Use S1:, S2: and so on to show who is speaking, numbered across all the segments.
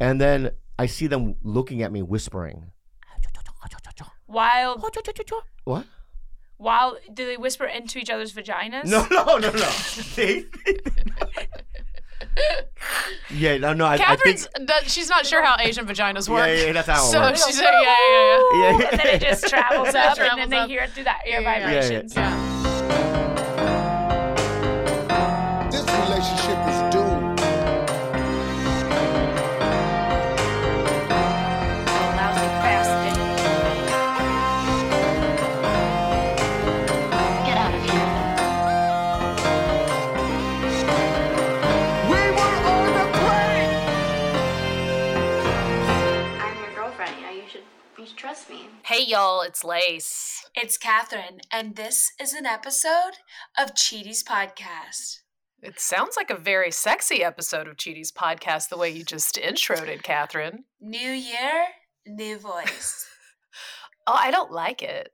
S1: And then I see them looking at me, whispering.
S2: While
S1: What?
S2: while do they whisper into each other's vaginas?
S1: No, no, no, no. They- yeah, no, no. I, I think.
S3: Catherine's that she's not sure how Asian vaginas
S1: Yeah,
S3: work.
S1: yeah, yeah, that's how it
S3: so
S1: works.
S3: she's like, yeah, yeah, yeah.
S1: Yeah.
S2: and then it just travels up, and
S3: Travels
S2: then they
S3: up.
S2: hear it through that air
S3: Yeah, yeah,
S1: yeah.
S2: vibrations.
S3: Yeah.
S4: This relationship is doomed.
S2: Lousy bastard.
S5: Get out of here.
S4: We were on the plane.
S6: I'm your girlfriend. You know, you should you should trust me.
S3: Hey, y'all, it's Lace.
S2: It's Catherine, and this is an episode of Cheaties Podcast.
S3: It sounds like a very sexy episode of Cheaty's podcast, the way you just introed it, Catherine.
S2: New year, new voice.
S3: Oh, I don't like it.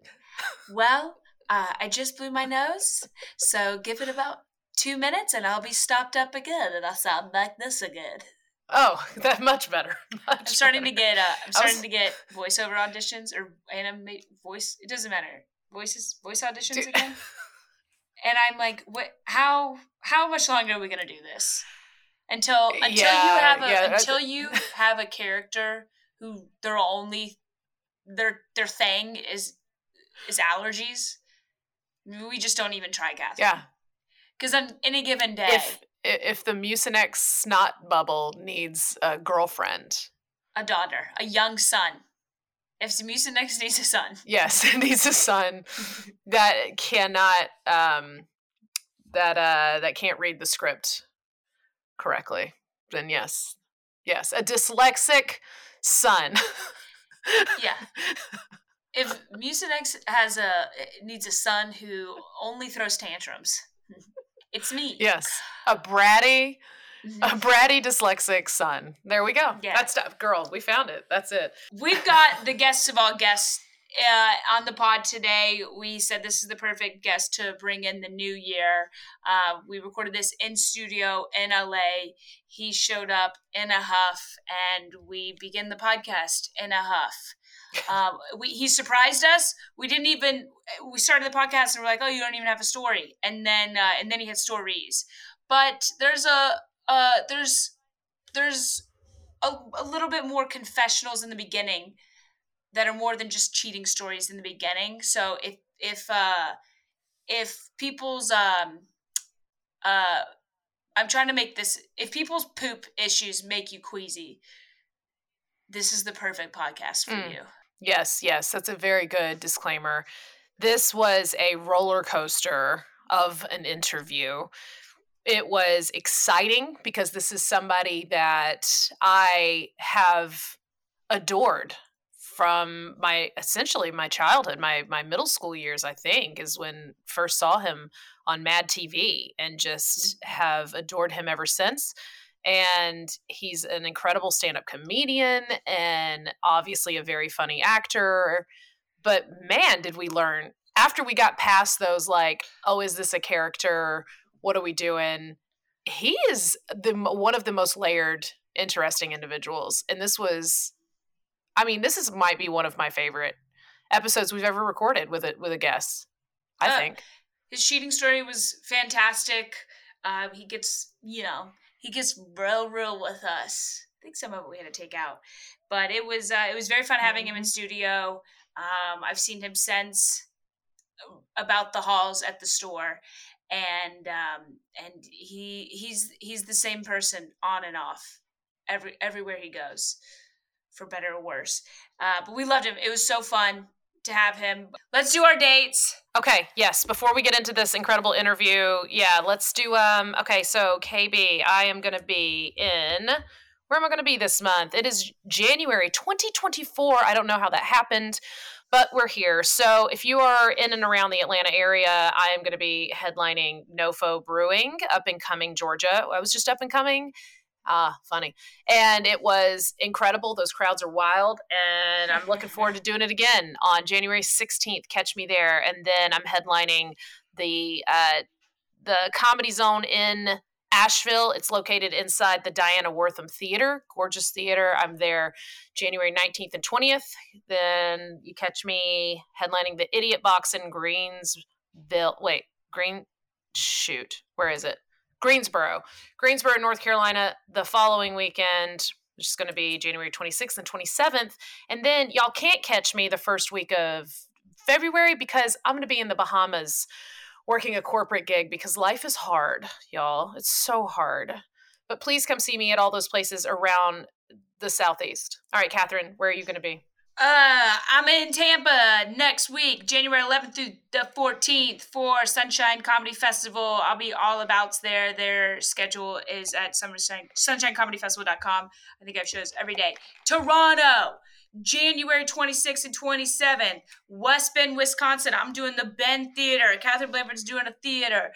S2: well, uh, I just blew my nose, so give it about two minutes, and I'll be stopped up again, and I'll sound like this again.
S3: Oh, that much better.
S2: I'm starting to get uh, I'm
S3: I was-
S2: starting to get voiceover auditions or animate voice. It doesn't matter. Voices, voice auditions
S3: Dude.
S2: again. And I'm like, what? How how much longer are we gonna do this? Until until you
S3: Yeah,
S2: have a
S3: yeah, I-
S2: until you have a character who their only their their thing is is allergies. We just don't even try, Catherine.
S3: Yeah.
S2: Because on any given day,
S3: If i- if the Mucinex snot bubble needs a girlfriend,
S2: a daughter, a young son. If Mucinex needs a son,
S3: yes, it needs a son that cannot um that uh that can't read the script correctly. Then yes, yes, a dyslexic son.
S2: yeah. If Mucinex has a eh, needs a son who only throws tantrums, it's me.
S3: yes, a bratty a
S2: Mhm.
S3: bratty dyslexic son. There we go.
S2: Yeah.
S3: That's stuff, girl. We found it. That's it.
S2: We've got the guests of all guests uh, on the pod today. We said this is the perfect guest to bring in the new year. Uh, we recorded this in studio in LA. He showed up in a huff, and we begin the podcast in a huff. Um, we, he surprised us. We didn't even. We started the podcast and we're like, "Oh, you don't even have a story." And then, uh, and then he had stories. But there's a uh, there's there's a, a little bit more confessionals in the beginning that are more than just cheating stories in the beginning. So if if uh, if people's um, uh, I'm trying to make this if people's poop issues make you queasy, this is the perfect podcast for
S3: Mm.
S2: you.
S3: Yes, yes, that's a very good disclaimer. This was a roller coaster of an interview. It was exciting because this is somebody that I have adored from my essentially my childhood, my my middle school years, I think, is when first saw him on Mad TV and just have adored him ever since and he's an incredible stand-up comedian and obviously a very funny actor but man did we learn after we got past those like oh is this a character what are we doing he is the m- one of the most layered interesting individuals and this was i mean this is might be one of my favorite episodes we've ever recorded with a with a guest i
S2: Uh,
S3: think
S2: his cheating story was fantastic. Um, he gets, you know, he gets real, real with us. I think some of it we had to take out, but it was uh, it was very fun having him in studio. Um, I've seen him since uh, about the halls at the store, and um, and he he's he's the same person on and off every everywhere he goes, for better or worse. Uh, but we loved him. It was so fun to have him. Let's do our dates.
S3: Okay, yes, before we get into this incredible interview, yeah, let's do um okay, so KB, I am going to be in where am I going to be this month? It is January 2024. I don't know how that happened, but we're here. So, if you are in and around the Atlanta area, I am going to be headlining Nofo Brewing up and coming Georgia. I was just up and coming. Ah, funny. And it was incredible. Those crowds are wild. And I'm looking forward to doing it again on January 16th. Catch me there. And then I'm headlining the uh, the Comedy Zone in Asheville. It's located inside the Diana Wortham Theater, gorgeous theater. I'm there January 19th and 20th. Then you catch me headlining the Idiot Box in Greensville. Wait, Green. Shoot, where is it? Greensboro, Greensboro, North Carolina, the following weekend, which is going to be January 26th and 27th. And then y'all can't catch me the first week of February because I'm going to be in the Bahamas working a corporate gig because life is hard, y'all. It's so hard. But please come see me at all those places around the Southeast. All right, Catherine, where are you going to be?
S2: Uh, I'm in Tampa next week, January 11th through the 14th for Sunshine Comedy Festival. I'll be all abouts there. Their schedule is at sunshine, sunshinecomedyfestival.com. I think I have shows every day. Toronto, January 26th and 27th, West Bend, Wisconsin. I'm doing the Bend Theater. Catherine Blanford's doing a theater.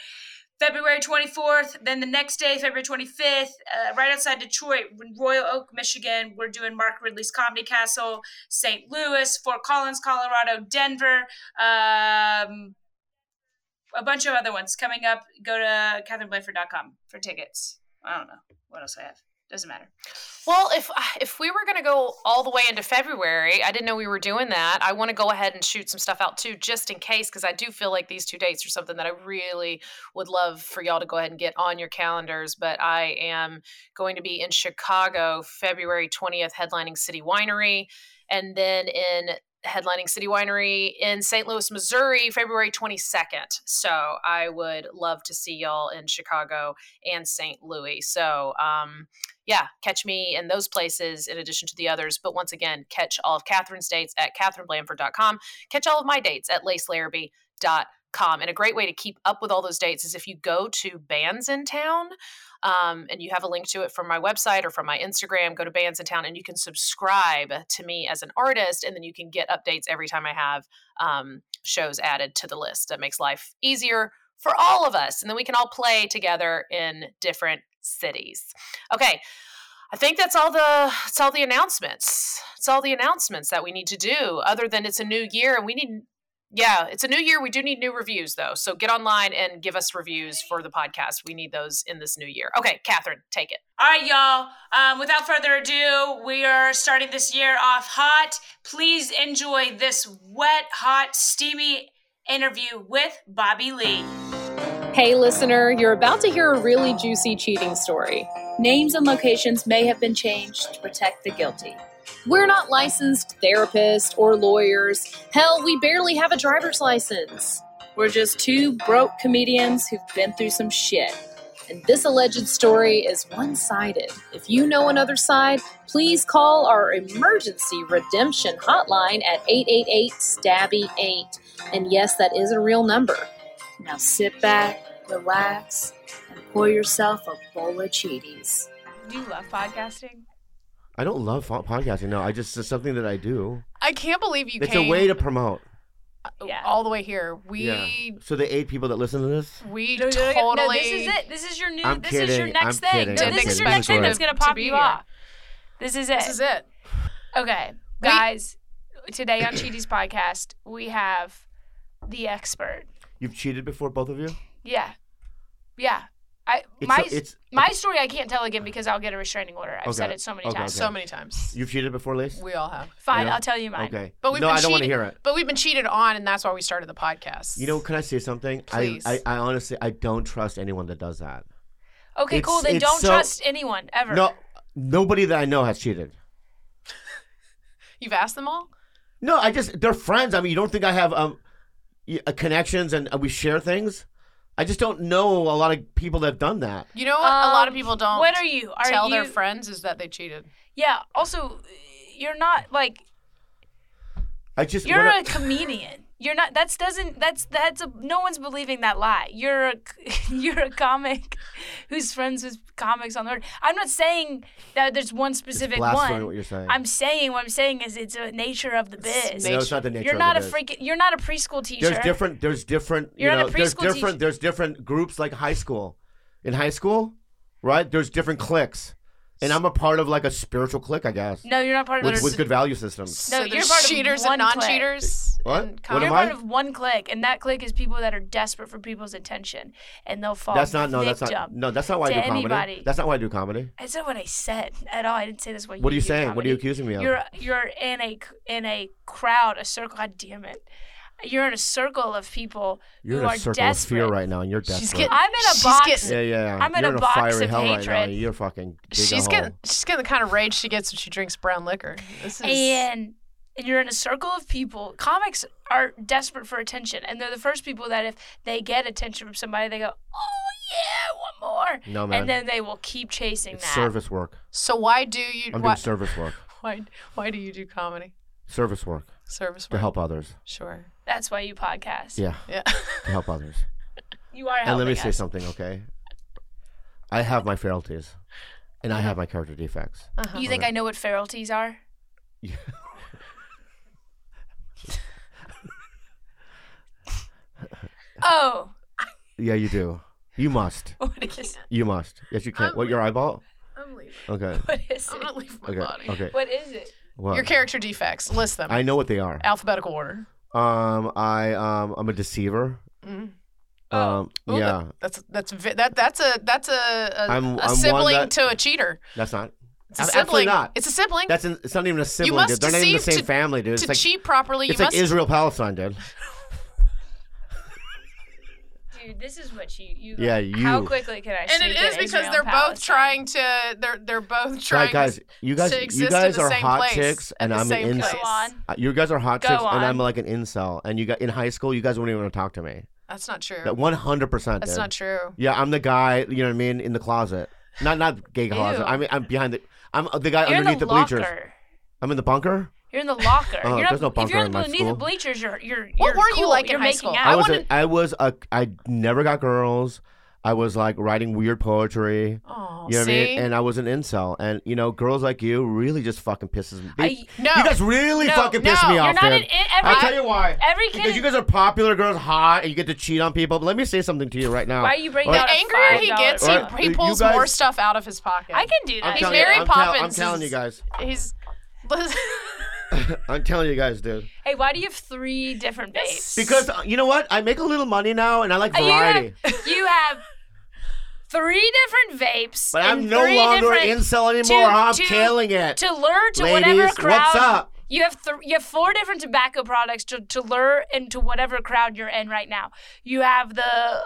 S2: February 24th, then the next day, February 25th, uh, right outside Detroit, in Royal Oak, Michigan, we're doing Mark Ridley's Comedy Castle, St. Louis, Fort Collins, Colorado, Denver, um, a bunch of other ones coming up. Go to katherineblanford.com for tickets. I don't know what else I have. Doesn't matter.
S3: Well, if ah, if we were going to go all the way into February, I didn't know we were doing that. I want to go ahead and shoot some stuff out too, just in case, because I do feel like these two dates are something that I really would love for y'all to go ahead and get on your calendars. But I am going to be in Chicago, February twentieth, headlining City Winery, and then in headlining City Winery in St. Louis, Missouri, February 22nd. So I would love to see y'all in Chicago and St. Louis. So, um, yeah, catch me in those places in addition to the others. But once again, catch all of Catherine's dates at katherineblanford.com. Catch all of my dates at lacelarrabee.com. And a great way to keep up with all those dates is if you go to Bands in Town um, and you have a link to it from my website or from my Instagram. Go to Bands in Town and you can subscribe to me as an artist, and then you can get updates every time I have um, shows added to the list. That makes life easier for all of us, and then we can all play together in different cities. Okay. I think that's all the it's all the announcements. It's all the announcements that we need to do. Other than it's a new year and we need yeah, it's a new year. We do need new reviews though. So get online and give us reviews for the podcast. We need those in this new year. Okay, Catherine, take it.
S2: All right, y'all. Um, without further ado, we are starting this year off hot. Please enjoy this wet, hot, steamy interview with Bobby Lee.
S7: Hey, listener, you're about to hear a really juicy cheating story. Names and locations may have been changed to protect the guilty. We're not licensed therapists or lawyers. Hell, we barely have a driver's license. We're just two broke comedians who've been through some shit. And this alleged story is one sided. If you know another side, please call our emergency redemption hotline at 888 Stabby 8. And yes, that is a real number. Now sit back, relax, and pour yourself a bowl of cheaties.
S8: Do you love podcasting?
S1: I don't love fo- podcasting. No, I just it's something that I do.
S8: I can't believe you
S1: it's
S8: came
S1: a way to promote.
S2: Yeah.
S8: all the way here. We
S1: So the eight people that listen to this,
S8: we
S2: No, no,
S8: totally
S2: no, no, this is it. This is your new.
S1: I'm
S2: this is your
S1: kidding.
S2: next
S1: I'm
S2: thing.
S1: kidding.
S2: No,
S8: I'm
S2: this is
S8: kidding.
S2: your next thing
S8: Sure.
S2: that's gonna
S8: To
S2: pop
S8: be
S2: you
S8: here.
S2: off. This is it.
S8: This is it.
S2: Okay,
S8: We-
S2: guys. today on Cheaty's podcast, we have the expert.
S1: you've cheated before, both of you.
S2: Yeah, yeah. I
S1: It's
S2: my
S1: so, it's
S2: my story I can't tell again because I'll get a restraining order. I've
S1: Okay.
S2: said it so many
S1: Okay,
S2: times.
S1: okay.
S8: So many times.
S1: you've cheated before, Lace.
S8: We all have.
S2: Fine,
S1: Yeah.
S2: I'll tell you mine.
S1: Okay.
S8: But we've
S1: no,
S8: been
S1: I don't want to
S8: cheated-
S1: hear it.
S8: But we've been cheated on, and that's why we started the podcast.
S1: You know, can I say something? I,
S8: Please.
S1: I, I honestly, I don't trust anyone that does that.
S2: Okay,
S1: It's-
S2: cool. Then
S1: it's
S2: don't
S1: so-
S2: trust anyone ever.
S1: No, nobody that I know has cheated.
S8: you've asked them all.
S1: No, I just they're friends. I mean, you don't think I have um y- uh, connections and uh, we share things. I just don't know a lot of people that have done that.
S8: You know what? a lot of
S2: Um,
S8: people don't.
S2: What are you? Are
S8: tell
S2: you,
S8: their friends is that they cheated.
S2: Yeah. Also, you're not like
S1: I just
S2: You're
S1: when I-
S2: a comedian. You're not. That's doesn't. That's that's a. No one's believing that lie. You're a. You're a comic, who's friends with comics on the road. I'm not saying that there's one specific
S1: blasphemy
S2: one.
S1: what you're saying.
S2: I'm saying what I'm saying is it's a nature of the biz.
S1: no, it's not the nature.
S2: you're
S1: of
S2: not
S1: it
S2: a
S1: is.
S2: freaking. You're not a preschool teacher.
S1: There's different. There's different. You
S2: You're
S1: know,
S2: not a
S1: there's
S2: preschool teacher.
S1: different. There's different groups like high school. In high school, right? There's different cliques. and I'm a part of like a spiritual clique, I guess,
S2: No, you're not part of
S1: with,
S2: the.
S1: with good value systems.
S3: So
S2: No, you're
S3: there's
S2: part of
S3: cheaters
S2: one
S3: and
S2: clique.
S3: non-cheaters.
S1: What?
S3: and
S1: What am
S2: you're
S3: con-
S1: I?
S2: part of one clique, and that clique is people that are desperate for people's attention, and they'll fall.
S1: That's not no. That's
S2: victim.
S1: not no. That's not why I
S2: to
S1: do comedy.
S2: anybody.
S1: That's not why I do comedy.
S2: That's not what I said at all. I didn't say this. What,
S1: What are you
S2: do
S1: saying? What are you
S2: comedy.
S1: accusing me of?
S2: You're you're in a in a crowd, a circle. God damn it! You're in a circle of people
S1: You're
S2: who
S1: in
S2: are
S1: a circle of
S2: desperate.
S1: fear right now, and you're desperate.
S3: She's getting.
S2: I'm in a
S3: she's
S2: box.
S3: Getting,
S1: yeah, yeah.
S2: I'm in
S1: you're in
S2: a
S1: a
S2: box
S1: fiery
S2: of
S1: hell right now.
S2: hatred.
S1: You're fucking. dig a
S3: she's
S1: hole.
S3: getting. She's getting the kind of rage she gets when she drinks brown liquor. This is.
S2: and and you're in a circle of people. Comics are desperate for attention, and they're the first people that if they get attention from somebody, they go, "Oh yeah, one more,"
S1: No man.
S2: and then they will keep chasing
S1: it's
S2: that.
S1: service work.
S3: so why do you?
S1: I'm
S3: Why,
S1: doing service work.
S3: why? Why do you do comedy?
S1: Service work
S3: Service
S1: to
S3: work.
S1: help others.
S3: Sure.
S2: That's why you podcast.
S1: Yeah,
S3: Yeah.
S1: to help others.
S2: You are helping
S1: and let me say
S2: us.
S1: something, okay? I have my frailties, and I have my character defects.
S3: Uh-huh.
S2: You think I know what feralities are? oh,
S1: Yeah, you do. You must.
S2: what is
S1: You must. Yes, you can.
S3: I'm-
S1: What your eyeball?
S3: I'm leaving.
S1: Okay.
S2: what is
S3: I'm
S2: it?
S3: gonna leave my
S1: Okay.
S3: body.
S1: Okay.
S2: What is it?
S1: What?
S3: Your character defects. List them.
S1: I know what they are.
S3: Alphabetical order.
S1: Um, I um, I'm a deceiver.
S3: Mm.
S1: Um,
S3: Ooh,
S1: yeah,
S3: that- that's that's vi- that that's a that's a a,
S1: I'm- I'm
S3: a
S1: one
S3: sibling
S1: that-
S3: to a cheater.
S1: that's not.
S3: It's a
S1: I'm
S3: sibling.
S1: absolutely not.
S3: It's a sibling.
S1: That's in, it's not even a sibling.
S3: must
S1: dude. They're not even the
S3: deceive
S1: same
S3: to-
S1: family, dude. It's
S3: to
S1: like
S3: cheat properly, you
S1: it's like
S3: must.
S1: Israel Palestine, dude.
S2: Dude, this is what you you.
S1: Yeah, you.
S2: How quickly can I?
S3: and
S2: sneak
S3: it
S2: in
S3: is because
S2: Israel
S3: they're
S2: and
S3: both
S2: Palestine?
S3: trying to. They're they're both trying.
S1: Right, guys,
S3: to-
S1: you guys,
S3: exist
S1: you
S3: in
S1: guys
S3: the
S1: are
S3: same
S1: hot
S3: place,
S1: chicks, and
S3: at the
S1: I'm
S3: same
S1: an
S3: place.
S1: incel.
S2: Go on.
S1: Uh, You guys are hot
S2: Go
S1: chicks, and I'm
S2: on.
S1: like an incel. And you got in high school, you guys wouldn't even talk to me.
S3: That's not true.
S1: That 100. percent
S3: that's not true.
S1: Yeah, I'm the guy. You know what I mean? In the closet, not not gay closet.
S2: Ew.
S1: I mean, I'm behind the. I'm the guy
S2: You're in the,
S1: underneath the,
S2: locker.
S1: bleachers. I'm in the bunker.
S2: You're in the locker.
S1: Oh,
S2: you're
S1: there's no
S2: not, if
S1: bunker
S2: you're
S1: in
S2: in
S1: my
S2: underneath
S1: school.
S2: the bleachers, you're you're.
S3: What
S2: you're
S3: were you
S2: cool.
S3: like in
S2: You're
S3: high
S2: making
S3: school?
S2: out.
S1: I, was
S3: wanted-
S1: a, I was a I never got girls. I was like writing weird poetry.
S3: Oh,
S1: You know what I
S3: see.
S1: mean? And I was an incel. And you know, girls like you really just fucking pisses me.
S2: I-
S1: they-
S3: no.
S1: you guys really
S3: No,
S1: fucking piss
S3: no,
S1: me
S3: you're
S1: off,
S2: You're not
S1: dude.
S2: in, in every.
S1: I'll tell you why.
S2: Every kid.
S1: Because you guys are popular, girls hot, and you get to cheat on people. But let me say something to you right now.
S2: why are you bringing
S1: The
S2: out
S3: the
S2: a
S3: angrier he
S2: $5
S3: gets,
S1: Or-
S3: he, he
S1: you
S3: pulls
S1: guys-
S3: more stuff out of his pocket.
S2: I can do
S1: I'm
S2: that.
S1: telling,
S2: He's
S3: Mary
S1: you, I'm, tell-
S3: Poppins
S1: I'm telling you
S3: is-
S1: guys.
S3: He's.
S1: I'm telling you guys, dude.
S2: Hey, why do you have three different babes?
S1: Because uh, you know what? I make a little money now, and I like
S2: Uh, you have-
S1: variety.
S2: you have three different vapes.
S1: But I'm
S2: and
S1: no
S2: three
S1: longer an
S2: different-
S1: incel anymore. I'm
S2: to-
S1: killing it.
S2: to lure to
S1: Ladies,
S2: whatever
S1: what's
S2: crowd.
S1: up?
S2: You have th- you have four different tobacco products to, to lure into whatever crowd you're in right now. You have the uh,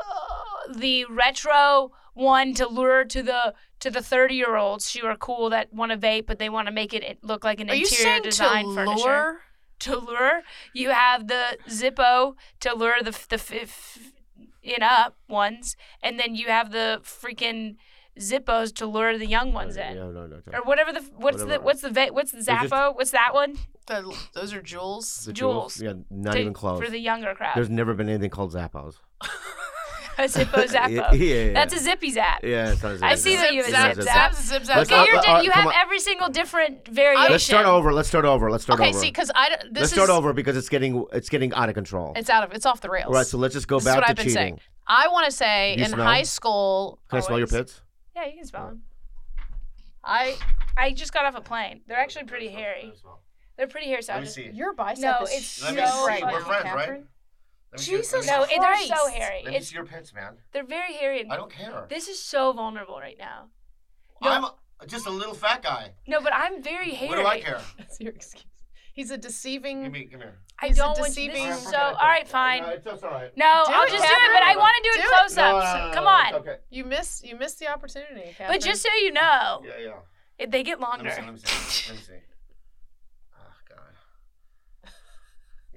S2: the retro one to lure to the to the 30 year olds who are cool that want to vape but they want to make it look like an
S3: Are you
S2: interior
S3: saying to
S2: design furniture
S3: lure?
S2: to lure. You have the Zippo to lure the the fifth in up ones, and then you have the freaking Zippos to lure the young ones in,
S1: Uh, No, no, no, no.
S2: or whatever the what's the
S1: Whatever.
S2: what's the va- what's the
S1: just-
S2: Zappo? what's that one?
S3: The, those are jewels.
S1: The
S2: Jules.
S1: Yeah, not
S2: To-
S1: even close.
S2: for the younger crowd.
S1: There's never been anything called Zappos.
S2: a Zippo Zappo.
S1: Yeah, yeah, yeah.
S2: That's a zippy zap.
S1: Yeah, it's not a Zappo.
S2: I see that you have a
S1: It's not
S2: zip zap.
S3: zip zap.
S1: Let's
S2: Look at
S1: uh,
S2: your
S1: uh,
S2: di- you
S1: come
S2: have
S1: on.
S2: every single different variation.
S1: Let's start over. Let's start over. Let's start
S3: okay,
S1: over.
S3: see, because I don't- this
S1: let's
S3: is
S1: start over because it's getting it's getting out of control.
S3: it's out of it's off the rails.
S1: All right, so let's just go
S3: this is
S1: back
S3: what
S1: to
S3: I've been
S1: cheating.
S3: saying. I want to say
S1: Do you
S3: in
S1: smell?
S3: high school,
S1: Can I smell your
S2: Always.
S1: pits?
S2: Yeah, you can smell them.
S3: I
S2: I just got off a plane. They're actually pretty hairy. They're pretty hairy. So I just-
S3: your bicep
S2: No,
S3: is
S2: it's
S3: so
S2: Let me so see. We're
S3: fucking
S1: friends, right?
S3: Catherine.
S2: Jesus No, it- they're so hairy. It's,
S1: your pits, man.
S2: they're very hairy. And
S1: don't care.
S2: this is so vulnerable right now.
S1: I'm just a little fat guy.
S2: No, but I'm very hairy.
S3: That's your excuse. He's a deceiving.
S1: me, come here.
S2: I
S3: He's a
S2: don't want you.
S3: deceiving-
S2: This is so. All right, fine. No,
S1: it's, all right.
S2: I'll
S3: it,
S2: just do it, but I
S1: Catherine.
S2: want to do
S3: Do
S2: it
S3: it.
S2: close up. so- come on.
S1: okay.
S3: You miss you miss the opportunity. Catherine.
S2: But just so you know,
S1: Yeah, yeah.
S2: if they get longer.
S1: me see. Let me see. Oh God.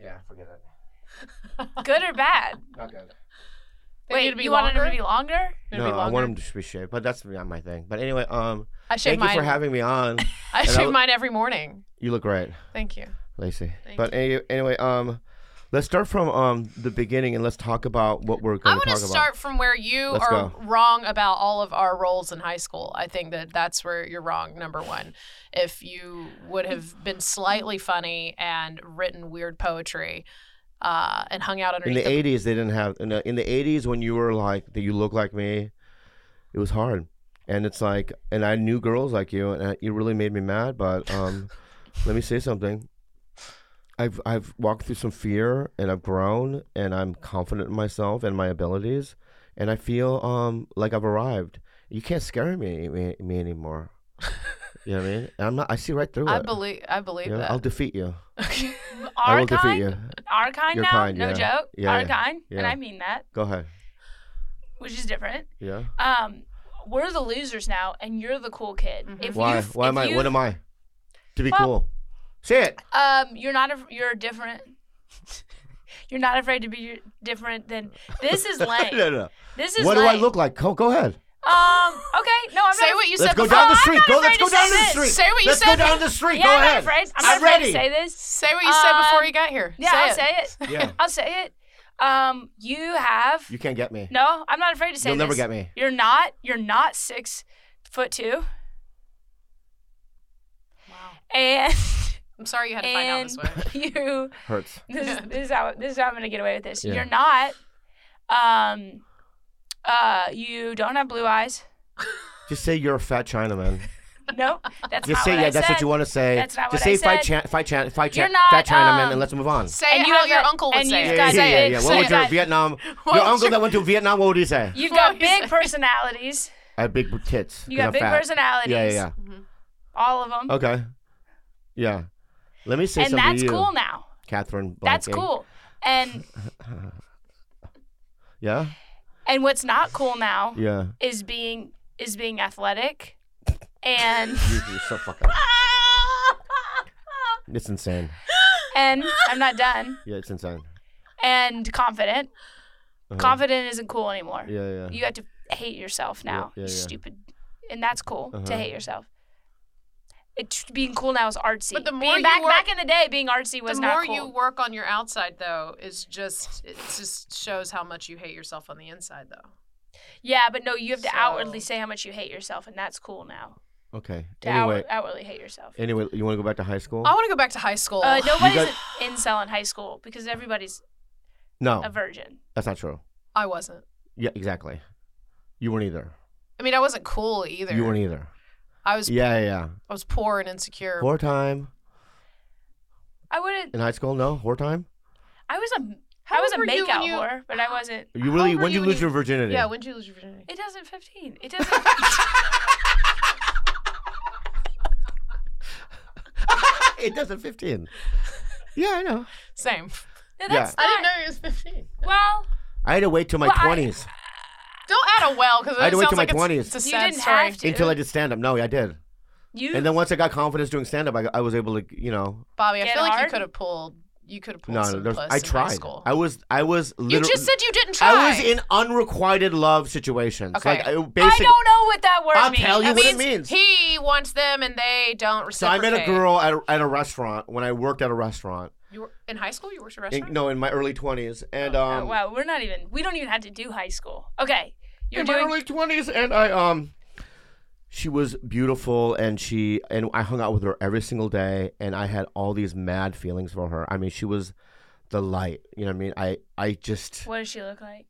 S1: Yeah, forget it.
S2: Good or bad?
S1: Not good.
S3: They need
S2: Wait,
S3: to be
S2: you want it to
S3: longer?
S2: be longer?
S3: It'll
S1: no,
S3: be
S1: I want
S3: longer.
S1: them to be shaved, but that's not my thing. But anyway, um,
S3: I
S1: thank
S3: shave
S1: you
S3: mine.
S1: for having me on.
S3: I
S1: and I
S3: shave
S1: would-
S3: mine every morning.
S1: you look great,
S3: Thank you.
S1: Lacey.
S3: Thank
S1: but any- anyway, um, let's start from um the beginning and let's talk about what we're
S3: I
S1: going to
S3: want
S1: talk
S3: to start from where you
S1: Let's
S3: are
S1: go.
S3: wrong about all of our roles in high school. I think that that's where you're wrong. Number one, if you would have been slightly funny and written weird poetry, uh, and hung out
S1: about. In
S3: underneath
S1: the '80s, they didn't have in the, in the '80s when you were like that. You look like me. It was hard. and it's like, and I knew girls like you, and I, you really made me mad. But um, let me say something. I've I've walked through some fear, and I've grown, and I'm confident in myself and my abilities, and I feel um like I've arrived. You can't scare me me, me anymore. you know what I mean? And I'm not. I see right through
S3: I
S1: it.
S3: believe I believe
S1: You know,
S3: that.
S1: I'll defeat you. I
S2: Our
S1: will defeat
S2: kind,
S1: you.
S2: our kind
S1: Your
S2: now,
S1: kind,
S2: no
S1: yeah.
S2: joke.
S1: Yeah,
S2: our
S1: yeah,
S2: kind, and
S1: yeah.
S2: I mean that,
S1: Go ahead.
S2: which is different.
S1: Yeah.
S2: Um, we're the losers now, and you're the cool kid.
S9: Mhm.
S2: If
S1: Why?
S2: you,
S1: Why am I? What am I? To be
S2: Well-
S1: cool. Say it.
S2: Um, you're not. A, you're different. you're not afraid to be different than. This is lame.
S1: no, no.
S2: This is
S1: What do
S2: lame.
S1: I look like? Go, go ahead.
S2: Um. Okay. No, I'm
S3: say
S2: not.
S3: what you
S1: Let's
S3: said
S1: go
S3: before.
S1: down the
S2: I'm
S1: street.
S2: not
S1: Go. Let's
S2: afraid
S1: go
S2: to
S1: down
S2: say
S1: the
S2: this.
S1: street.
S3: Say what you
S1: let's
S3: said
S1: go down
S3: before.
S1: the street.
S2: yeah,
S1: go
S2: I'm
S1: ahead.
S2: not afraid. I'm,
S1: I'm
S2: not afraid
S1: ready.
S2: to say this.
S3: Say what you said before
S2: Um,
S3: you got here.
S2: Yeah,
S3: say
S2: I'll
S3: it.
S2: say it.
S1: Yeah.
S2: I'll say it. Um, you have
S1: You can't get me.
S2: no. I'm not afraid to say
S1: You'll
S2: this.
S1: never get me.
S2: You're not. You're not six foot two. Wow. And
S3: I'm sorry you had to find out
S2: and
S3: this way.
S2: you.
S1: Hurts.
S2: This, is- this is how this is how I'm gonna get away with this.
S1: Yeah.
S2: You're not. Um. Uh. You don't have blue eyes.
S1: Just say you're a fat Chinaman.
S2: No, that's
S1: Just
S2: not
S1: say
S2: what
S1: yeah.
S2: I
S1: that's
S2: said.
S1: what you want to say.
S2: That's not
S1: Just
S2: what I
S1: say fat
S2: said.
S1: Chi- fat Chi- fat Chi-
S2: You're not,
S1: fat Chinaman
S2: um,
S1: and let's move on.
S3: Say
S2: and
S3: it
S2: you
S3: how
S2: have
S3: your
S2: a-
S3: uncle would
S2: and
S3: say
S2: you've
S3: it.
S1: yeah,
S2: got
S1: yeah,
S2: big-
S1: yeah, yeah. What
S2: say
S1: would your
S2: that.
S1: Vietnam?
S3: What
S1: your
S3: would
S1: uncle
S3: your-
S1: that went to Vietnam. What would he say?
S2: You've
S3: What
S2: got
S3: would you
S2: big
S3: say?
S2: personalities.
S1: I have big tits.
S2: You
S1: 'cause
S2: got
S1: I'm
S2: big
S1: fat.
S2: personalities.
S1: Yeah, yeah, yeah.
S2: All of them.
S1: Okay. Yeah. Let me say
S2: and
S1: something
S2: that's
S1: to you, eh.
S2: cool now.
S1: Catherine.
S2: That's
S1: Blanking.
S2: cool. And
S1: Yeah.
S2: and what's not cool now
S1: Yeah.
S2: is being is being athletic and
S1: You- You're so fucking. It's insane.
S2: and I'm not done.
S1: Yeah, it's insane.
S2: And confident.
S1: Uh-huh.
S2: Confident isn't cool anymore.
S1: Yeah, yeah.
S2: You have to hate yourself now.
S1: yeah,
S2: you
S1: yeah.
S2: stupid. And that's cool to
S1: Uh-huh.
S2: hate yourself. It, being cool now is artsy.
S3: But the more
S2: being
S3: you
S2: back
S3: work-
S2: back in the day, being artsy was
S3: the
S2: not
S3: more
S2: cool.
S3: you work on your outside though is just it just shows how much you hate yourself on the inside though
S2: Yeah, but no, you have to outwardly
S3: So-
S2: say how much you hate yourself, and that's cool now.
S1: Okay.
S2: To
S1: Anyway,
S2: outward, outwardly hate yourself.
S1: anyway, you want to go back to high school?
S3: i want to go back to high school
S2: Uh, nobody's
S1: got-
S2: an incel in high school because everybody's
S1: No,
S2: a virgin.
S1: that's not true.
S3: i wasn't
S1: Yeah, exactly. You weren't either.
S3: i mean i wasn't cool either
S1: You weren't either.
S3: i was
S1: Yeah, yeah.
S3: i was poor and
S1: yeah.
S3: insecure
S1: Whore time
S2: I wouldn't.
S1: in high school? No, whore time.
S2: I was a. I
S3: How
S2: was a
S3: old were you when
S2: makeout
S3: you-
S2: whore, but I wasn't.
S1: You really?
S3: old were
S1: When did
S3: you
S1: you
S3: when
S1: lose
S3: you-
S1: your virginity?
S3: yeah when did you lose your virginity
S2: It doesn't. Fifteen. It doesn't.
S1: it doesn't fifteen. Yeah, I know.
S3: same
S2: No,
S1: Yeah.
S2: that's
S3: i didn't
S2: not-
S3: know you was 15
S2: Well,
S1: I had to wait till my
S2: Well, I-
S1: twenties
S3: don't add a well because
S1: I had to wait
S3: sounds
S1: till my
S3: like it's-
S1: 20s.
S3: it's a
S2: You
S3: sad
S2: didn't
S3: story
S2: have to.
S1: until I did stand up. No, I did.
S2: you.
S1: And then once I got confidence doing stand up, I, got- I was able to, you know,
S3: bobby i
S2: Get
S3: feel like you
S2: hard.
S3: could have pulled you could have pulled
S1: no,
S3: some
S1: there's,
S3: puss
S1: I
S3: in high
S1: tried.
S3: school
S1: I was, I was
S3: you
S1: literally.
S3: just said you didn't try
S1: I was in unrequited love situations.
S3: Okay.
S1: Like I
S2: I
S1: basically,
S2: don't know what that word
S1: I'll
S2: means.
S1: tell you
S3: That
S1: what it means.
S3: means he wants them and they don't
S1: So
S3: reciprocate.
S1: I met a girl at a, at a restaurant when I worked at a restaurant.
S3: You were, in high school. You worked at a
S1: In,
S3: restaurant.
S1: no, in my early twenties, and
S2: Oh,
S1: um,
S2: wow, we're not even. We don't even have to do high school. Okay, you're
S1: in my
S2: doing.
S1: early twenties, and I um, she was beautiful, and she and I hung out with her every single day, and I had all these mad feelings for her. I mean, she was the light. You know what I mean? I I just
S2: What does she look like?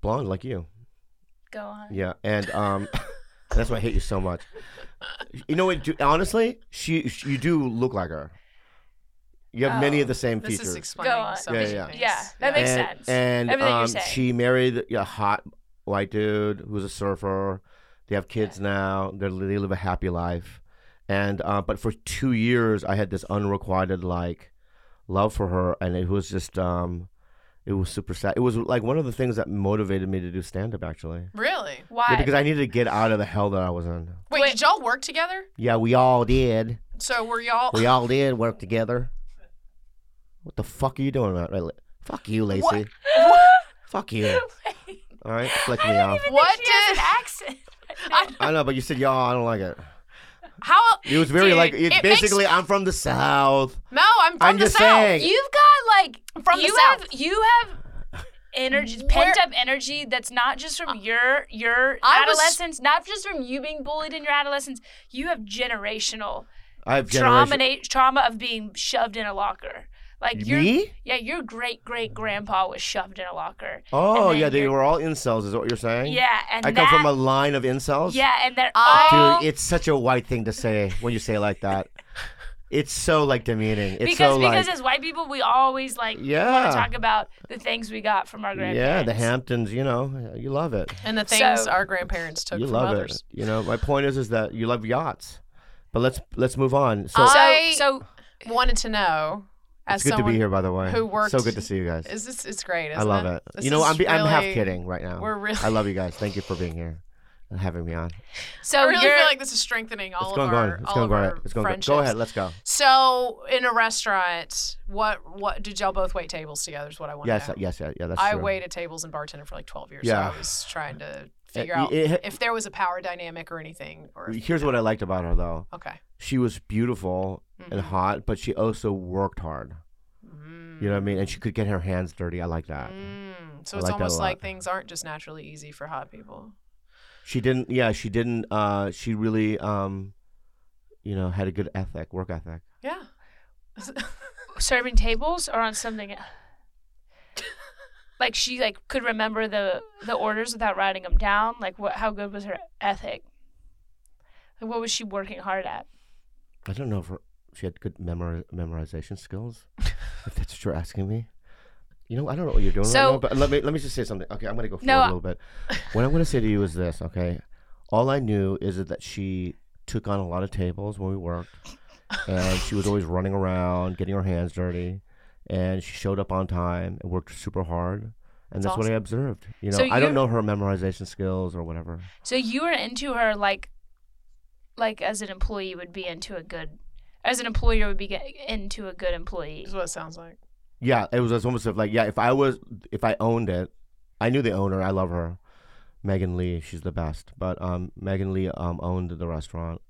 S1: blonde like you.
S2: Go on.
S1: Yeah, and um, that's why I hate you so much. You know what? do- Honestly, she, she you do look like her. You have many of the same
S3: This
S1: features.
S3: is explaining
S2: Go on.
S3: so
S1: Yeah,
S3: many
S1: yeah.
S3: things.
S2: Yeah, that makes
S1: and,
S2: sense.
S1: And
S2: Everything you're
S1: um,
S2: saying.
S1: she married a hot white dude who's a surfer. They have kids now. They're, they live a happy life. And uh, but for two years, I had this unrequited like love for her, and it was just um, it was super sad. It was like one of the things that motivated me to do stand up actually.
S3: Really?
S2: Why?
S1: Yeah, because I needed to get out of the hell that I was in.
S3: Wait, did y'all work together?
S1: Yeah, we all did.
S3: So were y'all?
S1: We all did work together. What the fuck are you doing about right? la- Fuck you, Lacey. Fuck you. All right, flick me off.
S3: What
S2: she has
S3: did?
S2: an accent.
S1: I know, but you said y'all. I don't like it.
S3: How?
S1: It was very
S3: Dude,
S1: like it's
S3: it makes-
S1: basically I'm from the south.
S3: No, I'm from
S1: I'm
S3: the
S1: just
S3: south.
S1: saying.
S2: You've got like
S3: From the
S2: you
S3: south.
S2: have you have energy pent up energy that's not just
S3: Uh,
S2: from your your
S3: I was-
S2: adolescence, not just from you being bullied in your adolescence. You have generational
S1: I have
S2: trauma
S1: generation.
S2: trauma of being shoved in a locker.
S8: Like your
S1: Me?
S8: yeah, your great great grandpa was shoved in a locker.
S1: Oh
S8: then
S1: yeah, they
S8: you're-
S1: were all incels, is what you're saying?
S8: Yeah, and
S1: I
S8: that,
S1: come from a line of incels.
S8: yeah, and they're
S3: I-
S8: all
S1: Dude, it's such a white thing to say when you say it like that. It's so like demeaning. It's
S8: because
S1: so
S8: because
S1: like
S8: as white people we always like want
S1: Yeah.
S8: to talk about the things we got from our
S1: yeah,
S8: grandparents.
S1: the Hamptons. You know, you love it.
S3: and the things
S8: So-
S3: our grandparents took
S1: you
S3: from
S1: love
S3: others.
S1: it. You know, my point is is that you love yachts. But let's let's move on. So
S3: I
S8: So so
S3: wanted to know Ah, as
S1: it's good to
S3: someone
S1: be here, by the way.
S3: who worked-
S1: So good to see you guys.
S3: Is this? It's great.
S1: I
S3: Isn't
S1: love it.
S3: This
S1: You know,
S3: is
S1: I'm be, I'm half
S3: really-
S1: kidding right now.
S3: We're really.
S1: I love you guys. Thank you for being here and having me on.
S3: I
S8: so
S3: really
S8: you're
S3: feel like this is strengthening all
S1: it's
S3: of
S1: going
S3: our
S1: good. It's
S3: all
S1: going
S3: of
S1: good.
S3: our
S1: It's going good.
S3: friendships.
S1: Go ahead. Let's go.
S3: So in a restaurant, what what did y'all both wait tables together? Is what I want
S1: Yes,
S3: to know.
S1: yes, yeah, yeah. That's
S3: I
S1: true.
S3: waited tables and bartended for like twelve years.
S1: Yeah.
S3: so I was trying to
S1: Uh,
S3: figure
S1: y-
S3: out
S1: it-
S3: if there was a power dynamic or anything. Or if-
S1: Here's what I liked about her though.
S3: okay.
S1: She was beautiful and
S3: Mhm.
S1: hot, but she also worked hard. You know what I mean? And she could get her hands dirty. I like that.
S3: Mm-hmm. Mm, so
S1: I like
S3: it's
S1: that a
S3: almost like
S1: lot.
S3: things aren't just naturally easy for hot people.
S1: She didn't. Yeah, she didn't. Uh, she really, um, you know, had a good ethic, work ethic.
S3: Yeah.
S8: serving tables or on something else? like she like could remember the the orders without writing them down like what how good was her ethic like what was she working hard at
S1: I don't know if her, she had good memori- memorization skills. if that's what you're asking me. You know, I don't know what you're doing right
S8: So-
S1: now, but let me let me just say something. Okay, I'm gonna go forward
S8: No,
S1: a
S8: I-
S1: little bit. What I'm gonna say to you is this, okay? All I knew is that she took on a lot of tables when we worked, and she was always running around, getting her hands dirty, and she showed up on time and worked super hard, and that's, what I observed. You know,
S8: So
S1: I don't
S8: you-
S1: know her memorization skills or whatever.
S8: so you were into her like like as an employee would be into a good as an employer would be get, into a good employee
S3: Is what it sounds like.
S1: Yeah, it was it's almost if like yeah, if I was if I owned it, I knew the owner. I love her, Megan Lee. She's the best. But um, Megan Lee um owned the restaurant,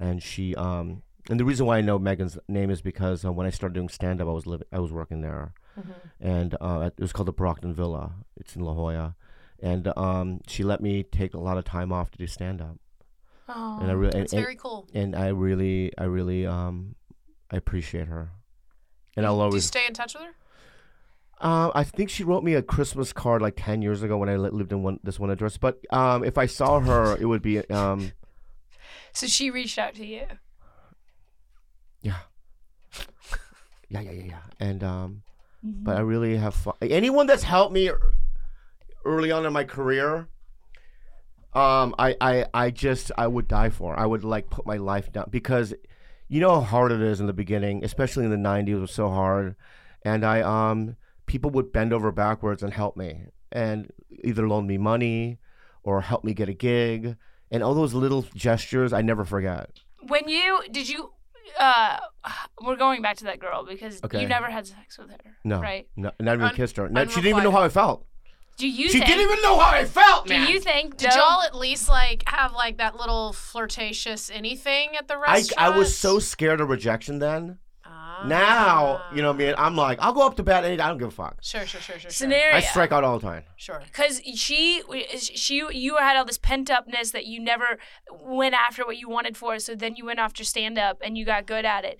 S1: and she um and the reason why I know Megan's name is because uh, when I started doing stand up, I was living I was working there,
S3: Mm-hmm.
S1: and uh, it was called the Brockton Villa. It's in La Jolla, and um she let me take a lot of time off to do stand up,
S8: oh
S1: and I really
S3: It's
S1: and-
S3: very cool.
S1: and I really I really um I appreciate her, and I'll
S3: Do you
S1: always
S3: stay in touch with her?
S1: uh, I think she wrote me a Christmas card like ten years ago when I li- lived in one this one address. But um, if I saw her, it would be um,
S8: so she reached out to you
S1: yeah, yeah, yeah, yeah, yeah. And um, but I really have fun. anyone that's helped me ear- early on in my career. Um, I, I, I just I would die for. I would like put my life down because you know how hard it is in the beginning, especially in the '90s. It was so hard, and I um people would bend over backwards and help me, and either loan me money or help me get a gig, and all those little gestures I never forget.
S8: when you did you uh we're going back to that girl because
S1: Okay.
S8: you never had sex with her
S1: No,
S8: right
S1: no, not even
S3: Un-
S1: kissed her. No, she didn't even know how I felt.
S8: do you
S1: She
S8: think
S1: didn't even know how I felt,
S8: do
S1: man.
S8: you think
S3: Did
S8: though-
S3: y'all at least like have like that little flirtatious anything at the
S1: I,
S3: restaurant?
S1: I was so scared of rejection then.
S3: Ah.
S1: Now, you know what I mean? I'm like, I'll go up to bat any I don't give a fuck.
S3: Sure, sure, sure, sure, sure.
S8: scenario
S1: I strike out all the time.
S3: Sure.
S8: because she she you had all this pent upness that you never went after what you wanted for so then you went after stand up and you got good at it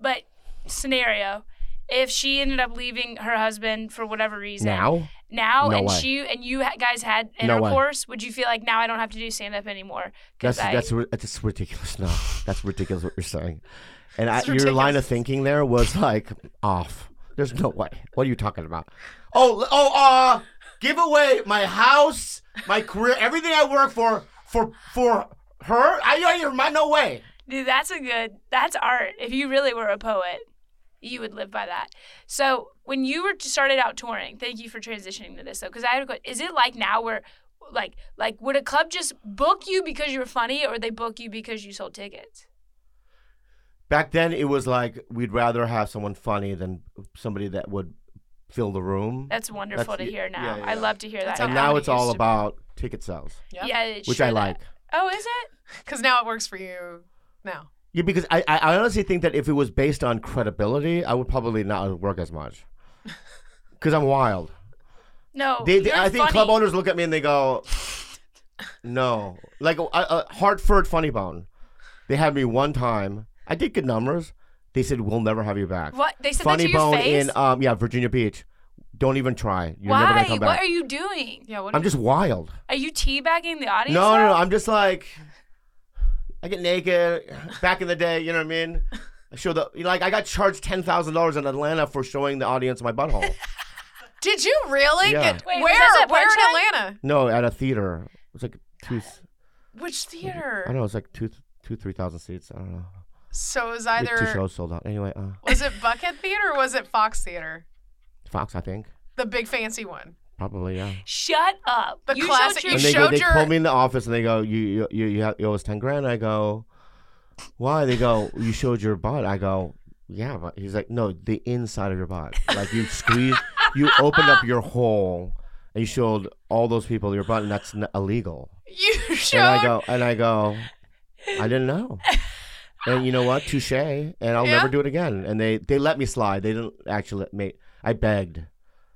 S8: but scenario if she ended up leaving her husband for whatever reason
S1: Now?
S8: now
S1: No
S8: and
S1: way.
S8: she and you ha- guys had
S1: No way.
S8: intercourse would you feel like now i don't have to do stand up anymore 'Cause
S1: That's
S8: I-
S1: that's ri- that's just ridiculous. No, that's ridiculous what you're saying. And I,
S3: It's
S1: your line of
S3: ridiculous.
S1: thinking there was like off. There's no way. What are you talking about? Oh, l- oh, uh, give away my house, my career, everything I work for, for for her. I don't even mind. No way.
S8: Dude, that's a good. That's art. If you really were a poet, you would live by that. So when you were started out touring, thank you for transitioning to this though, because I had a question. Is it like now where, like, like would a club just book you because you were funny, or they book you because you sold tickets?
S1: Back then, it was like we'd rather have someone funny than somebody that would fill the room.
S8: That's wonderful
S1: That's-
S8: to hear now.
S1: yeah,
S8: I
S1: yeah.
S8: love to hear
S3: That's
S8: that.
S1: and
S3: how
S1: now
S3: it
S1: it's all
S3: used to be.
S1: about ticket sales,
S3: Yep.
S8: Yeah, it
S1: which
S8: sure
S1: I
S8: that-
S1: like.
S8: Oh, is it?
S3: Because now it works for you. Now.
S1: Yeah, because I, I I honestly think that if it was based on credibility, I would probably not work as much. Because I'm wild.
S8: No,
S1: They, they-
S8: Oh, you're
S1: I think
S8: funny.
S1: club owners look at me and they go, no. Like uh, uh, Hartford Funny Bone. They had me one time. I did good numbers, They said we'll never have you back.
S8: What they said
S1: Funny
S8: that to your
S1: Bone
S8: face?
S1: in um yeah Virginia Beach. Don't even try. You're never
S8: Why?
S1: gonna come
S8: What
S1: back.
S8: are you doing?
S3: Yeah, what
S1: I'm just wild.
S8: Are you teabagging the audience?
S1: No, no,
S8: now?
S1: no. I'm just like, I get naked. Back in the day, you know what I mean. I show the you know, like I got charged ten thousand dollars in Atlanta for showing the audience my butthole.
S3: Did you really?
S1: Yeah.
S3: Get,
S8: Wait, was
S3: where?
S8: that at
S3: Where in
S8: Punchline?
S3: Atlanta?
S1: no, at a theater. It was like two.
S3: Which
S1: I don't
S3: theater?
S1: know. It's like two, two, three thousand seats. I don't know.
S3: So it was
S1: Like, two
S3: either
S1: shows sold out. Anyway, uh,
S3: was it Bucket Theater or was it Fox Theater?
S1: Fox, I think
S3: The big fancy one.
S1: probably yeah.
S8: Shut up.
S3: The
S8: you
S3: classic-
S8: Showed
S3: you
S1: and they,
S8: your,
S1: go,
S3: showed
S1: they
S3: your-
S1: call me in the office and they go, you you you, you, have, you owe us ten grand. I go, why? They go, you showed your butt. I go, yeah, but he's like, no, the inside of your butt. Like you squeezed, you opened up your hole, and you showed all those people your butt, and that's n- illegal.
S3: You
S1: And I
S3: showed.
S1: go, and I go, I didn't know. And you know what? Touche. And I'll
S3: Yeah.
S1: never do it again. And they they let me slide. They didn't actually let me. I begged.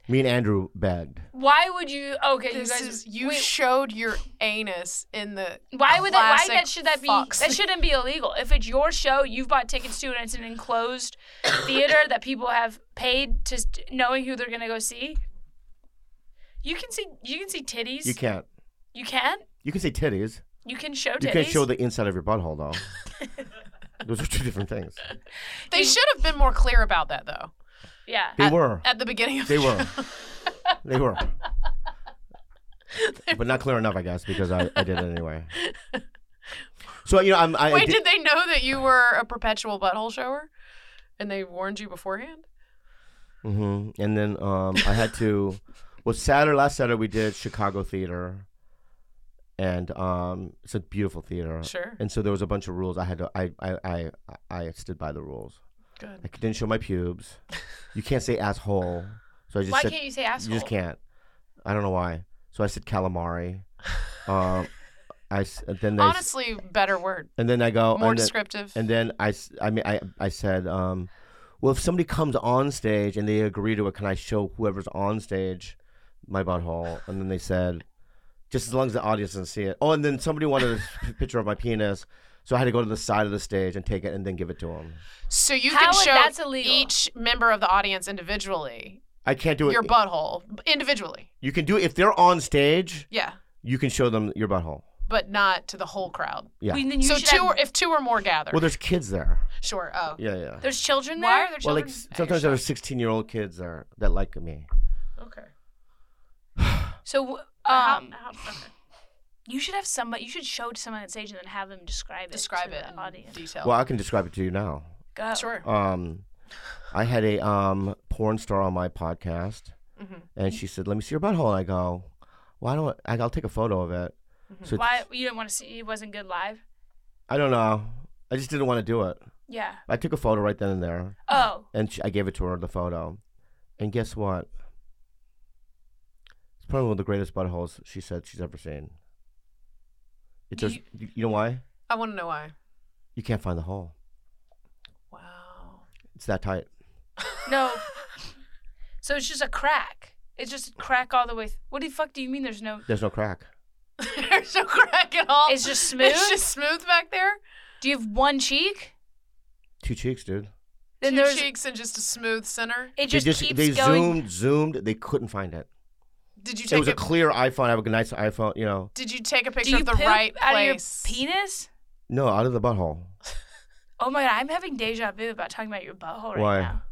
S1: Me and Andrew begged.
S8: why would you? Okay,
S3: This
S8: you guys.
S3: is you
S8: wait,
S3: showed your anus in the.
S8: why would that? Why
S3: classic
S8: that should that be?
S3: Fox.
S8: That shouldn't be illegal. If it's your show, you've bought tickets to, and it's an enclosed theater that people have paid to st- knowing who they're gonna go see. You can see. You can see titties.
S1: You can't.
S8: You can.
S1: You can say titties.
S8: You can show titties.
S1: You can't show the inside of your butthole though. Those are two different things.
S3: They should have been more clear about that though
S8: Yeah.
S1: They were.
S3: at the beginning of
S1: They
S3: the
S1: were. They were. But not clear enough, I guess, because I, I did it anyway. So you know, I'm. I, I
S3: Wait,
S1: did-
S3: did they know that you were a perpetual butthole shower? And they warned you beforehand?
S1: hmm And then um, I had to. Well, Saturday last Saturday we did Chicago theater, and um, it's a beautiful theater.
S3: Sure.
S1: And so there was a bunch of rules. I had to. I I I, I stood by the rules. I
S3: Good.
S1: didn't show my pubes. You can't say asshole. So I just
S8: Why
S1: said,
S8: can't you say asshole?
S1: you just can't. I don't know why. So I said calamari. Um, I s- and then they, s-
S3: Honestly, better word.
S1: and then I go
S3: More
S1: Oh, and then-
S3: descriptive.
S1: and then I, s- I mean, I, I said, um, well, if somebody comes on stage and they agree to it, can I show whoever's on stage my butthole? And then they said, just as long as the audience doesn't see it. Oh, and then somebody wanted a p- picture of my penis, so I had to go to the side of the stage and take it and then give it to him.
S3: so you
S8: How
S3: can
S8: is-
S3: show
S8: that's illegal.
S3: each member of the audience individually
S1: I can't do it.
S3: your butthole individually.
S1: you can do it if they're on stage.
S3: Yeah,
S1: You can show them your butthole.
S3: but not to the whole crowd.
S1: Yeah.
S8: We- then you
S3: so
S8: should
S3: two,
S8: have-
S3: or, if two or more gather,
S1: well, there's kids there.
S3: sure. Oh,
S1: Yeah, yeah.
S8: there's children there.
S3: why are there
S1: Well,
S3: children?
S1: like s- sometimes there are 16 year old kids there that like me.
S3: okay.
S8: So um, you should have somebody. You should show to someone on stage and then have them describe it.
S3: Describe
S8: to
S3: it
S8: The
S3: in
S8: audience.
S3: detail. Oh.
S1: Well, I can describe it to you now.
S8: Go.
S3: sure.
S1: um, I had a um, porn star on my podcast,
S3: Mhm.
S1: and she said, "Let me see your butthole." I go, "Why don't I? I'll take a photo of it." So
S8: Why you didn't want to see? It wasn't good live.
S1: I don't know. I just didn't want to do it.
S8: Yeah.
S1: I took a photo right then and there,
S8: Oh.
S1: and she, I gave it to her the photo. And guess what? It's probably one of the greatest buttholes she said she's ever seen. It
S3: Do
S1: just you, you know why?
S3: I want to know why.
S1: You can't find the hole.
S3: Wow.
S1: It's that tight.
S8: No. so it's just a crack. It's just a crack all the way. Th- what the fuck do you mean? There's no.
S1: There's no crack.
S3: There's no crack at all.
S8: It's just smooth.
S3: It's just smooth back there.
S8: do you have one cheek?
S1: Two cheeks, dude.
S8: Then
S3: Two
S8: there's.
S3: cheeks and just a smooth center.
S8: It just,
S1: they just
S8: keeps
S1: they
S8: going.
S1: zoomed, zoomed. They couldn't find it.
S3: Did you
S1: it
S3: take
S1: was
S3: a,
S1: a clear iPhone. I have a nice iPhone. You know,
S3: Did you take a
S8: Do
S3: picture
S8: you
S3: of the
S8: poop
S3: right
S8: out
S3: place?
S8: of your penis?
S1: no, out of the butthole.
S8: Oh my god, I'm having deja vu about talking about your butthole right
S1: Why?
S8: now.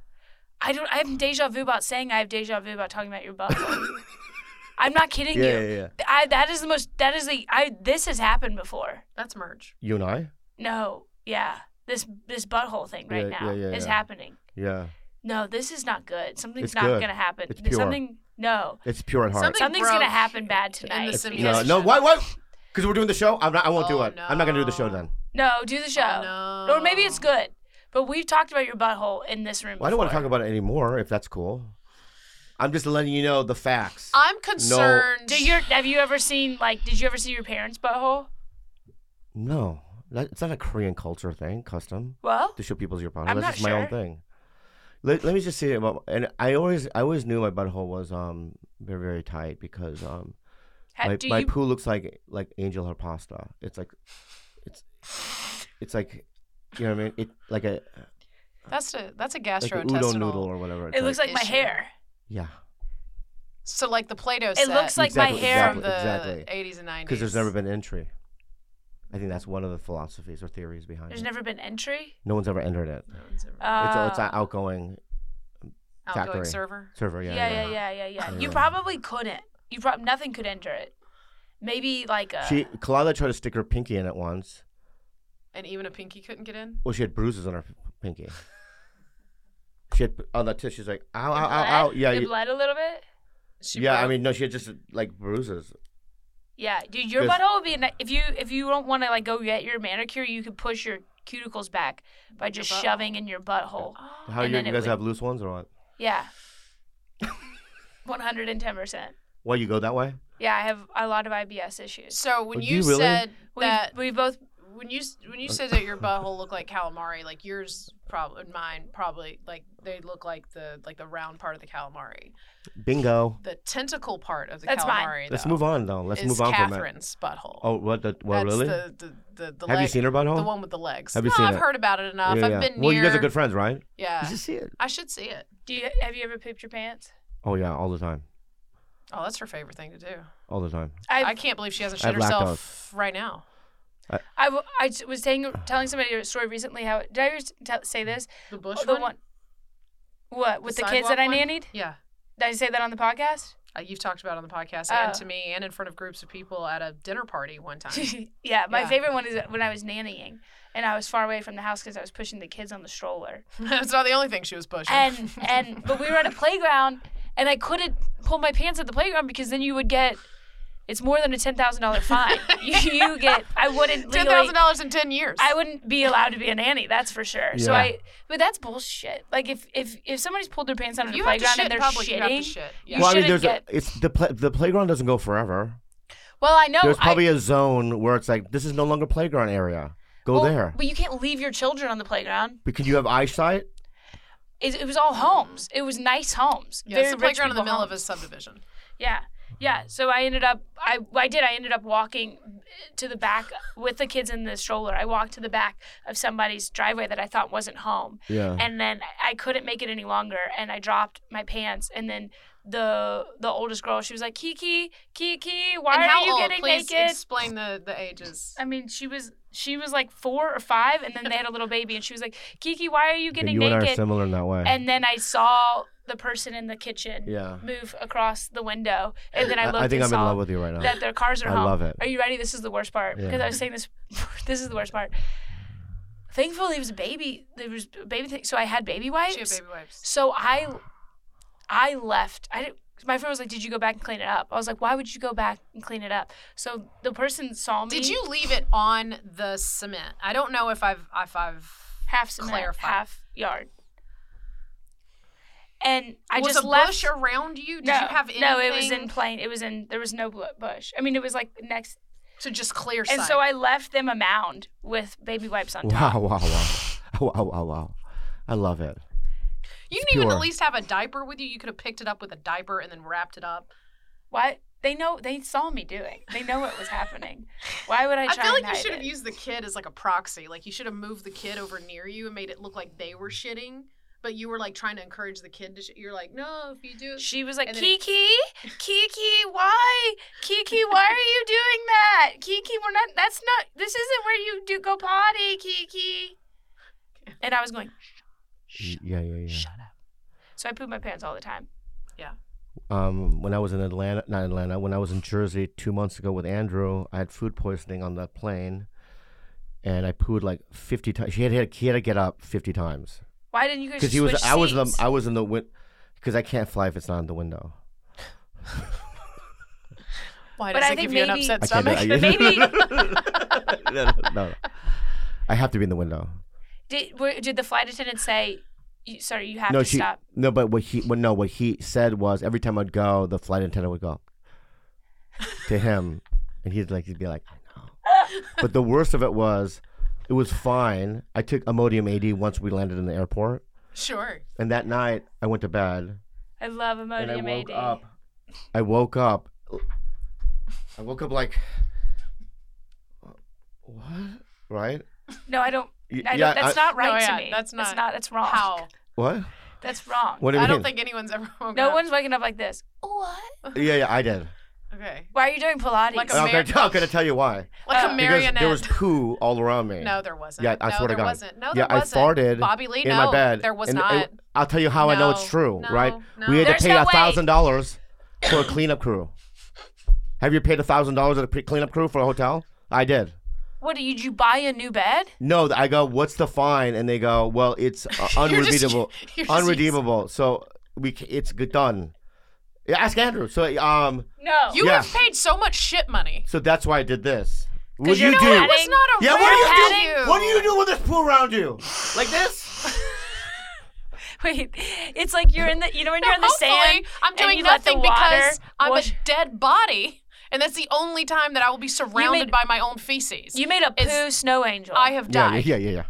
S8: I don't. I have deja vu about saying I have deja vu about talking about your butthole. I'm not kidding
S1: Yeah,
S8: you.
S1: yeah, yeah.
S8: I, that is the most. That is the. I. This has happened before.
S3: That's merge.
S1: You and I.
S8: No. Yeah. This this butthole thing right
S1: Yeah,
S8: now
S1: yeah, yeah,
S8: is
S1: yeah.
S8: happening.
S1: Yeah,
S8: No, this is not good. Something's
S1: It's
S8: not
S1: good.
S8: gonna happen.
S1: It's
S8: There's
S1: pure.
S8: Something. No.
S1: it's pure at heart.
S3: Something
S8: Something's gonna
S3: broke
S8: happen bad
S3: in
S8: tonight.
S3: the
S1: It's-
S3: sim-
S1: no,
S8: because-
S1: no. Why? Why? Because we're doing the show. I'm not. I won't do
S3: Oh,
S1: it. I'm not gonna do the show
S3: no.
S1: then.
S8: No, do the show.
S3: Oh,
S8: Or maybe it's good. But we've talked about your butthole in this room.
S1: Well, I don't want to
S8: before.
S1: talk about it anymore. If that's cool, I'm just letting you know the facts.
S3: I'm concerned.
S8: Do your have you ever seen like did you ever see your parents' butthole?
S1: no, that, it's not a Korean culture thing. Custom
S8: Well,
S1: to show people's your butthole.
S8: I'm
S1: That's
S8: not
S1: just my own
S8: sure.
S1: thing. Let, let me just say about and I always I always knew my butthole was um very very tight because um
S8: ha-
S1: my,
S8: do
S1: my
S8: you
S1: poo looks like like angel her pasta. It's like it's it's like you know what I mean? It like a
S3: That's a that's a
S1: like an udon noodle
S3: gastrointestinal.
S1: or whatever.
S8: It looks like my
S3: Issue.
S8: hair.
S1: yeah,
S3: so like the Play-Doh
S8: It
S3: set
S8: looks like my
S1: Exactly,
S8: hair.
S3: from
S1: exactly.
S3: the 80s and 90s.
S1: because there's never been entry. I think that's one of the philosophies or theories behind
S8: There's
S1: it.
S8: never been entry.
S1: no one's ever entered it. it's, a,
S8: Uh,
S1: it's an outgoing
S3: outgoing
S1: factory.
S3: server.
S1: server. Yeah,
S8: yeah, yeah, yeah, yeah, yeah. You
S1: Yeah.
S8: probably couldn't. You probably nothing could enter it. Maybe like a.
S1: She Kalala tried to stick her pinky in it once.
S3: And even a pinky couldn't get in.
S1: Well, she had bruises on her p- pinky. She had on that tip. She's like, ow, ow, ow, ow.
S8: bled?
S1: Yeah,
S8: It
S1: you-
S8: bled a little bit.
S3: She
S1: yeah. I
S3: broke-
S1: mean, no, she had just like bruises.
S8: Yeah, dude, your
S1: Yes.
S8: butthole would be a ni- if you if you don't want to like go get your manicure, you could push your cuticles back by just
S3: butthole.
S8: shoving in your butthole.
S1: How
S8: And
S1: you,
S8: then
S1: you
S8: it
S1: guys
S8: would-
S1: have loose ones or what?
S8: Yeah, one hundred and ten percent.
S1: Why you go that way?
S8: Yeah, I have a lot of IBS issues.
S3: So when
S1: Do
S3: you,
S1: you really? Uh,
S3: said
S8: We
S3: that
S8: we both
S3: when you s- when you said that your butthole looked like calamari, like yours probably mine probably like they look like the like the round part of the calamari.
S1: Bingo.
S3: The tentacle part of the
S8: That's mine.
S3: calamari.
S1: Let's
S3: though,
S1: move on though. Let's
S3: is
S1: move on from
S3: Catherine's butthole.
S1: that. Oh, what? The, well,
S3: That's
S1: really?
S3: The, the, the, the
S1: have you
S3: leg-
S1: seen her butthole?
S3: the one with the legs?
S1: Have you
S3: no,
S1: seen
S3: I've
S1: it?
S3: heard about it enough.
S1: Yeah, yeah.
S3: I've been
S1: well,
S3: near.
S1: you guys are good friends, right?
S3: Yeah,
S1: Did you see it?
S3: I should see it.
S8: do. You, have you ever pooped your pants?
S1: Oh yeah, all the time,
S3: Oh, that's her favorite thing to do.
S1: all the time.
S8: I've,
S3: I can't believe she hasn't
S1: I
S3: shit
S1: have
S3: herself right now.
S8: I, w- I t- was telling telling somebody a story recently. How did I ever s- tell say this?
S3: The bush
S8: Oh, the one. What with the, kids that I
S3: sidewalk one?
S8: nannied?
S3: Yeah.
S8: Did I say that on the podcast?
S3: Uh, you've talked about it on the podcast
S8: Oh.
S3: and to me and in front of groups of people at a dinner party one time.
S8: yeah, my
S3: Yeah.
S8: favorite one is when I was nannying and I was far away from the house because I was pushing the kids on the stroller.
S3: That's not the only thing she was pushing.
S8: And and but we were at a playground and I couldn't pull my pants at the playground because then you would get it's more than a ten thousand dollar fine. you, you get I
S3: ten
S8: wouldn't legally-
S3: thousand dollars in ten years.
S8: I wouldn't be allowed to be a nanny, that's for sure. So
S1: Yeah.
S8: I but that's bullshit. Like if if if somebody's pulled their pants out on
S3: you
S8: the
S3: have to
S8: playground
S3: shit
S8: and
S3: in
S8: they're
S3: public. You have to
S8: shitting.
S3: shit.
S8: you
S3: Yeah.
S1: well, I mean,
S8: shouldn't
S1: there's a, it's the pla the playground doesn't go forever.
S8: Well, I know
S1: There's
S8: I-
S1: probably a zone where it's like this is no longer playground area. Go
S8: well,
S1: there.
S8: But you can't leave your children on the playground.
S1: But can you have eyesight?
S8: It, it was all homes. It was nice homes.
S3: Yeah, it's
S8: Very
S3: the
S8: rich
S3: playground in the
S8: people
S3: middle of a
S8: homes.
S3: subdivision.
S8: Yeah, yeah. So I ended up, I, I did. I ended up walking to the back with the kids in the stroller. I walked to the back of somebody's driveway that I thought wasn't home,
S1: Yeah.
S8: and then I couldn't make it any longer, and I dropped my pants, and then. The the oldest girl, she was like Kiki, Kiki, why
S3: and how
S8: are you
S3: old?
S8: getting
S3: Please
S8: naked?
S3: explain the the ages.
S8: I mean, she was she was like four or five, and then they had a little baby, and she was like Kiki, why are you
S1: Yeah,
S8: getting
S1: you and I are
S8: naked?
S1: similar in that way.
S8: and then I saw the person in the kitchen
S1: Yeah.
S8: move across the window, and then I
S1: I-
S8: looked
S1: I think
S8: and
S1: I'm in
S8: saw
S1: love with you right now.
S8: that their cars are
S1: Oh, I
S8: home.
S1: love it.
S8: Are you ready? This is the worst part because
S1: Yeah.
S8: I was saying this. this is the worst part. Thankfully, it was a baby. There was a baby thing, so I had baby wipes.
S3: She had baby wipes.
S8: So I, I left. I didn't. My friend was like, "Did you go back and clean it up?" I was like, "Why would you go back and clean it up?" So the person saw me.
S3: Did you leave it on the cement? I don't know if I've if I've
S8: half cement,
S3: Clarify.
S8: half yard? And I
S3: was
S8: just
S3: a
S8: left.
S3: bush around you. Did
S8: no,
S3: you have anything?
S8: no, it was in plain. It was in there was no bu- bush. I mean, it was like next,
S3: So just clear.
S8: and
S3: site.
S8: so I left them a mound with baby wipes on top.
S1: wow, wow, wow, wow, wow, wow. I love it.
S3: You didn't even at
S1: pure.
S3: least have a diaper with you. You could have picked it up with a diaper and then wrapped it up.
S8: Why? They know. They saw me doing. They know what was happening. Why would I
S3: I
S8: try
S3: feel
S8: and
S3: like you
S8: hide
S3: should have
S8: it?
S3: used the kid as like a proxy. Like you should have moved the kid over near you and made it look like they were shitting, but you were like trying to encourage the kid to shit. You're like, no, if you do it.
S8: She was like,
S3: And then it-
S8: Kiki, Kiki, why? Kiki, why are you doing that? Kiki, we're not, that's not, this isn't where you do go potty, Kiki. And I was going,
S1: Y- Yeah, yeah, yeah.
S8: so I poop my pants all the time.
S1: um, when I was in Atlanta, not Atlanta, when I was in Jersey two months ago with Andrew, I had food poisoning on the plane, and I pooed like fifty times. She had, had he had to get up fifty times
S8: Why didn't you guys
S1: because
S8: just
S1: he was.
S8: switch
S1: I was in the.
S8: seats?
S1: I was in the win. Because I can't fly if it's not in the window.
S3: Why
S8: But
S3: does
S8: I
S3: it
S8: think
S3: give you an
S8: maybe-
S3: upset
S1: I can't.
S3: stomach?
S1: I-
S8: But maybe-
S1: no, no, no. I have to be in the window.
S8: Did, were, did the flight attendant say, you, sorry, you have
S1: no,
S8: to
S1: she.
S8: stop?
S1: No, but what he. Well, no, what he said was every time I'd go, the flight attendant would go to him, and he'd like he'd be like, I know. But the worst of it was, it was fine. I took Imodium AD once we landed in the airport,
S3: Sure.
S1: and that night I went to bed
S8: I love
S1: and I
S8: Imodium
S1: woke
S8: AD.
S1: up. I woke up. I woke up like what? Right?
S8: No, I don't,
S1: Y-
S8: I
S1: yeah,
S8: don't, that's
S1: I-
S8: not right
S3: No, yeah,
S8: to me.
S3: that's
S8: That's
S3: not-
S8: not. That's wrong.
S3: How?
S1: What?
S8: That's wrong.
S1: What do you
S3: I
S1: mean?
S3: don't think anyone's ever. woken
S8: no
S3: up-
S8: one's waking up like this. What?
S1: Yeah, yeah, I did.
S3: Okay.
S8: Why are you doing Pilates?
S3: Like a
S1: And I'm,
S3: mar-
S1: gonna, I'm gonna tell you why.
S3: Like
S8: Uh,
S1: Because
S3: a marionette.
S1: there was poo all around me.
S3: no, there wasn't.
S1: Yeah, I
S3: no,
S1: swear to
S3: there
S1: God.
S3: wasn't. No,
S1: yeah,
S3: there wasn't.
S1: I farted
S3: Bobby Lee,
S1: in
S3: no,
S1: my bed.
S3: there was
S1: and it-
S3: not.
S1: I'll tell you how I know it's
S3: No,
S1: true,
S3: no,
S1: right?
S3: no.
S1: We had
S8: There's
S1: to pay
S8: no
S1: a
S8: way.
S1: thousand dollars for a cleanup crew. Have you paid a thousand dollars at a pre- cleanup crew for a hotel? I did.
S8: what did you, did you buy a new bed?
S1: No, th- I go, what's the fine? And they go, well, it's uh,
S3: You're just-
S1: unredeemable,
S3: you're just-
S1: unredeemable. So we, c- it's g- done. Yeah, ask Andrew. So um,
S8: No.
S3: You
S1: Yeah.
S3: have paid so much shit money.
S1: so that's why I did this. What do
S8: you're
S1: you
S8: not
S1: do?
S8: adding-
S3: It's not a
S1: yeah,
S3: real
S1: what do you
S3: value.
S1: do? What do you do when there's poo around you? Like this?
S8: Wait. It's like you're in the. You know when
S3: No,
S8: you're in the
S3: hopefully,
S8: sand.
S3: I'm
S8: and
S3: doing
S8: you let the
S3: nothing
S8: water
S3: because I'm
S8: wash-
S3: a dead body, and that's the only time that I will be surrounded
S8: made-
S3: by my own feces.
S8: You made a
S3: It's-
S8: poo snow angel.
S3: I have
S1: Yeah,
S3: died.
S1: yeah, yeah, yeah, yeah.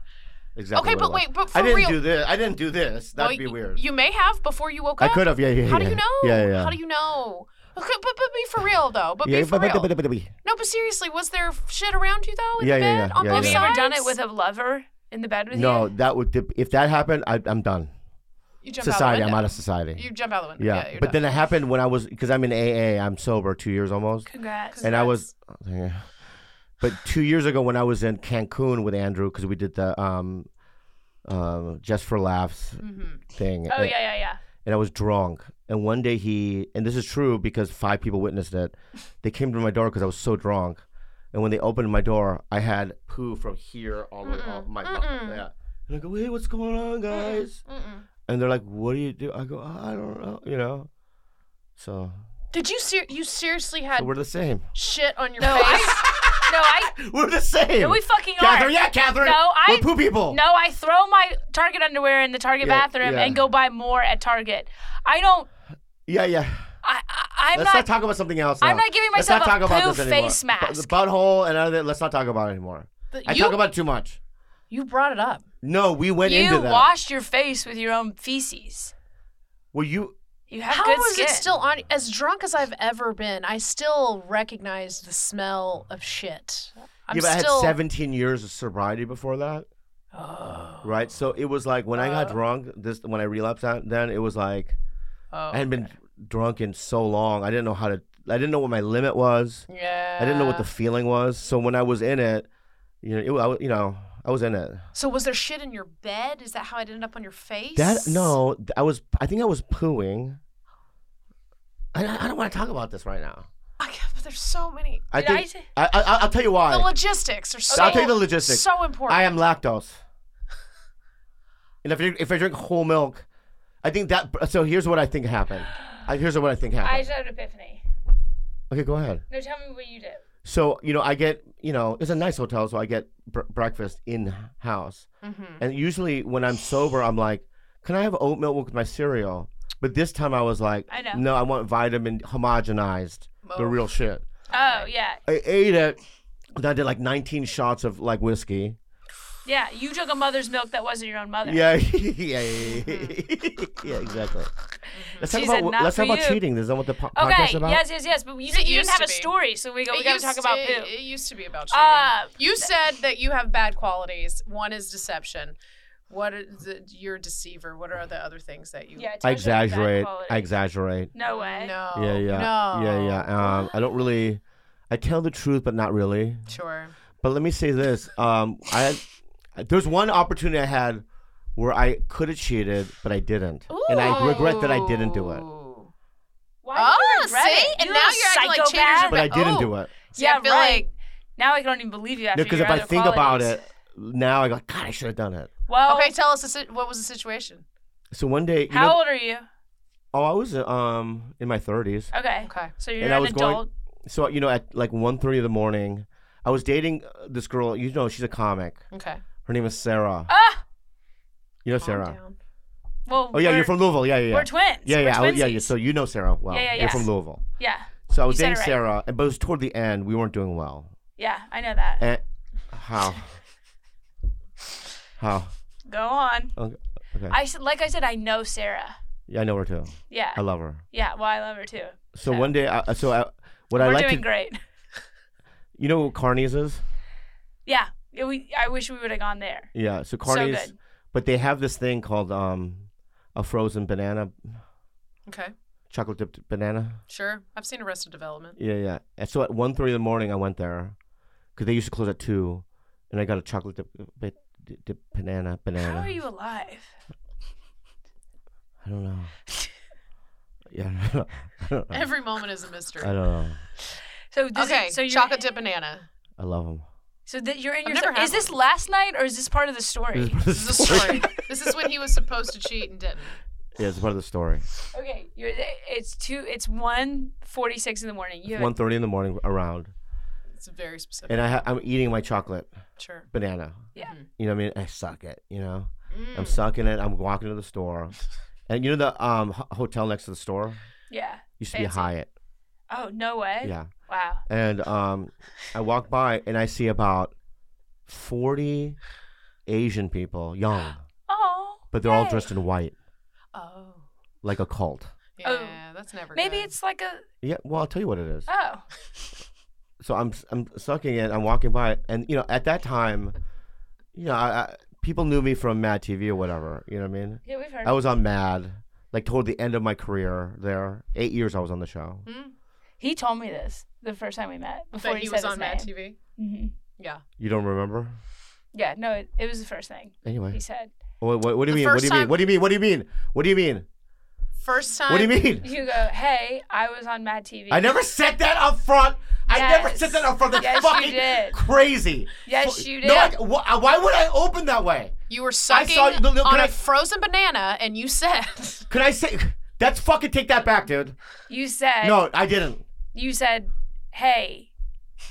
S1: Exactly.
S3: Okay,
S1: what
S3: but
S1: it was.
S3: wait, but
S1: I
S3: for
S1: didn't
S3: real-
S1: do this. I didn't do this. That'd
S3: Well,
S1: be
S3: y-
S1: weird.
S3: You may have before you woke
S1: I
S3: up.
S1: could have. Yeah, yeah, yeah.
S3: How do
S1: yeah.
S3: you know?
S1: Yeah, yeah.
S3: How do you know? Okay, but, but be for real though. But
S1: yeah,
S3: be for
S1: but-
S3: real.
S1: but- but- but-
S3: No, but seriously, was there shit around you though in
S1: Yeah,
S3: the
S1: yeah,
S3: bed
S1: yeah,
S3: on
S1: yeah,
S3: both
S1: yeah.
S8: you ever
S3: sides?
S8: done it with a lover in the bed with
S1: No,
S8: you?
S1: that would dip- if that happened, I, I'm done.
S3: You jump
S1: society,
S3: Out
S1: I'm
S3: the
S1: out of
S3: window.
S1: society.
S3: You jump out the window.
S1: yeah,
S3: you're
S1: but
S3: done.
S1: then it happened when I was because I'm in AA. I'm sober, two years almost,
S8: Congrats.
S1: and I was. yeah. But two years ago, when I was in Cancun with Andrew, because we did the um, um, just for laughs
S3: Mm-hmm.
S1: thing.
S8: Oh
S1: and-
S8: yeah, yeah, yeah.
S1: and I was drunk. And one day he, and this is true because five people witnessed it, they came to my door because I was so drunk. And when they opened my door, I had poo from here all the way up my yeah. And I go, hey, what's going on, guys? And they're like, what do you do? I go, I don't know, you know. So,
S3: Did you ser- you seriously
S1: so
S8: Uh,
S3: had
S1: we're the same.
S3: shit on your
S8: No,
S3: face?
S8: I. No, I.
S1: We're the same.
S8: No, we fucking
S1: Catherine,
S8: are.
S1: yeah, Catherine.
S8: No, I-
S1: we're poo people.
S8: No, I throw my Target underwear in the Target
S1: Yeah,
S8: bathroom
S1: yeah.
S8: and go buy more at Target. I don't.
S1: Yeah, yeah.
S8: I, I I'm
S1: let's not,
S8: not.
S1: talk about something else.
S8: I'm
S1: now.
S8: not giving
S1: Let's not
S8: myself a
S1: talk about
S8: poo
S1: this anymore.
S8: face
S1: Bu-
S8: mask.
S1: The butthole and other. Let's not talk about it anymore.
S3: But
S1: I
S3: you,
S1: talk about it too much.
S3: you brought it up.
S1: No, we went
S8: you
S1: into that.
S8: washed your face with your own feces.
S1: well, you
S8: You have
S3: How
S8: good
S3: was
S8: skin.
S3: it still on? As drunk as I've ever been, I still recognized the smell of shit. I'm
S1: yeah, but
S3: still
S1: I had 17 years of sobriety before that,
S3: Oh,
S1: right? So it was like when I got drunk, this when I relapsed, that, then it was like
S3: Oh.
S1: I hadn't been drunk in so long. I didn't know how to. I didn't know what my limit was.
S3: yeah.
S1: I didn't know what the feeling was. So when I was in it, you know, it, wa- I, wa- you know, I was in it.
S3: So was there shit in your bed? Is that how it ended up on your face?
S1: That no, th- I was. I think I was pooing. I, I don't want to talk about this right now.
S3: I can't, but there's so many.
S1: I
S8: Did I
S1: think
S8: say-
S1: I, I, I'll tell you why.
S3: The logistics are so.
S1: I'll tell you the logistics.
S3: So important.
S1: I am lactose. and if I, if I drink whole milk, I think that. So here's what I think happened. I, here's what I think
S8: I
S1: happened.
S8: just had an epiphany.
S1: okay, go ahead.
S8: No, tell me what you did.
S1: So you know, I get you know, it's a nice hotel, so I get br- breakfast in house.
S8: Mm-hmm.
S1: And usually when I'm sober, I'm like, can I have oat milk with my cereal? But this time I was like,
S8: I know.
S1: no, I want vitamin homogenized, the
S3: Oh.
S1: real shit.
S8: Oh yeah,
S1: I ate it. and I did like 19 shots of like whiskey.
S8: yeah. You took a mother's milk that wasn't your own mother.
S1: Yeah, yeah, yeah, yeah, yeah, exactly. Let's talk
S8: Hmm. She
S1: about
S8: said, "Not
S1: let's talk
S8: for
S1: about
S8: you."
S1: cheating. Is that what the po-
S8: Okay.
S1: podcast about?
S8: Yes, yes, yes. But you,
S3: It
S8: said you
S3: used
S8: didn't have
S3: to
S8: a
S3: be.
S8: story, so we go. We
S3: It
S8: gotta
S3: used
S8: talk
S3: to-
S8: about
S3: it,
S8: poo.
S3: It used to be about cheating.
S8: Uh,
S3: you said that you have bad qualities. One is deception. What is it, you're a deceiver? What are the other things that you?
S8: yeah,
S1: I
S8: it's actually bad
S1: exaggerate.
S8: quality.
S1: I exaggerate.
S8: No
S3: Mm,
S8: way.
S3: No.
S1: yeah, yeah,
S3: No.
S1: yeah, yeah. Um, I don't really. I tell the truth, but not really.
S3: Sure.
S1: But let me say this. Um, I had, there's one opportunity I had where I could have cheated, but I didn't, and I regret that I didn't do it.
S3: Ooh.
S8: Why do
S3: Oh,
S8: you regret
S3: see?
S8: it?
S3: And
S8: You
S3: now
S8: little
S3: you're acting like cheaters are
S8: psychopath.
S1: But I didn't
S3: Oh.
S1: do it.
S3: See, I
S8: Yeah,
S3: feel
S8: right.
S3: like
S8: Now I don't even believe you after
S1: No, because
S8: your
S1: if I
S8: other
S1: think about
S8: qualities.
S1: it now, I go, God, I should have done it.
S8: Well,
S3: Okay, tell us the si- what was the situation.
S1: So one day, you
S8: how
S1: know,
S8: old are you?
S1: oh, I was uh, um in my 30s.
S8: Okay.
S3: Okay.
S8: So you're
S1: And I
S8: an
S1: was
S8: adult.
S1: going- so you know at like 1.30 in the morning i was dating uh, this girl you know she's a comic
S3: Okay.
S1: her name is sarah
S8: ah,
S1: you know
S3: Calm
S1: sarah
S3: down.
S8: well.
S1: oh yeah
S8: we're-
S1: you're from louisville yeah yeah yeah
S8: We're twins.
S1: yeah
S8: We're
S1: yeah, I was- yeah yeah
S8: twinsies.
S1: so you know sarah well
S8: Yeah, yeah,
S1: you're
S8: yeah.
S1: from louisville
S8: yeah,
S1: so i was
S8: You said
S1: dating
S8: it right.
S1: sarah and but it was toward the end we weren't doing well
S8: yeah, I know that.
S1: and how how
S8: Go on.
S1: okay, okay.
S8: I s- like I said, I know Sarah.
S1: yeah i know her too
S8: Yeah,
S1: i love her
S8: yeah. Well, I love her too.
S1: so one day I, so I, what i
S8: We're
S1: like
S8: doing
S1: to
S8: great.
S1: you know who carnies is
S8: Yeah, It- we, I wish we would have gone there.
S1: Yeah, so Carney's,
S8: good.
S1: but they have this thing called um, a frozen banana,
S3: Okay.
S1: chocolate dipped banana.
S3: Sure. I've seen Arrested Development.
S1: Yeah, yeah. And so at one thirty in the morning, I went there because they used to close at two, and I got a chocolate dip, dip, dip banana banana.
S8: How are you alive?
S1: I don't know. yeah, I don't know.
S3: Every moment is a mystery.
S1: I don't know.
S8: So this
S3: Okay.
S8: Is, so you're,
S3: chocolate dip banana.
S1: I love them.
S8: So that you're in your.
S3: never had
S8: is this last night or is this part of the story?
S3: This is a story. this is when he was supposed to cheat and didn't.
S1: Yeah, it's part of the story.
S8: okay, you're. It's two. It's one forty-six in the morning. You.
S1: One thirty in the morning around,
S3: It's very specific.
S1: and I ha- I'm eating my chocolate
S3: Sure.
S1: banana.
S8: Yeah. Mm.
S1: You know what I mean? I suck it. You know, I'm
S3: Mm.
S1: sucking it. I'm walking to the store, and you know the um h- hotel next to the store
S8: yeah.
S1: used to be a
S8: Fancy.
S1: Hyatt.
S8: Oh no way.
S1: Yeah,
S8: Wow.
S1: and um, I walk by and I see about forty Asian people, young,
S8: Oh.
S1: but they're all
S8: hey.
S1: dressed in white,
S3: Oh.
S1: like a cult.
S3: Yeah, that's never
S8: Maybe
S3: good.
S8: it's like a.
S1: Yeah, well, I'll tell you what it is.
S8: Oh.
S1: so I'm I'm sucking it. I'm walking by, it, and you know, at that time, you know, I, I, people knew me from Mad TV or whatever. You know what I mean?
S8: Yeah, we've heard.
S1: I was on Mad, like toward the end of my career. There, eight years I was on the show.
S3: Hmm?
S8: He told me this the first time we met before
S3: But he
S8: said
S3: was
S8: his
S3: on Mad
S8: name.
S3: TV.
S8: Mhm.
S3: Yeah.
S1: You don't remember?
S8: Yeah. No, it, it was the first thing
S1: Anyway,
S8: he said.
S1: what, what, what do you
S3: The
S1: mean? What
S3: first
S1: do you mean?
S3: time-
S1: What do you mean? What do you mean? What do you mean?
S3: First time.
S1: What do you mean?
S8: You go. Hey, I was on Mad TV.
S1: I never said that up front. I never
S8: Yes.
S1: said that up front. That's
S8: Yes, you
S1: fucking
S8: did.
S1: crazy.
S8: Yes, you
S1: No, I,
S8: did.
S1: wh- uh, why would I open that way?
S3: You were sucking
S1: saw- no, no,
S3: on
S1: can
S3: a
S1: I-
S3: frozen banana, and you said,
S1: Could I say? That's fucking take that back, dude.
S8: You said.
S1: No, I didn't.
S8: You said, "Hey,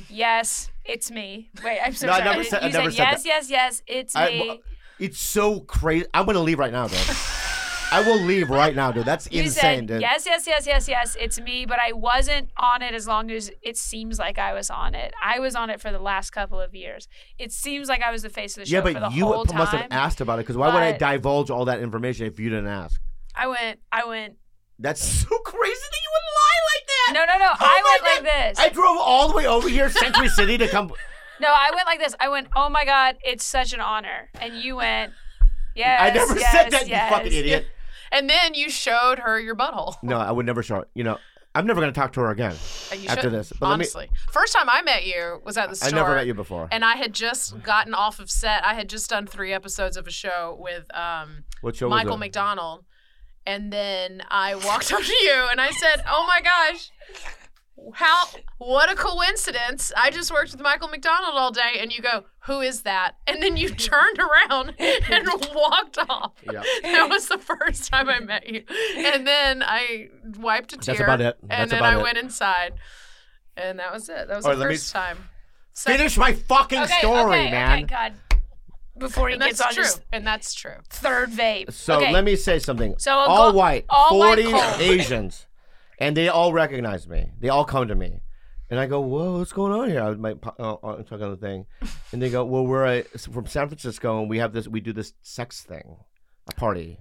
S8: yes, it's me." Wait, I'm so
S1: No, I
S8: sorry.
S1: never said- I
S8: you
S1: never
S8: said,
S1: said
S8: "Yes, yes, yes, it's
S1: I-
S8: me."
S1: w- it's so crazy. I'm gonna leave right now, dude. I will leave right now, dude. That's
S8: you
S1: insane,
S8: said,
S1: dude.
S8: "Yes, yes, yes, yes, yes, it's me," but I wasn't on it as long as it seems like I was on it. I was on it for the last couple of years. It seems like I was the face of the show
S1: yeah,
S8: for the
S1: but you
S8: whole
S1: must
S8: time.
S1: have asked about it because why would I
S8: but-
S1: divulge all that information if you didn't ask?
S8: I went, I went.
S1: That's so crazy that you would lie like that.
S8: No, no, no.
S1: Oh
S8: I
S1: my
S8: went like
S1: God.
S8: this.
S1: I drove all the way over here, Century City, to come.
S8: no, I went like this. I went, "Oh my God, it's such an honor," and you went, "Yes."
S1: I never
S8: yes,
S1: said that,
S8: yes,
S1: you fucking idiot.
S3: and then you showed her your butthole.
S1: No, I would never show it. You know, I'm never gonna talk to her again.
S3: You
S1: After
S3: should,
S1: this, but let me-
S3: honestly, first time I met you was at the store.
S1: I never met you before.
S3: And I had just gotten off of set. I had just done three episodes of a show with um,
S1: what show
S3: Michael
S1: was it?
S3: McDonald. And then I walked up to you and I said, Oh my gosh, how, what a coincidence. I just worked with Michael McDonald all day. And you go, Who is that? And then you turned around and walked off.
S1: Yeah.
S3: That was the first time I met you. And then I wiped a tear.
S1: about it.
S3: and
S1: That's
S3: then
S1: about
S3: I
S1: it.
S3: went inside. And that was it. That was
S1: All
S3: the
S1: right, let me
S3: first time. So-
S1: Finish my fucking
S8: Okay,
S1: story,
S8: okay,
S1: man.
S8: Okay, God. Before he
S3: And
S8: gets
S3: that's
S8: on
S3: true.
S8: his
S3: And that's true.
S8: third vape.
S1: So
S8: okay.
S1: let me say something.
S8: So a
S1: all
S8: go-
S1: white,
S8: all white
S1: forty
S8: cult.
S1: Asians, and they all recognize me. They all come to me, and I go, "Whoa, what's going on here?" I my uh, I'm talking on the thing, and they go, "Well, we're uh, from San Francisco, and we have this. We do this sex thing, a party.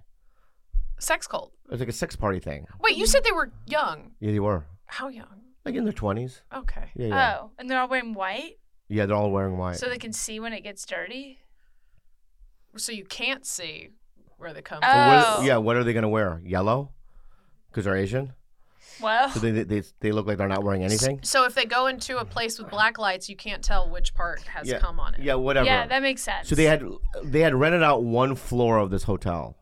S3: Sex cult.
S1: It's like a sex party thing.
S3: Wait, you said they were young.
S1: Yeah, they were
S3: How young?
S1: like in their twenties.
S3: Okay.
S1: Yeah, yeah,
S8: Oh, and they're all wearing white,
S1: yeah. They're all wearing white.
S8: so they can see when it gets dirty.
S3: So you can't see where they come
S8: Oh.
S3: from.
S1: Well, what are- yeah, what are they gonna wear? Yellow, because they're Asian.
S8: Well,
S1: So they, they- they they look like they're not wearing anything.
S3: So if they go into a place with black lights, you can't tell which part has
S1: Yeah.
S3: come on it.
S1: Yeah, whatever.
S8: yeah, that makes sense.
S1: So they had they had rented out one floor of this hotel.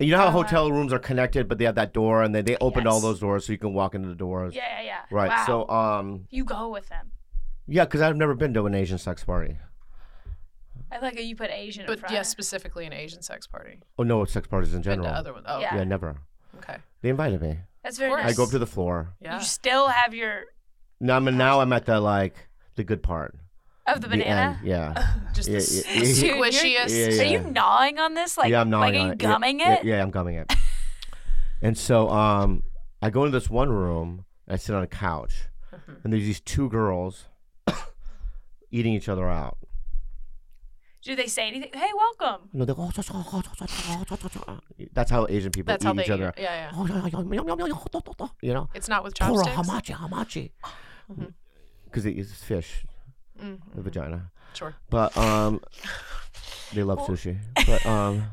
S1: And you know how hotel rooms are connected, but they have that door, and they they opened all
S8: Uh-huh. Yes.
S1: those doors so you can walk into the doors.
S8: Yeah, yeah, yeah.
S1: Right.
S8: Wow.
S1: So um
S8: you go with them.
S1: yeah, because I've never been to an Asian sex party.
S8: I like how you put Asian. in
S3: But
S8: front.
S3: yeah, specifically an Asian sex party.
S1: Oh no, sex parties in
S3: Been to
S1: general.
S3: other ones. Oh,
S8: Yeah.
S1: Yeah, never.
S3: okay.
S1: They invited me.
S8: that's very
S3: course.
S8: nice.
S1: I go up to the floor.
S3: Yeah.
S8: You still have your
S1: Now I'm now I'm at the like the good part.
S8: of the banana.
S1: end. Yeah.
S3: Just
S1: Yeah,
S3: the
S1: yeah,
S3: s-
S1: yeah.
S3: squishiest.
S1: Yeah, yeah.
S8: Are you gnawing on this? Like,
S1: yeah, I'm gnawing
S8: like are
S1: on
S8: you
S1: it. Yeah,
S8: gumming
S1: yeah,
S8: it?
S1: Yeah, I'm gumming it. and so um, I go into this one room. And I sit on a couch,
S8: Mm-hmm.
S1: and there's these two girls eating each other out.
S8: Do they say anything? Hey, welcome.
S1: You know, they're, "Oh, that's how Asian people
S3: That's
S1: eat
S3: how they
S1: each other.
S3: eat. Yeah, yeah.
S1: You know,
S3: It's not with
S1: Kora
S3: chopsticks.
S1: hamachi hamachi, because it's fish.
S3: Mm,
S1: the vagina.
S3: Sure.
S1: But um, they love sushi. But um,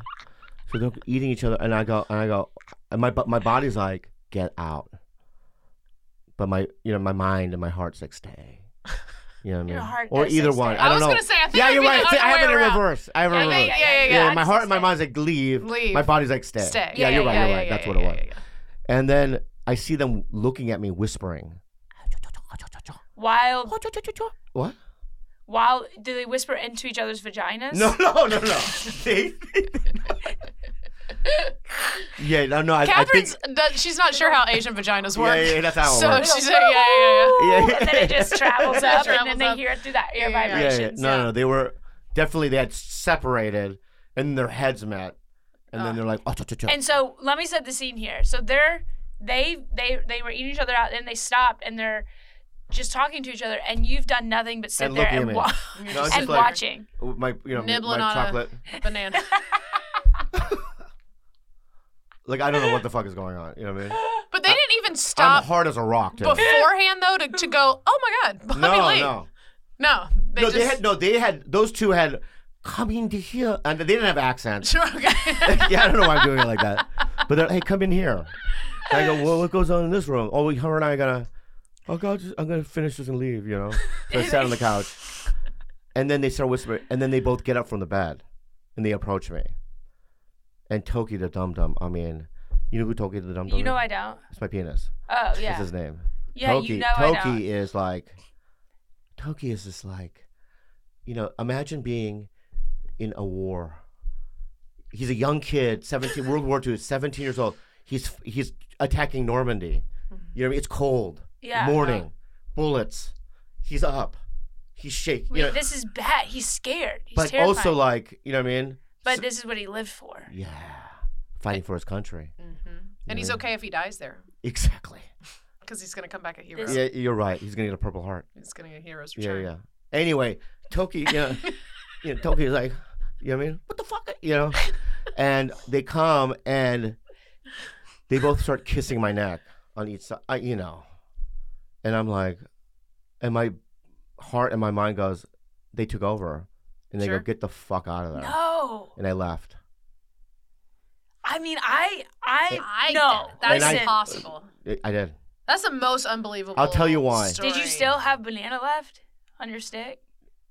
S1: so they're eating each other, and I go, and I go, and my bo- my body's like, get out. But my, you know, my mind and my heart's like, stay. You know what I mean?
S8: heart
S1: or
S8: does
S1: either
S8: say
S1: one.
S8: stay.
S1: I
S3: I
S1: don't
S3: was
S1: know.
S3: gonna say, I think
S1: yeah,
S3: it'd
S1: you're
S3: be the
S1: right.
S3: other
S1: I have it
S3: way
S1: in
S3: around.
S1: reverse. I have it in
S3: Yeah,
S1: reverse.
S3: yeah, yeah, yeah,
S1: Yeah,
S3: yeah.
S1: my heart and my mind's like leave.
S3: Leave.
S1: My body's like stay.
S3: Stay.
S1: Yeah,
S3: Yeah,
S1: you're
S3: yeah,
S1: right.
S3: yeah,
S1: you're
S3: yeah,
S1: right.
S3: yeah,
S1: That's
S3: yeah,
S1: what it
S3: yeah,
S1: was.
S3: yeah,
S1: And then I see them looking at me, whispering.
S8: While
S1: What?
S8: while do they whisper into each other's vaginas?
S1: No, no, no, no. They- yeah, no, no. I, I think.
S3: Catherine's, that- she's not sure how Asian vaginas
S1: Yeah,
S3: work.
S1: yeah, yeah, that's how it
S3: so
S1: works.
S3: she's like, yeah, yeah, yeah.
S1: Yeah.
S8: and then it just travels up,
S3: Travels
S8: and then
S3: up.
S8: they hear it through that air
S3: Yeah, yeah,
S1: yeah, yeah.
S8: vibrations.
S1: No, no, no. They were definitely they had separated, and their heads met, and then they're like, oh, cha, cha, cha.
S8: And so let me set the scene here. So they're they they they were eating each other out, and they stopped, and they're just talking to each other, and you've done nothing but sit
S1: And
S8: there
S1: looking at
S8: and,
S1: me.
S8: wa-
S1: No, it's
S8: and
S1: just like
S8: watching.
S1: my, you know,
S3: Nibbling
S1: my
S3: on a-
S1: chocolate.
S3: Banana.
S1: Like I don't know what the fuck is going on. You know what I mean?
S3: But they didn't even
S1: I'm
S3: stop
S1: hard as a rock. dude.
S3: beforehand though to, to go, oh my god, Bobby
S1: no,
S3: Lee.
S1: no,
S3: No, they
S1: no.
S3: just
S1: They had no. They had those two had come in to here, and they didn't have accents.
S3: Sure, okay.
S1: yeah, I don't know why I'm doing it like that. But they're hey, come in here. And I go, well, what goes on in this room? Oh, we- her and I gotta. Oh God, just, I'm gonna finish this and leave. You know, so I sat on the couch, and then they start whispering, and then they both get up from the bed, and they approach me. And Toki the dum dum. I mean, you know who Toki the dum dum?
S8: You know I don't.
S1: It's my penis.
S8: Oh
S1: That's
S8: yeah,
S1: his name.
S8: yeah.
S1: Toki,
S8: You know I don't.
S1: Toki is like, Toki is just like, you know, imagine being in a war. He's a young kid, 17, World War II, 17 years old. He's he's attacking Normandy. You know, what I mean? it's cold.
S8: Yeah. uh-huh.
S1: Morning, bullets. He's up. He's shaking.
S8: Wait, this is bad. He's scared. He's
S1: but
S8: terrified.
S1: also like, you know what I mean?
S8: but this is what he lived for.
S1: Yeah, fighting for his country.
S8: Mm-hmm.
S3: and he's okay if he dies there
S1: Exactly.
S3: because he's gonna come back a hero.
S1: Yeah, you're right. He's gonna get a Purple Heart.
S3: He's gonna get a hero's
S1: Yeah,
S3: return.
S1: yeah. Anyway, Toki, you know, you know, Toki is like, you know what I mean? What the fuck? You know? And they come and they both start kissing my neck on each side, I, you know. And I'm like, and my heart and my mind goes, they took over. And they
S3: Sure.
S1: go, get the fuck out of there.
S8: No,
S1: And I left.
S8: I mean I I,
S3: I
S8: no.
S3: that's
S1: And I-
S3: impossible.
S1: I- I did.
S3: That's the most unbelievable.
S1: I'll tell you why.
S3: story.
S8: Did you still have banana left on your stick?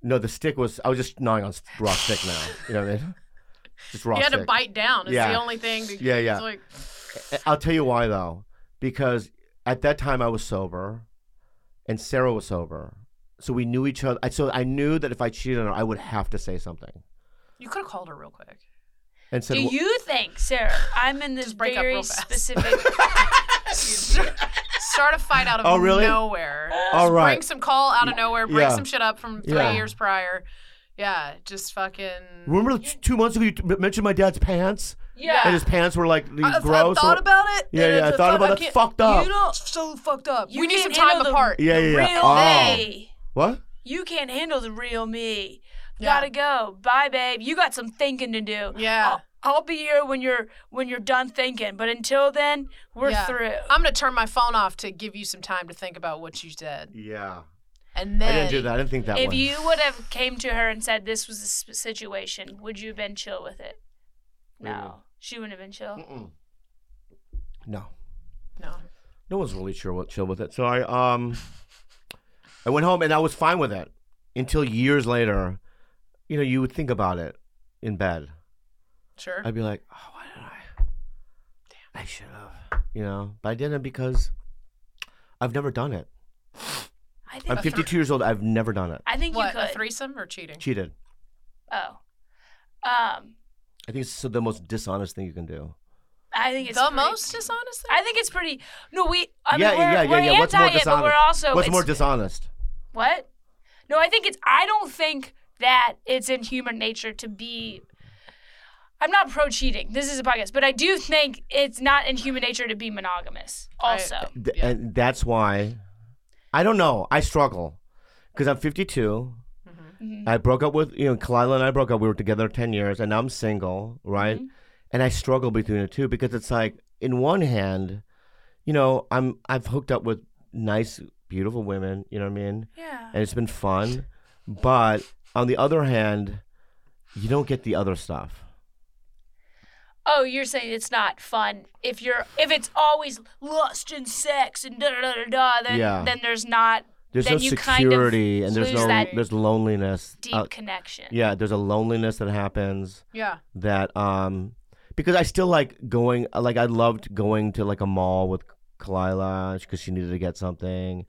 S1: No, the stick was, I was just gnawing on s- raw stick now. You know what I mean? Just raw
S3: You had
S1: stick.
S3: to bite down. It's
S1: Yeah.
S3: the only thing. That,
S1: Yeah, yeah.
S3: It's like,
S1: I'll tell you why though, because at that time I was sober, and Sarah was sober, so we knew each other. I- So I knew that if I cheated on her, I would have to say something.
S3: you could have called her real quick.
S1: And said,
S8: Do
S1: "Well,
S8: you think, Sarah? I'm in this
S3: Just break up
S8: very
S3: real fast.
S8: specific.
S3: Start a fight out of
S1: Oh, really?
S3: nowhere.
S1: all
S3: Bring
S1: right,
S3: some call out of nowhere. Bring
S1: Yeah.
S3: some shit up from three
S1: Yeah.
S3: years prior. Yeah, just fucking.
S1: remember t- two months ago you t- mentioned my dad's pants, and
S8: yeah.
S1: his pants were like these
S3: I,
S1: gross."
S3: I thought
S1: or-
S3: about it.
S1: Yeah, yeah, I thought about that.
S3: it.
S1: Fucked up.
S3: You know, so fucked up.
S8: You
S3: we need some
S8: can't
S3: time
S8: handle the-
S3: apart.
S1: yeah, yeah,
S8: Real
S1: yeah. Oh.
S8: me.
S1: What?
S8: You can't handle the real me.
S3: Yeah.
S8: Gotta go. Bye, babe. You got some thinking to do.
S3: Yeah.
S8: I'll, I'll be here when you're when you're done thinking. But until then, we're
S3: Yeah.
S8: through.
S3: I'm gonna turn my phone off to give you some time to think about what you said,
S1: Yeah,
S3: and
S1: I
S3: then
S1: didn't do that. I didn't think that
S8: if
S1: way.
S8: you would have came to her and said this was the sp- situation, would you have been chill with it? No,
S1: Maybe.
S8: she wouldn't have been chill.
S1: Mm-mm. No,
S3: No,
S1: no one's really sure what chill with it. So I um, I went home and I was fine with it until years later. You know, you would think about it in bed.
S3: sure.
S1: I'd be like, oh, why did I? Damn, I should have. You know, but I didn't because I've never done it.
S8: I
S1: I'm
S8: think.
S1: 52 years old. I've never done it.
S8: I think
S3: what
S8: you could.
S3: a threesome or cheating?
S1: Cheated.
S8: Oh, um,
S1: I think it's the most dishonest thing you can do.
S8: I think it's
S3: the
S8: pretty-
S3: most dishonest. Thing?
S8: I think it's pretty. No, we. I
S1: yeah,
S8: mean, we're,
S1: yeah, yeah,
S8: we're
S1: yeah. What's
S8: anti
S1: more
S8: it,
S1: dishonest?
S8: but we're also.
S1: What's
S8: it's-
S1: more dishonest?
S8: What? No, I think it's. I don't think that it's in human nature to be. I'm not pro cheating. This is a podcast, but I do think it's not in human nature to be monogamous.
S3: I-
S8: Also,
S1: Th-
S3: Yeah.
S1: And that's why I don't know. I struggle because I'm 52.
S8: Mm-hmm.
S1: I broke up with you know Kalila and I broke up. We were together 10 years, and now I'm single, right?
S8: Mm-hmm.
S1: And I struggle between the two because it's like, in one hand, you know, I'm I've hooked up with nice, beautiful women. You know what I mean?
S8: yeah.
S1: And it's been fun. But on the other hand, you don't get the other stuff.
S8: Oh, you're saying it's not fun if you're if it's always lust and sex and da da da da da. Then
S1: Yeah.
S8: then there's not
S1: There's
S8: Then
S1: no
S8: you kind of
S1: security and there's
S8: lose
S1: no
S8: that
S1: there's loneliness.
S8: deep
S1: uh,
S8: connection.
S1: yeah, there's a loneliness that happens
S3: Yeah.
S1: that um because I still like going like I loved going to like a mall with Kalila because she needed to get something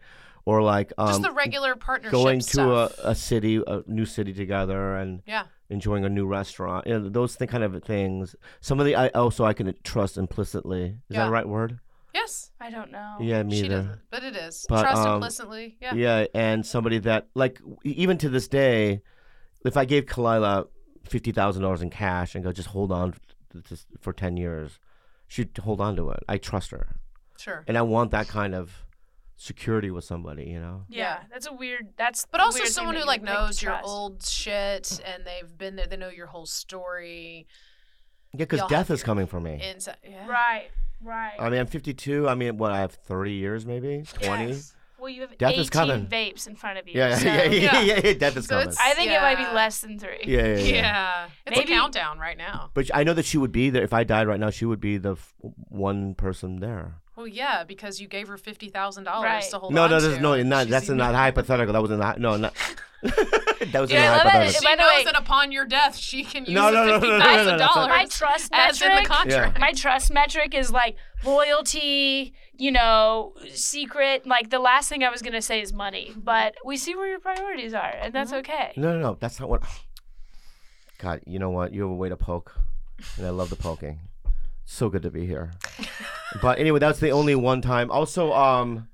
S1: or like um
S3: Just the regular partnership
S1: going to a,
S3: stuff.
S1: a city a new city together and
S3: yeah.
S1: enjoying a new restaurant you know, those th- kind of things some of the i also i can trust implicitly is that
S3: Yeah.
S1: the right word
S3: Yes.
S8: I don't know.
S1: yeah me
S3: she
S1: either
S3: doesn't, but it
S1: uh,
S3: is
S1: But,
S3: trust
S1: um,
S3: implicitly. Yeah.
S1: yeah and somebody that like w- even to this day if i gave kalila $50000 in cash and go just hold on to this for 10 years she'd hold on to it i trust her
S3: Sure.
S1: and i want that kind of security with somebody you know
S8: Yeah, that's a weird. That's
S3: But
S8: the
S3: also
S8: weird thing
S3: someone
S8: that
S3: who
S8: you
S3: like
S8: would pick to
S3: knows your
S8: trust.
S3: old shit and they've been there. They know your whole story.
S1: yeah because
S3: Y'all
S1: death
S3: have
S1: is coming for me
S3: Inside. Yeah.
S8: Right, right.
S1: I mean, I'm 52. I mean, what? I have 30 years, maybe 20.
S8: Yes. Well, you have
S1: Death is
S8: 18
S1: coming.
S8: vapes in front of you.
S1: Yeah,
S8: so
S1: yeah, yeah,
S3: Yeah.
S1: yeah, yeah, Death is
S3: So
S1: coming.
S3: it's-
S8: I think it might
S3: Yeah.
S8: be less than three.
S1: Yeah, yeah, yeah.
S3: Yeah. It's
S8: Maybe-
S3: a countdown right now.
S1: But I know that she would be there if I died right now. She would be the f- one person there.
S3: Well, yeah, because you gave her fifty thousand
S8: Right.
S3: dollars to hold
S1: no,
S3: on
S1: no,
S3: to.
S1: that's no, not,
S3: She's
S1: that's
S3: even-
S1: not hypothetical. That wasn't hi- no, not that was
S8: Yeah, I
S1: not
S8: love that
S1: hypothetical.
S3: She
S8: By the
S3: knows
S8: way-
S3: that upon your death, she can use
S1: No, no, no,
S3: the
S1: no, no,
S3: fifty
S1: no, no,
S3: thousand
S1: that's not-
S3: dollars
S8: My trust
S3: as in the
S8: metric.
S3: contract.
S1: Yeah.
S8: My trust metric is like loyalty, you know, secret. Like the last thing I was gonna say is money, but we see where your priorities are, and that's
S3: Mm-hmm.
S8: okay.
S1: No, no, no, that's not what. God, you know what? You have a way to poke, and I love the poking. So good to be here. but anyway, that's the only one time. Also, um,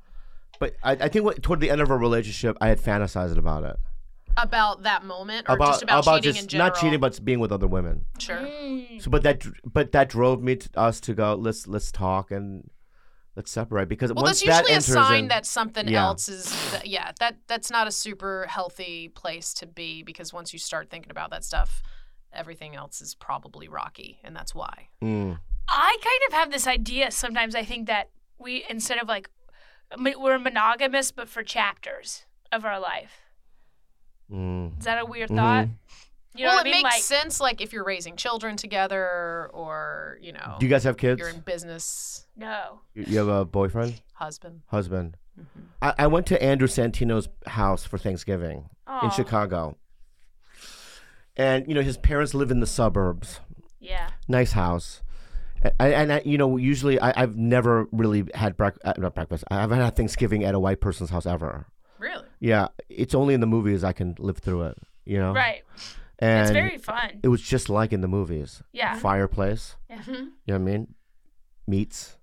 S1: but I, I think what, toward the end of our relationship, I had fantasized about it.
S3: About that moment, or just about, cheating in general.
S1: not cheating, but being with other women.
S3: sure.
S8: Mm,
S1: So, but that but that drove me to us to go. Let's let's talk and let's separate because
S3: Well,
S1: once
S3: that's usually
S1: that
S3: a
S1: enters
S3: sign
S1: in,
S3: that something
S1: Yeah.
S3: else is. That, yeah, that that's not a super healthy place to be because once you start thinking about that stuff, everything else is probably rocky, and that's why.
S1: Mm,
S8: I kind of have this idea sometimes. I think that we instead of like mo- we're monogamous, but for chapters of our life.
S1: mm.
S8: Is that a weird thought? You know
S3: well,
S8: what
S3: it
S8: I mean?
S3: makes
S8: like,
S3: sense, like if you're raising children together, or you know,
S1: Do you guys have kids?
S3: you're in business,
S8: No.
S1: You- you have a boyfriend,
S3: husband. Mm-hmm.
S1: husband. I, I went to Andrew Santino's house for Thanksgiving in
S8: Aw.
S1: Chicago, and you know his parents live in the suburbs.
S8: Yeah.
S1: nice house. And, and I, you know, usually I, I've never really had break, uh, not breakfast. I haven't had Thanksgiving at a white person's house ever.
S3: Really?
S1: Yeah, it's only in the movies I can live through it. You know,
S8: Right.
S1: And
S8: it's very fun.
S1: it was just like in the movies.
S8: Yeah. Mm-hmm.
S1: Fireplace.
S8: Yeah.
S1: You know what I mean? Meats.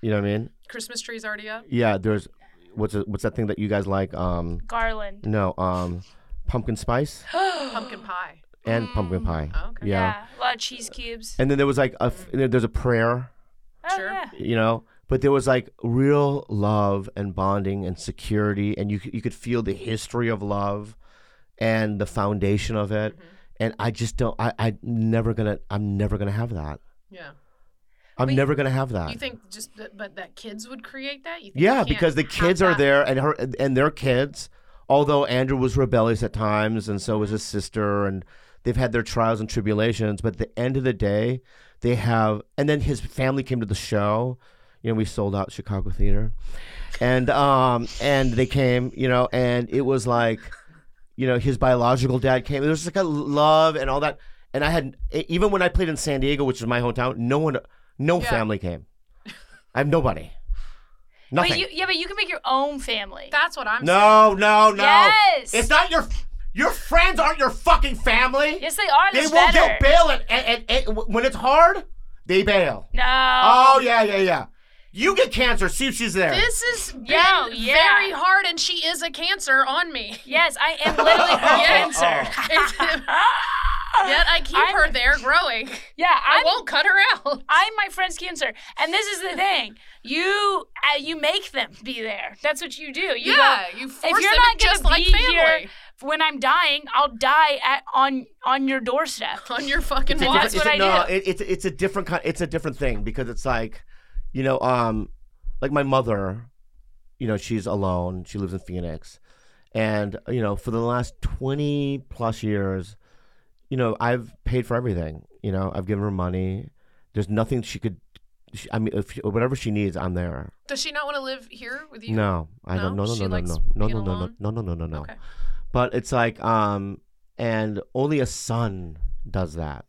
S1: you know what I mean?
S3: Christmas tree's already up.
S1: Yeah. There's what's it, what's that thing that you guys like? Um,
S8: Garland.
S1: no, um, pumpkin spice
S3: Pumpkin pie.
S1: and pumpkin pie.
S3: Mm, Okay.
S1: Yeah.
S8: A lot of cheese cubes.
S1: And then there was like a f- there's a prayer.
S8: Oh,
S3: Sure.
S8: yeah.
S1: you know but there was like real love and bonding and security and you c- you could feel the history of love and the foundation of it
S3: Mm-hmm.
S1: and i just don't i i never gonna i'm never gonna have that
S3: Yeah.
S1: i'm
S3: Wait,
S1: never gonna have that
S3: You think just that, but that kids would create that? You
S1: Uh,
S3: think
S1: yeah
S3: you can't
S1: because the
S3: have
S1: kids are
S3: that?
S1: there and her and their kids although andrew was rebellious at times and so was
S3: Mm-hmm.
S1: his sister and they've had their trials and tribulations but at the end of the day they have and then his family came to the show you know we sold out chicago theater and um and they came you know and it was like you know his biological dad came there was like a love and all that and i had e, even when i played in san diego which is my hometown no one no
S3: Yeah.
S1: family came i have nobody nothing
S8: But you, yeah, but you can make your own family.
S3: That's what I'm. saying.
S1: no, no, no.
S8: Yes.
S1: It's not your your friends aren't your fucking family.
S8: yes, they are.
S1: they
S8: That's
S1: will
S8: better.
S1: they'll bail and, and, and, and when it's hard, they bail.
S8: No.
S1: Oh yeah, yeah, yeah. You get cancer, see if she's there.
S3: This is been
S8: Yeah, yeah.
S3: very hard, and she is a cancer on me.
S8: Yes, I am literally her
S1: Oh.
S8: cancer.
S3: Yet I keep her there growing.
S8: Yeah,
S3: I
S8: I'm,
S3: won't cut her out.
S8: I'm my friend's cancer, and this is the thing. You uh, you make them be there. That's what you do. You
S3: yeah,
S8: go,
S3: you force
S8: if you're
S3: them
S8: not
S3: to just
S8: gonna
S3: like
S8: be
S3: family
S8: here when I'm dying, I'll die at, on on your doorstep.
S3: on your fucking
S1: It's a
S3: wall.
S1: different-
S8: that's what
S1: it's a-
S8: I
S1: no, it- it's it's a different kind. It's a different thing because it's like, you know, um, like my mother, you know, she's alone. She lives in Phoenix, And you know, for the last twenty plus years, you know, I've paid for everything. You know, I've given her money. There's nothing she could. She, I mean, if she, whatever she needs, I'm there.
S3: Does she not want to live here with you?
S1: No, I don't.
S3: No?
S1: No, no,
S3: She
S1: no, no,
S3: likes
S1: no, no,
S3: being
S1: no, no,
S3: alone?
S1: no, no, no, no, no.
S3: Okay.
S1: But it's like, um, and only a son does that,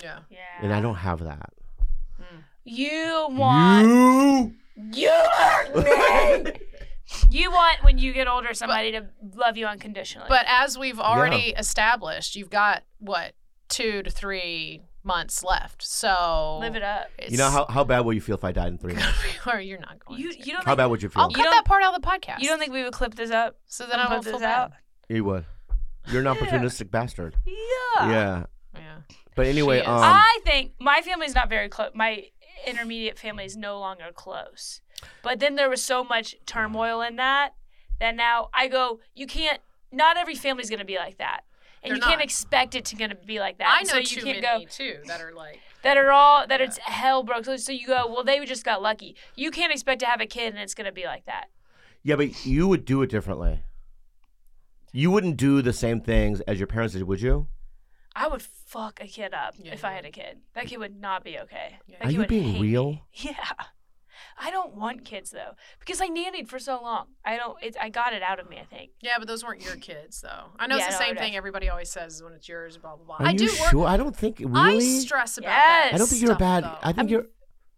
S3: Yeah.
S2: Yeah.
S1: and I don't have that.
S8: You want
S1: You.
S8: you You want when you get older somebody to love you unconditionally.
S3: But as we've already established, you've got what two to three months left. So
S8: live it up.
S1: You know how, how bad will you feel if I died in three months?
S3: or you're not going.
S8: You
S3: to.
S8: you don't
S1: How
S8: think,
S1: bad would you feel?
S3: I'll
S8: You
S3: cut
S8: don't-
S3: that part out of the podcast.
S8: you don't think we would clip this up?
S3: so then I
S8: and
S3: won't
S8: put
S3: feel
S8: this
S3: bad.
S8: out?
S1: You would. You're an opportunistic bastard.
S8: Yeah.
S1: Yeah.
S3: Yeah.
S1: But anyway,
S3: is.
S1: um,
S8: I think my family's not very close. My intermediate family is no longer close. But then there was so much turmoil in that that now I go, you can't. Not every family's going to be like that, and
S3: They're
S8: you can't
S3: not.
S8: expect it to going to be like that.
S3: I know
S8: so you
S3: too
S8: can't
S3: many
S8: go
S3: too that are like
S8: that are all that it's hell broke loose. So you go, well, they just got lucky. You can't expect to have a kid and it's going to be like that.
S1: yeah, but you would do it differently. You wouldn't do the same things as your parents did, would you?
S8: I would fuck a kid up
S3: Yeah,
S8: if
S3: you
S8: I had a kid. That kid would not be okay. That
S1: Are
S8: kid
S1: you
S8: would
S1: being
S8: hate
S1: real?
S8: me. Yeah. I don't want kids though because I nannied for so long. I don't. It, I got it out of me. I think.
S3: Yeah, but those weren't your kids, though. I know
S8: Yeah,
S3: it's the
S8: no,
S3: same
S8: it
S3: thing
S8: is.
S3: everybody always says when it's yours, blah blah blah.
S1: Are
S3: I
S1: you
S3: do work.
S1: sure? I don't think really.
S3: I stress about that.
S8: Yes.
S1: I don't think you're a
S3: stuff,
S1: bad.
S3: though.
S1: I think
S8: I'm-
S1: you're.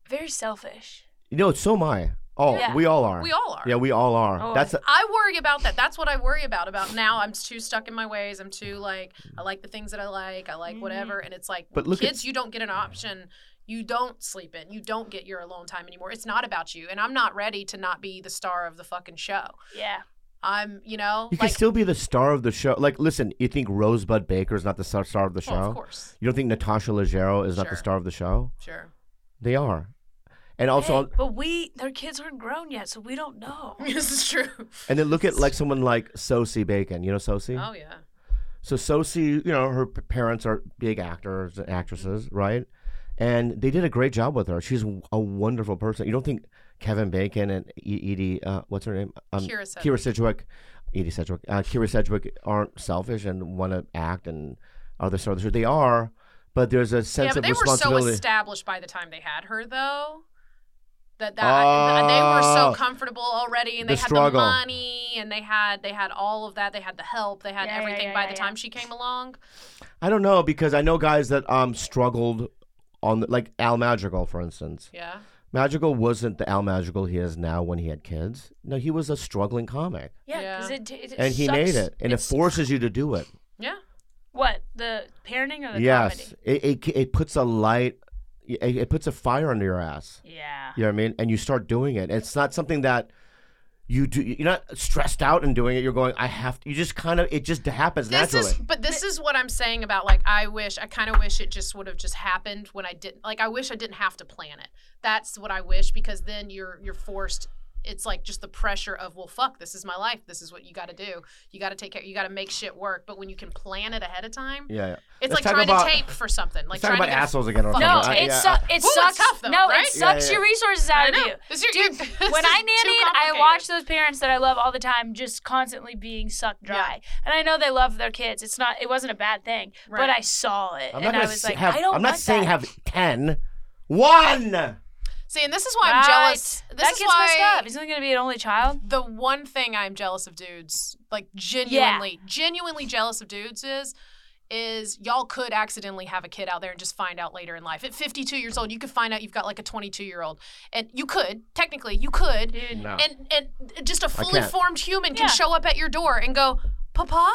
S8: Very selfish.
S1: You know, so am I. Oh,
S8: Yeah.
S1: we all are.
S3: We all are.
S1: Yeah, we all are.
S8: Oh,
S1: That's. A,
S3: I worry about that. That's what I worry about. About now, I'm too stuck in my ways. I'm too like I like the things that I like. I like whatever,
S8: Mm-hmm.
S3: and it's like
S1: But Mm. look at-
S3: kids. you don't get an option. You don't sleep in. You don't get your alone time anymore. It's not about you, and I'm not ready to not be the star of the fucking show.
S8: Yeah.
S3: I'm, you know,
S1: you can
S3: like
S1: still be the star of the show. Like, listen, you think Rosebud Baker is not the star star of the show?
S3: well, of course,
S1: You don't think Natasha Leggero is not the
S3: Sure.
S1: star of the show?
S3: sure.
S1: They are. And also,
S8: Hey, but we, their kids aren't grown yet, so we don't know.
S3: this is true.
S1: and then look at like someone like Sosie Bacon. You know Sosie?
S3: Oh yeah,
S1: So Sosie, you know, her p- parents are big actors and actresses,
S3: Mm-hmm.
S1: right? And they did a great job with her. She's a wonderful person. You don't think Kevin Bacon and E- Edie, uh, what's her name? Um,
S3: Kira Sedgwick.
S1: Kira Sedgwick, Edie Sedgwick, uh, Kira Sedgwick aren't selfish and want to act and are the sort of they are, but there's a sense
S3: yeah. But
S1: of
S3: they were so
S1: responsibility.
S3: established by the time they had her, though. That, that and they were
S1: Oh.
S3: so comfortable already, and
S1: The
S3: they had
S1: struggle.
S3: the money, and they had they had all of that. They had the help. They had
S8: Yeah, yeah,
S3: everything
S8: yeah,
S3: by
S8: yeah,
S3: the
S8: yeah.
S3: time she came along.
S1: I don't know because I know guys that um struggled on the, like Al Madrigal, for instance.
S3: Yeah,
S1: Magical wasn't the Al Magical he is now when he had kids. No, he was a struggling comic,
S8: Yeah,
S3: Yeah.
S8: because it, it,
S1: and he
S8: sucks.
S1: made it, and it
S8: It's-
S1: forces you to do it.
S3: yeah.
S8: What the parenting or the
S1: yes,
S8: comedy?
S1: it, it it puts a light, it, it puts a fire under your ass.
S8: Yeah.
S1: You know what I mean? And you start doing it. It's not something that you do. You're not stressed out and doing it. You're going. I have to. You just kind of. It just happens
S3: This
S1: naturally.
S3: is, but this is what I'm saying about like I wish I kind of wish it just would have just happened when I didn't like I wish I didn't have to plan it. That's what I wish because then you're you're forced. It's like just the pressure of well, fuck, this is my life. This is what you got to do. You got to take care. You got to make shit work. But when you can plan it ahead of time,
S1: yeah, yeah. Let's
S3: it's like
S1: talk
S3: trying
S1: about-
S3: to tape for something. Like
S1: Let's talk
S3: trying
S1: about
S3: to get a
S1: assholes again. or
S3: fucking
S1: something.
S8: No,
S1: Oh, I-
S8: it,
S1: yeah,
S8: su-
S1: I-
S8: it
S3: Ooh, it's
S8: sucks.
S3: tough though,
S8: no,
S3: right?
S8: it
S3: Yeah,
S8: sucks
S1: yeah.
S8: your resources out
S3: I
S8: of
S3: know.
S8: you.
S3: This is-
S8: Dude,
S3: this
S8: when
S3: is
S8: I
S3: too
S8: nannied, I
S3: complicated.
S8: watched those parents that I love all the time just constantly being sucked dry. And I know they love their kids. It's not. It wasn't a bad thing, but
S3: Right.
S8: I saw it,
S1: I'm not
S8: and I
S1: gonna s-
S8: was like,
S1: have,
S8: I don't.
S1: I'm not
S8: want
S1: saying
S8: that.
S1: have ten. One.
S3: See, and this is why I'm
S8: Right.
S3: jealous. This
S8: that
S3: is
S8: kid's
S3: why
S8: messed up. He's not gonna be an only child.
S3: the one thing I'm jealous of dudes, like genuinely, genuinely jealous of dudes is is y'all could accidentally have a kid out there and just find out later in life. At 52 years old, you could find out you've got like a 22 year old, and you could technically you could,
S8: Dude.
S1: No.
S3: and and just a fully
S1: can't.
S3: formed human can
S8: Yeah.
S3: show up at your door and go, Papa.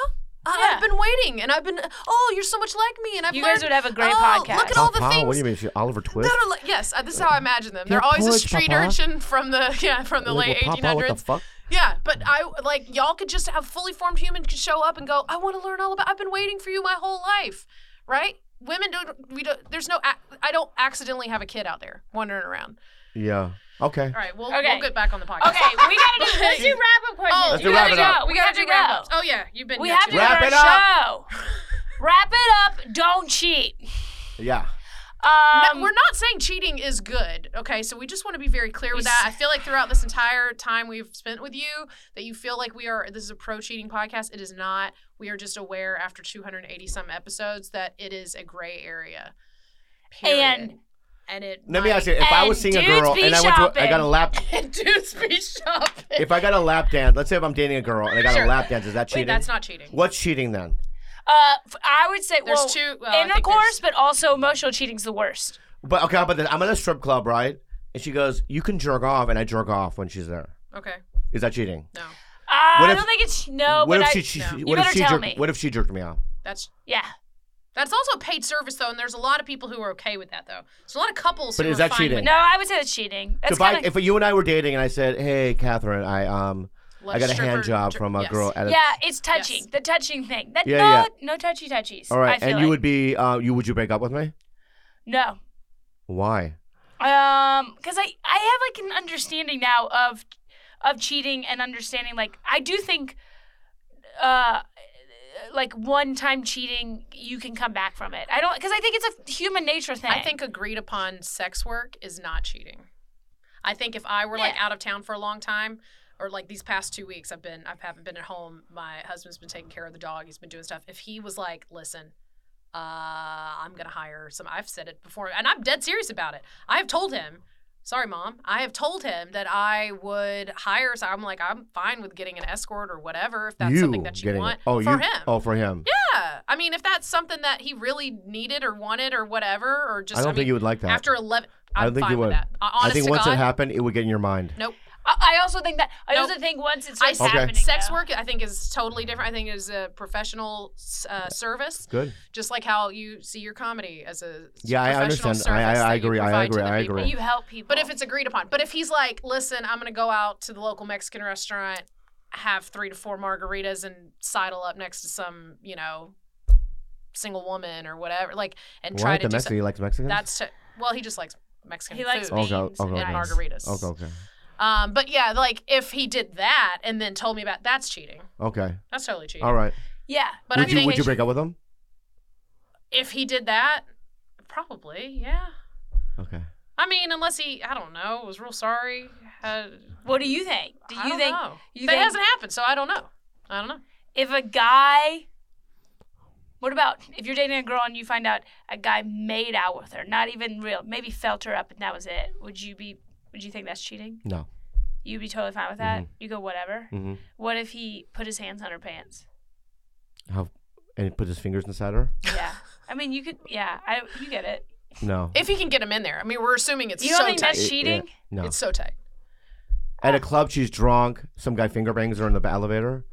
S3: I- I've
S8: Yeah.
S3: been waiting, and I've been. Oh, you're so much like me, and I've
S8: You
S3: learned,
S8: guys would have a great
S3: oh,
S8: podcast.
S3: Look at all the
S1: Papa,
S3: things.
S1: What do you mean? She, Oliver Twist?
S3: No, no, like, yes, uh, this is how I imagine them. They're
S1: Yeah,
S3: always a
S1: porridge,
S3: street
S1: Papa.
S3: urchin from the yeah from the
S1: Like,
S3: late
S1: well, Papa, what the
S3: 1800s.
S1: fuck?
S3: Yeah, but I like y'all could just have fully formed human could show up and go. I want to learn all about. I've been waiting for you my whole life, right? Women don't. We don't. There's no. ac- I don't accidentally have a kid out there wandering around.
S1: Yeah. Okay.
S3: All right, we'll
S8: Okay.
S3: we'll get back on the podcast.
S8: Okay, we gotta do. Let's do wrap up questions.
S3: Let's
S1: do
S8: we
S1: wrap
S8: gotta
S1: it up.
S8: go. We,
S3: We
S8: gotta,
S3: gotta do
S8: go.
S3: wrap ups. Oh yeah, you've been.
S8: We
S3: here
S8: have
S3: too
S8: to
S3: long.
S1: Wrap
S8: wrap
S1: it
S8: our show. wrap it up. Don't cheat.
S1: Yeah.
S8: Um,
S3: no, we're not saying cheating is good. Okay, so we just want to be very clear with that. I feel like throughout this entire time we've spent with you, that you feel like we are. This is a pro cheating podcast. It is not. We are just aware after 280 some episodes that it is a gray area. Period.
S8: And-
S3: and it.
S1: Let me ask you: If I was
S8: And
S1: seeing a
S8: dudes
S1: girl
S8: be
S1: and I went to, a, I
S8: shopping.
S1: got a lap.
S3: Dudes be shopping.
S1: If I got a lap dance, let's say if I'm dating a girl and I got
S3: Sure.
S1: a lap dance, is that cheating?
S3: Wait, that's not cheating.
S1: What's cheating then?
S8: uh, f- I would say
S3: There's
S8: well,
S3: two. Well, I think
S8: intercourse,
S3: there's-
S8: but also emotional cheating's the worst.
S1: But okay, how about this? I'm at a strip club, right? And she goes, "You can jerk off," and I jerk off when she's there.
S3: Okay.
S1: Is that cheating?
S3: No,
S8: Uh,
S1: What
S8: I
S1: if-
S8: don't think it's no.
S1: what
S8: but
S1: if
S8: I,
S1: she? she
S3: no. You
S1: What if
S8: better
S1: she
S8: tell
S1: jerked?
S8: me.
S1: What if she jerked me off?
S3: that's
S8: yeah.
S3: that's also a paid service though, and there's a lot of people who are okay with that though. There's a lot of couples.
S1: But
S3: who
S1: is
S3: are
S1: that
S3: fine with
S1: cheating?
S8: No, I would say that's cheating. That's
S1: if, I,
S8: kind of
S1: if you and I were dating and I said, "Hey, Catherine, I um, I
S3: Let's
S1: got a
S3: stripper
S1: hand job
S3: jer-
S1: from a
S3: yes.
S1: girl at a
S8: yeah. It's touching
S3: Yes.
S8: the touching thing. That
S1: Yeah,
S8: no
S1: yeah.
S8: no touchy touchies.
S1: All right,
S8: I feel
S1: and
S8: like.
S1: you would be uh, you would you break up with me?
S8: no.
S1: Why?
S8: Um, because I I have like an understanding now of of cheating and understanding. Like I do think, uh, like one time cheating, you can come back from it. I don't because I think it's a human nature thing.
S3: I think agreed upon sex work is not cheating. I think if I were like out of town for a long time, or like these past two weeks, I've been I haven't been at home. My husband's been taking care of the dog. He's been doing stuff. If he was like, listen. Uh, I'm gonna hire some. I've said it before, and I'm dead serious about it. I have told him, sorry, mom. I have told him that I would hire. So I'm like, I'm fine with getting an escort or whatever if that's
S1: you
S3: something that you
S1: getting
S3: want
S1: it? Oh,
S3: for
S1: you?
S3: him.
S1: Oh, for him.
S3: Yeah, I mean, if that's something that he really needed or wanted or whatever, or just
S1: I don't
S3: mean,
S1: think you would like that.
S3: after eleven.
S1: I
S3: I'm
S1: don't think
S3: fine
S1: you
S3: with
S1: would.
S3: That. Uh,
S1: I
S3: honest
S1: think
S3: to
S1: once
S3: God,
S1: it happened, it would get in your mind.
S3: Nope.
S8: I, I also think that uh, I
S3: Nope.
S8: also think once it's
S3: I
S8: starts
S3: see
S8: happening,
S3: sex
S8: though-
S3: work. I think is totally different. I think it is a professional uh, service,
S1: Good.
S3: just like how you see your comedy as a
S1: Yeah, I understand.
S3: professional
S1: I-
S3: service
S1: I- I
S3: that you
S1: agree. I
S3: provide to
S1: agree.
S3: the
S1: I
S3: people.
S1: agree.
S8: You help people,
S3: But if it's agreed upon, but if he's like, listen, I'm gonna go out to the local Mexican restaurant, have three to four margaritas, and sidle up next to some, you know, single woman or whatever, like, and
S1: Why
S3: try
S1: like
S3: to
S1: the
S3: do
S1: Mexican?
S3: something.
S1: You like Mexicans?
S3: That's t- well, he just likes Mexican
S8: he
S3: food
S8: likes
S1: Okay,
S8: beans
S1: okay,
S8: and
S1: okay.
S3: and
S1: nice.
S3: margaritas.
S1: okay, okay,
S3: Um, but yeah, like if he did that and then told me about that's cheating.
S1: okay.
S3: That's totally cheating.
S1: All right.
S8: Yeah,
S3: But
S1: would
S3: I
S1: you
S3: think
S1: would you break up with him?
S3: if he did that, probably yeah.
S1: Okay.
S3: I mean, unless he, I don't know, was real sorry. Had,
S8: what do you think? Do you
S3: I don't
S8: think
S3: know.
S8: you
S3: that
S8: think-
S3: hasn't happened? So I don't know. I don't know.
S8: if a guy, what about if you're dating a girl and you find out a guy made out with her, not even real, maybe felt her up and that was it? Would you be? Would you think that's cheating?
S1: No.
S8: You'd be totally fine with that. You go whatever.
S1: hmm
S8: What if he put his hands on her pants?
S1: How? And put his fingers inside her?
S8: Yeah. I mean, you could. Yeah, I. You get it.
S1: No.
S3: If he can get him in there, I mean, we're assuming it's
S8: You
S3: so
S8: don't think
S3: tight.
S8: that's cheating?
S1: Yeah, No.
S3: It's so tight.
S1: At a club, she's drunk. Some guy finger bangs her in the ba- elevator.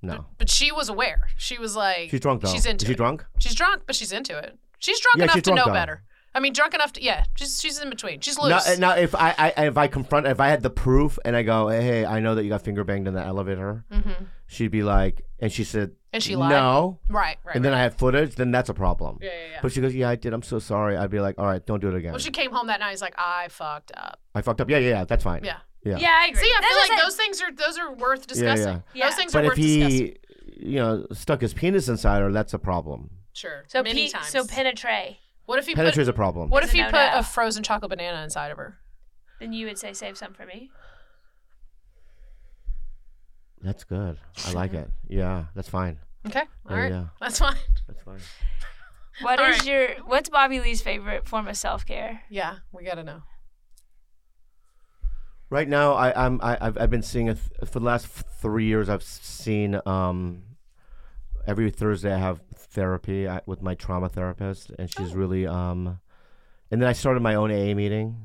S1: No.
S3: But she was aware. She was like,
S1: She's drunk though.
S3: She's into
S1: Is she
S3: it.
S1: drunk?
S3: She's drunk, but she's into it. She's drunk
S1: Yeah,
S3: enough
S1: she's
S3: to
S1: drunk,
S3: know
S1: though.
S3: better. I mean, drunk enough to yeah. She's she's in between. She's loose.
S1: No, now if I, I if I confront if I had the proof and I go, hey, I know that you got finger banged in the elevator,
S3: Mhm.
S1: she'd be like, and she said,
S3: And she lied.
S1: no,
S3: Right. Right.
S1: and then I have footage, then that's a problem.
S3: yeah, yeah, yeah.
S1: But she goes, yeah, I did. I'm so sorry. I'd be like, all right, don't do it again.
S3: Well, she came home that night. He's like, I fucked up.
S1: I fucked up. Yeah, yeah, yeah. That's fine.
S3: Yeah.
S1: yeah.
S8: Yeah, I agree.
S3: See, I
S8: That's what
S3: feel like
S8: said.
S3: those things are those are worth
S1: Yeah,
S3: discussing.
S8: yeah.
S3: Those things
S1: But
S3: are
S1: if
S3: worth discussing.
S1: he, you know, stuck his penis inside her, that's a problem.
S3: Sure.
S8: So
S3: many
S8: pe-
S3: times.
S8: so penetrate.
S3: what if he put
S1: Penetrate's a problem.
S3: What if
S8: It's
S3: he
S8: a
S3: put
S8: no-no.
S3: a frozen chocolate banana inside of her?
S8: Then you would say save some for me.
S1: That's good. I like it. Yeah, that's fine.
S3: Okay. All
S1: Yeah,
S3: right.
S1: yeah.
S3: That's fine.
S1: That's fine.
S8: What
S3: All
S8: is your? What's Bobby Lee's favorite form of self care?
S3: Yeah, we gotta know.
S1: Right now, I, I'm I, I've I've been seeing a th- for the last f- three years. I've seen um every Thursday. I have therapy I, with my trauma therapist, and she's
S8: Oh.
S1: really um. And then I started my own AA meeting,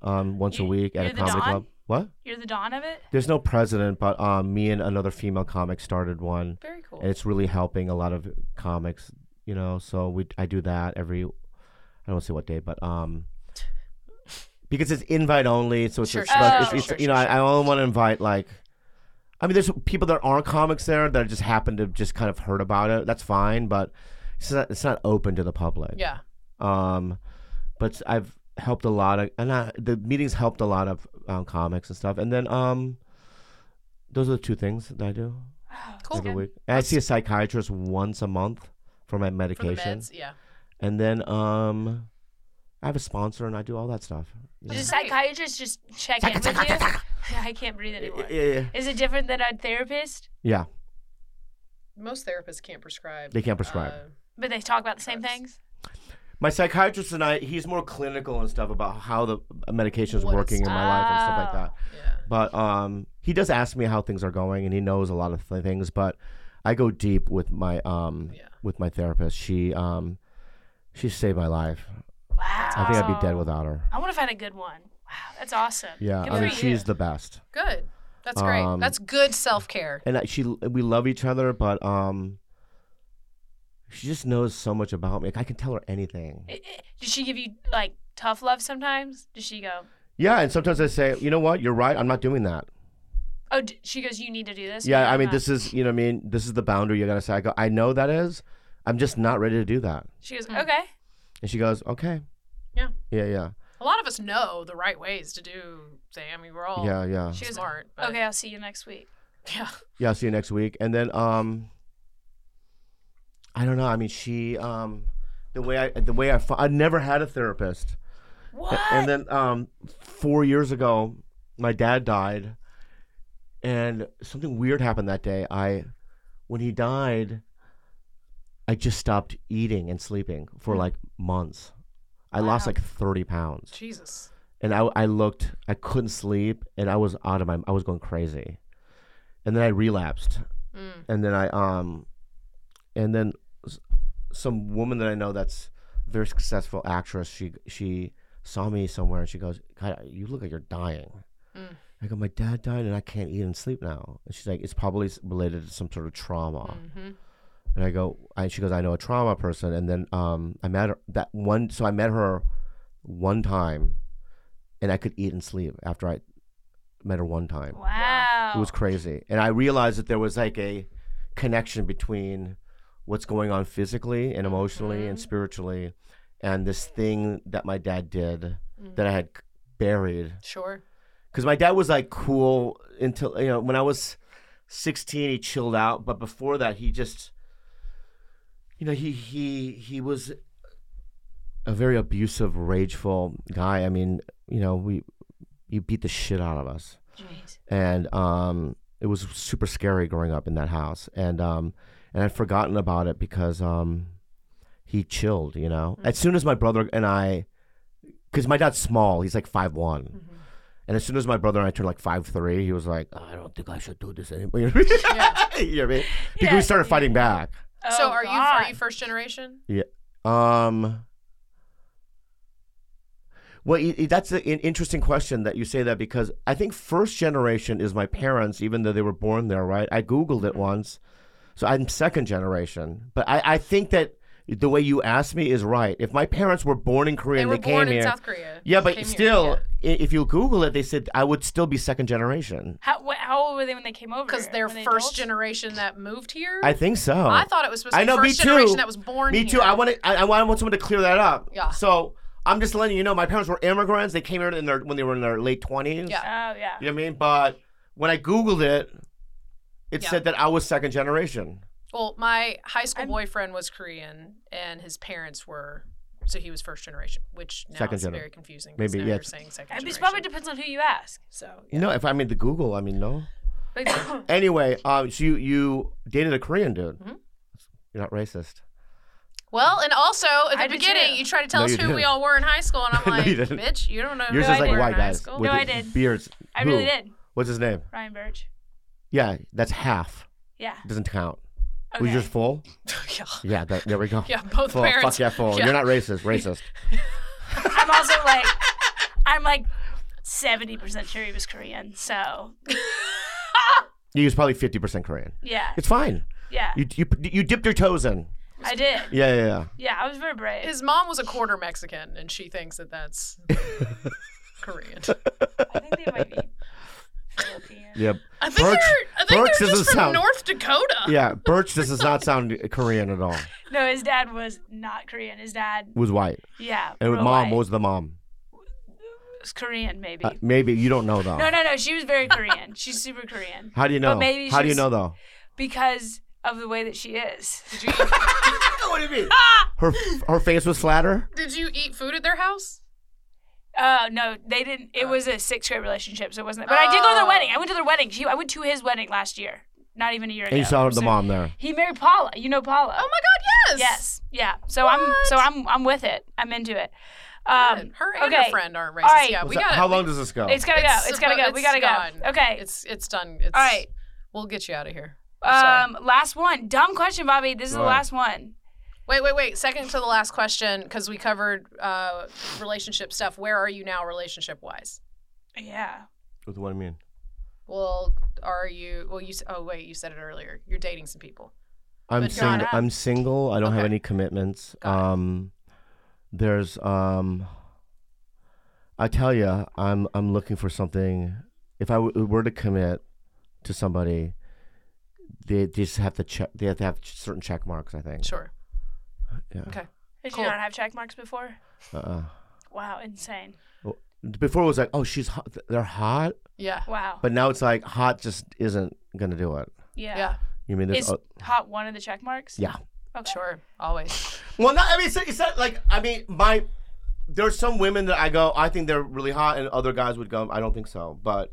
S1: um, once a
S8: You-
S1: week at
S8: you're
S1: a
S8: the
S1: comedy
S8: Don?
S1: club. What?
S8: You're the dawn of it.
S1: There's no president, but um, me and another female comic started one,
S3: Very cool.
S1: and it's really helping a lot of comics. You know, so we I do that every. I don't say what day, but um. Because it's invite only, so it's,
S3: Sure,
S1: a
S3: sure,
S1: spe-
S8: sure,
S1: it's,
S8: sure,
S1: it's-
S3: sure,
S1: you know I, I only want to invite like, I mean, there's people that aren't comics there that just happen to just kind of heard about it. That's fine, but it's not it's not open to the public.
S3: yeah.
S1: Um, but I've helped a lot of, and I, the meetings helped a lot of um, comics and stuff. And then um, those are the two things that I do
S3: Cool.
S1: every week. And I see a psychiatrist once a month for my
S3: For the
S1: medication,
S3: meds. Yeah.
S1: and then um, I have a sponsor and I do all that stuff. you
S8: Does a
S1: know.
S8: psychiatrist just check in with you? I can't breathe anymore.
S1: Yeah, yeah, yeah.
S8: Is it different than a therapist?
S1: Yeah,
S3: Most therapists can't prescribe.
S1: they can't prescribe.
S3: uh,
S8: But they talk about the same things?
S1: my psychiatrist and I, he's more clinical and stuff about how the medication is
S3: What
S1: working
S3: is-
S1: in my life and stuff like that.
S3: yeah.
S1: But um, he does ask me how things are going, and he knows a lot of th- things. But I go deep with my um,
S3: Yeah.
S1: with my therapist. She um, she saved my life.
S8: Wow.
S1: I think I'd be dead without her.
S8: I want to find a good one. Wow, that's awesome.
S1: Yeah,
S3: Good
S1: I
S3: for
S1: mean
S3: you.
S1: she's the best,
S3: Good. That's great.
S1: Um,
S3: That's good self care.
S1: and I, she we love each other, but um, she just knows so much about me. Like, I can tell her anything.
S8: I- I- Does she give you like tough love sometimes? Does she go,
S1: Yeah, and sometimes I say, you know what, you're right. I'm not doing that.
S8: oh, d- she goes, you need to do this?
S1: Yeah,
S8: No,
S1: I
S8: I'm
S1: mean,
S8: not."
S1: this is you know, what I mean, this is the boundary you gotta say. I go, I know that is. I'm just not ready to do that.
S8: She goes,
S3: Hmm.
S8: okay.
S1: And she goes, okay.
S3: Yeah.
S1: Yeah, yeah,
S3: A lot of us know the right ways to do things. I mean, we're all
S1: yeah, yeah.
S8: She goes,
S3: smart. But
S8: okay, I'll see you next week.
S3: Yeah.
S1: Yeah, I'll see you next week. And then, um, I don't know. I mean, she, um, the way I, the way I, fo- I never had a therapist.
S8: What?
S1: And then um, four years ago, my dad died, and something weird happened that day. I, when he died, I just stopped eating and sleeping for like months. I lost like thirty pounds,
S3: Jesus.
S1: and I, I looked, I couldn't sleep, and I was out of my, I was going crazy, and then I relapsed,
S3: Mm.
S1: and then I um, and then s- some woman that I know that's a very successful actress. She she saw me somewhere and she goes, "God, you look like you're dying."
S3: Mm.
S1: I go, "My dad died and I can't eat and sleep now." And she's like, "It's probably s- related to some sort of trauma."
S3: Mhm.
S1: And I go, I, she goes, "I know a trauma person." And then um, I met her that one. So I met her one time, and I could eat and sleep after I met her one time.
S8: wow.
S1: It was crazy. And I realized that there was like a connection between what's going on physically and emotionally and spiritually and this thing that my dad did that I had c- buried.
S3: Sure.
S1: Because my dad was like cool until, you know, when I was 16, he chilled out. But before that, he just, you know, he, he, he was a very abusive, rageful guy. I mean, you know, we, he beat the shit out of us
S8: Jeez.
S1: and um, it was super scary growing up in that house, and um, and I'd forgotten about it because um, he chilled, you know. As soon as my brother and I, because my dad's small, he's like five one, and as soon as my brother and I turned like five three, he was like, I don't think I should do this anymore. You know what I mean? You know what I mean? Because we started fighting back.
S8: Oh,
S3: so are you
S8: God.
S3: are you first generation?
S1: Um. Well, i- i- that's a- an interesting question that you say that because I think first generation is my parents, even though they were born there, right? I Googled
S3: Mm-hmm.
S1: it once. So I'm second generation. But I, I think that the way you asked me is right. If my parents were born in Korea
S3: They
S1: and
S3: were
S1: they
S3: born
S1: came
S3: in
S1: here.
S3: South Korea.
S1: yeah, but
S3: Came here,
S1: still,
S3: yeah.
S1: i if you Google it, they said I would still be second generation.
S8: How, wh- how old were they when they came over?
S3: because they're
S8: Were they
S3: first
S8: adults?
S3: generation that moved here.
S1: I think so.
S3: I thought it was supposed to
S1: I
S3: be
S1: know, me
S3: first
S1: too.
S3: generation that was born.
S1: Me
S3: here.
S1: too. I want to. I, I want someone to clear that up.
S3: Yeah.
S1: So I'm just letting you know, my parents were immigrants. They came here in their when they were in their late twenties.
S3: Yeah.
S8: Oh, yeah.
S1: You know what I mean? But when I googled it, it
S3: Yeah.
S1: said that I was second generation.
S3: Well, my high school
S8: I'm-
S3: boyfriend was Korean, and his parents were, so he was first generation, which now
S1: Second
S3: is
S1: gener-
S3: very confusing. 'cause
S1: Maybe,
S3: now
S1: yeah.
S3: you're saying second
S8: It
S3: generation.
S8: probably depends on who you ask.
S3: so
S1: No, if I made the Google, I mean no.
S8: Like,
S1: Anyway, um, so you you dated a Korean dude.
S3: Mhm.
S1: You're not racist.
S3: well, and also at the
S8: I did
S3: beginning,
S8: too.
S3: you tried to tell
S1: No,
S3: us
S1: you
S3: who we
S1: didn't.
S3: all were in high school, and I'm
S1: No,
S3: like,
S1: you didn't.
S3: bitch, you don't know.
S1: Yours
S3: who
S1: is
S3: I
S1: like
S3: did
S1: white
S3: in high
S1: guys
S3: school."
S1: with
S8: No, I did.
S1: beards.
S8: I really
S1: Who?
S8: did.
S1: What's his name?
S8: Ryan Birch.
S1: Yeah, that's half.
S8: Yeah.
S1: Doesn't count.
S8: Okay.
S1: Was yours full?
S3: yeah.
S1: Yeah, that, there we go.
S3: Yeah, both
S1: full.
S3: parents.
S1: Fuck yeah, full.
S3: Yeah.
S1: You're not racist. Racist.
S8: I'm also like, I'm like 70% sure he was Korean. So,
S1: He was probably 50% Korean.
S8: yeah.
S1: It's fine.
S8: Yeah.
S1: You, you, you dipped your toes in.
S8: I did.
S1: Yeah, yeah, yeah.
S8: Yeah. I was very brave.
S3: His mom was a quarter Mexican, and she thinks that that's Korean.
S8: I think they might be European.
S1: Yeah,
S3: I think
S1: Birch-
S3: they're, I think
S1: Birch
S3: they're
S1: doesn't
S3: just from
S1: sound-
S3: North Dakota.
S1: yeah. Birch, this does not sound Korean at all.
S8: No, his dad was not Korean. His dad,
S1: Was white.
S8: yeah.
S1: And
S8: real
S1: mom
S8: white.
S1: what was the mom.
S8: was Korean, maybe.
S1: Uh, maybe you don't know though.
S8: no, no, no. She was very Korean. She's super Korean
S1: How do you know?
S8: maybe
S1: How do you
S8: she's-
S1: know though?
S8: because of the way that she is.
S9: Did you eat,
S1: what do you mean? Her her face was flatter.
S3: did you eat food at their house?
S8: Oh no, they didn't. It was a sixth grade relationship, so it wasn't. But I did go to their
S3: Oh.
S8: wedding. I went to their wedding. She, I went to his wedding last year, not even a year ago.
S1: And you saw her, the
S8: So-
S1: mom there.
S8: He married Paula. You know Paula.
S3: Oh my God, yes.
S8: Yes. Yeah. So I'm so I'm I'm with it. I'm into it.
S3: Good.
S8: Um,
S3: her and her
S8: okay.
S3: friend aren't racist.
S8: All right.
S3: Yeah, we
S1: What's that-
S3: got
S1: How long does this go?
S8: it's gotta
S3: It's
S8: go. It's gotta go.
S3: suppo-
S8: we gotta
S3: it's
S8: go.
S3: gone.
S8: Okay.
S3: It's it's done. It's,
S8: All right.
S3: We'll get you out of here. Sorry.
S8: um, last one. Dumb question, Bobby. This is the
S1: Right.
S8: last one.
S3: Wait, wait, wait. Second to the last question, because we covered uh, relationship stuff. Where are you now, relationship wise?
S8: Yeah.
S1: With what I mean.
S3: Well, are you? Well, you. s- Oh, wait. You said it earlier. You're dating some people.
S1: I'm
S3: But you're
S1: single.
S8: not-
S1: I'm single. I don't have
S3: Okay.
S1: any commitments.
S3: Got it.
S1: um, there's um, I tell you, I'm I'm looking for something. If I w- were to commit to somebody, they, they just have to check. They have to have certain check marks. I think.
S3: Sure.
S1: Yeah.
S3: Okay.
S8: Did
S3: Cool.
S8: you not have check marks before?
S1: Uh-uh.
S8: Wow. Insane.
S1: Before it was like, oh, she's hot. they're hot,
S3: Yeah.
S8: Wow.
S1: but now it's like hot just isn't gonna do it.
S8: yeah.
S3: Yeah.
S1: You mean there's
S8: Is
S1: oh,
S8: hot one of the check marks?
S1: yeah.
S3: Sure. Always.
S1: Well, not. I mean, it's, it's not like I mean, my there's some women that I go, I think they're really hot, and other guys would go, I don't think so. But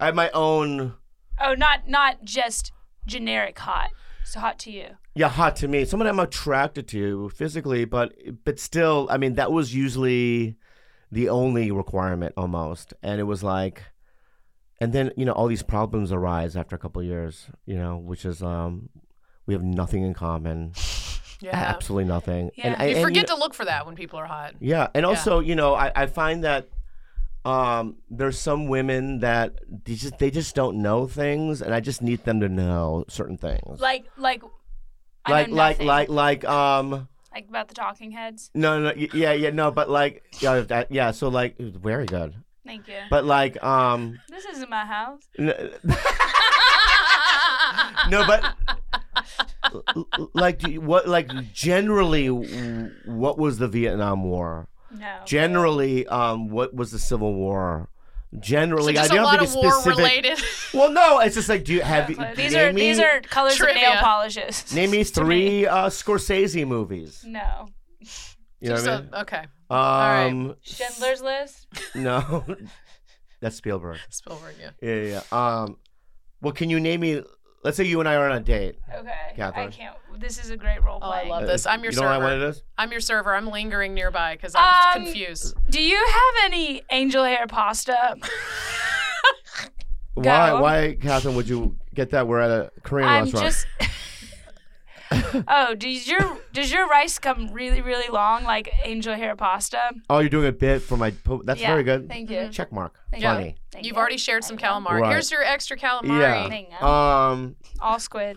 S1: I have my own.
S8: Oh, not not just generic hot. So hot to you.
S1: Yeah, hot to me. Someone I'm attracted to physically, but but still, I mean, that was usually the only requirement almost, and it was like, and then you know all these problems arise after a couple of years, you know, which is um, we have nothing in common,
S3: Yeah.
S1: absolutely nothing,
S8: Yeah.
S1: and I,
S3: You
S1: and,
S3: forget to look for that when people are hot.
S1: Yeah, and also, you know, I, I find that um, there's some women that they just they just don't know things, and I just need them to know certain things.
S8: Like like. I know
S1: like like
S8: nothing.
S1: like like um
S8: Like about the Talking Heads.
S1: no no y- yeah yeah no but like yeah that, yeah so like it was very good
S8: Thank you.
S1: but like um
S8: this isn't my house.
S1: n- no but l- l- like do you- what like generally w- what was the Vietnam War
S8: No.
S1: generally um what was the Civil War
S3: So
S1: generally
S3: just
S1: I
S3: a
S1: don't
S3: lot
S1: think it's
S3: of war
S1: specific
S3: related.
S1: Well, no, it's just like, do you have
S8: So
S1: you-
S8: these
S1: name
S8: are
S1: me,
S8: these are colors of
S3: Trivia.
S8: nail polishes.
S1: name me
S8: to me.
S1: three uh, Scorsese movies.
S8: No.
S1: You know what
S3: So-
S1: I mean?
S3: okay. right.
S1: Um,
S8: Schindler's List.
S1: no, that's Spielberg.
S3: Spielberg. Yeah.
S1: Yeah, yeah. yeah. Um, well, can you name me? Let's say you and I are on a date.
S8: Okay. I
S1: Catherine.
S8: can't. This is a great role
S3: Oh, I
S8: playing.
S3: love this. I'm your
S1: You know
S3: server.
S1: what I wanted us?
S3: I'm your server. I'm lingering nearby because I'm
S8: Um,
S3: confused.
S8: Do you have any angel hair pasta?
S1: Why,
S8: Go.
S1: why, Catherine? Would you get that? We're at a Korean
S8: I'm
S1: restaurant.
S8: just. oh, does your does your rice come really really long like angel hair pasta?
S1: oh, you're doing a bit for my. Po- that's
S8: Yeah,
S1: very good.
S8: Thank you.
S1: Check mark.
S8: Thank you.
S1: Funny.
S8: Thank
S3: Mm-hmm. You've
S8: you.
S3: already shared some calamari.
S1: Right.
S3: Here's your extra calamari.
S8: Thank you.
S1: Yeah. Um,
S8: all squid.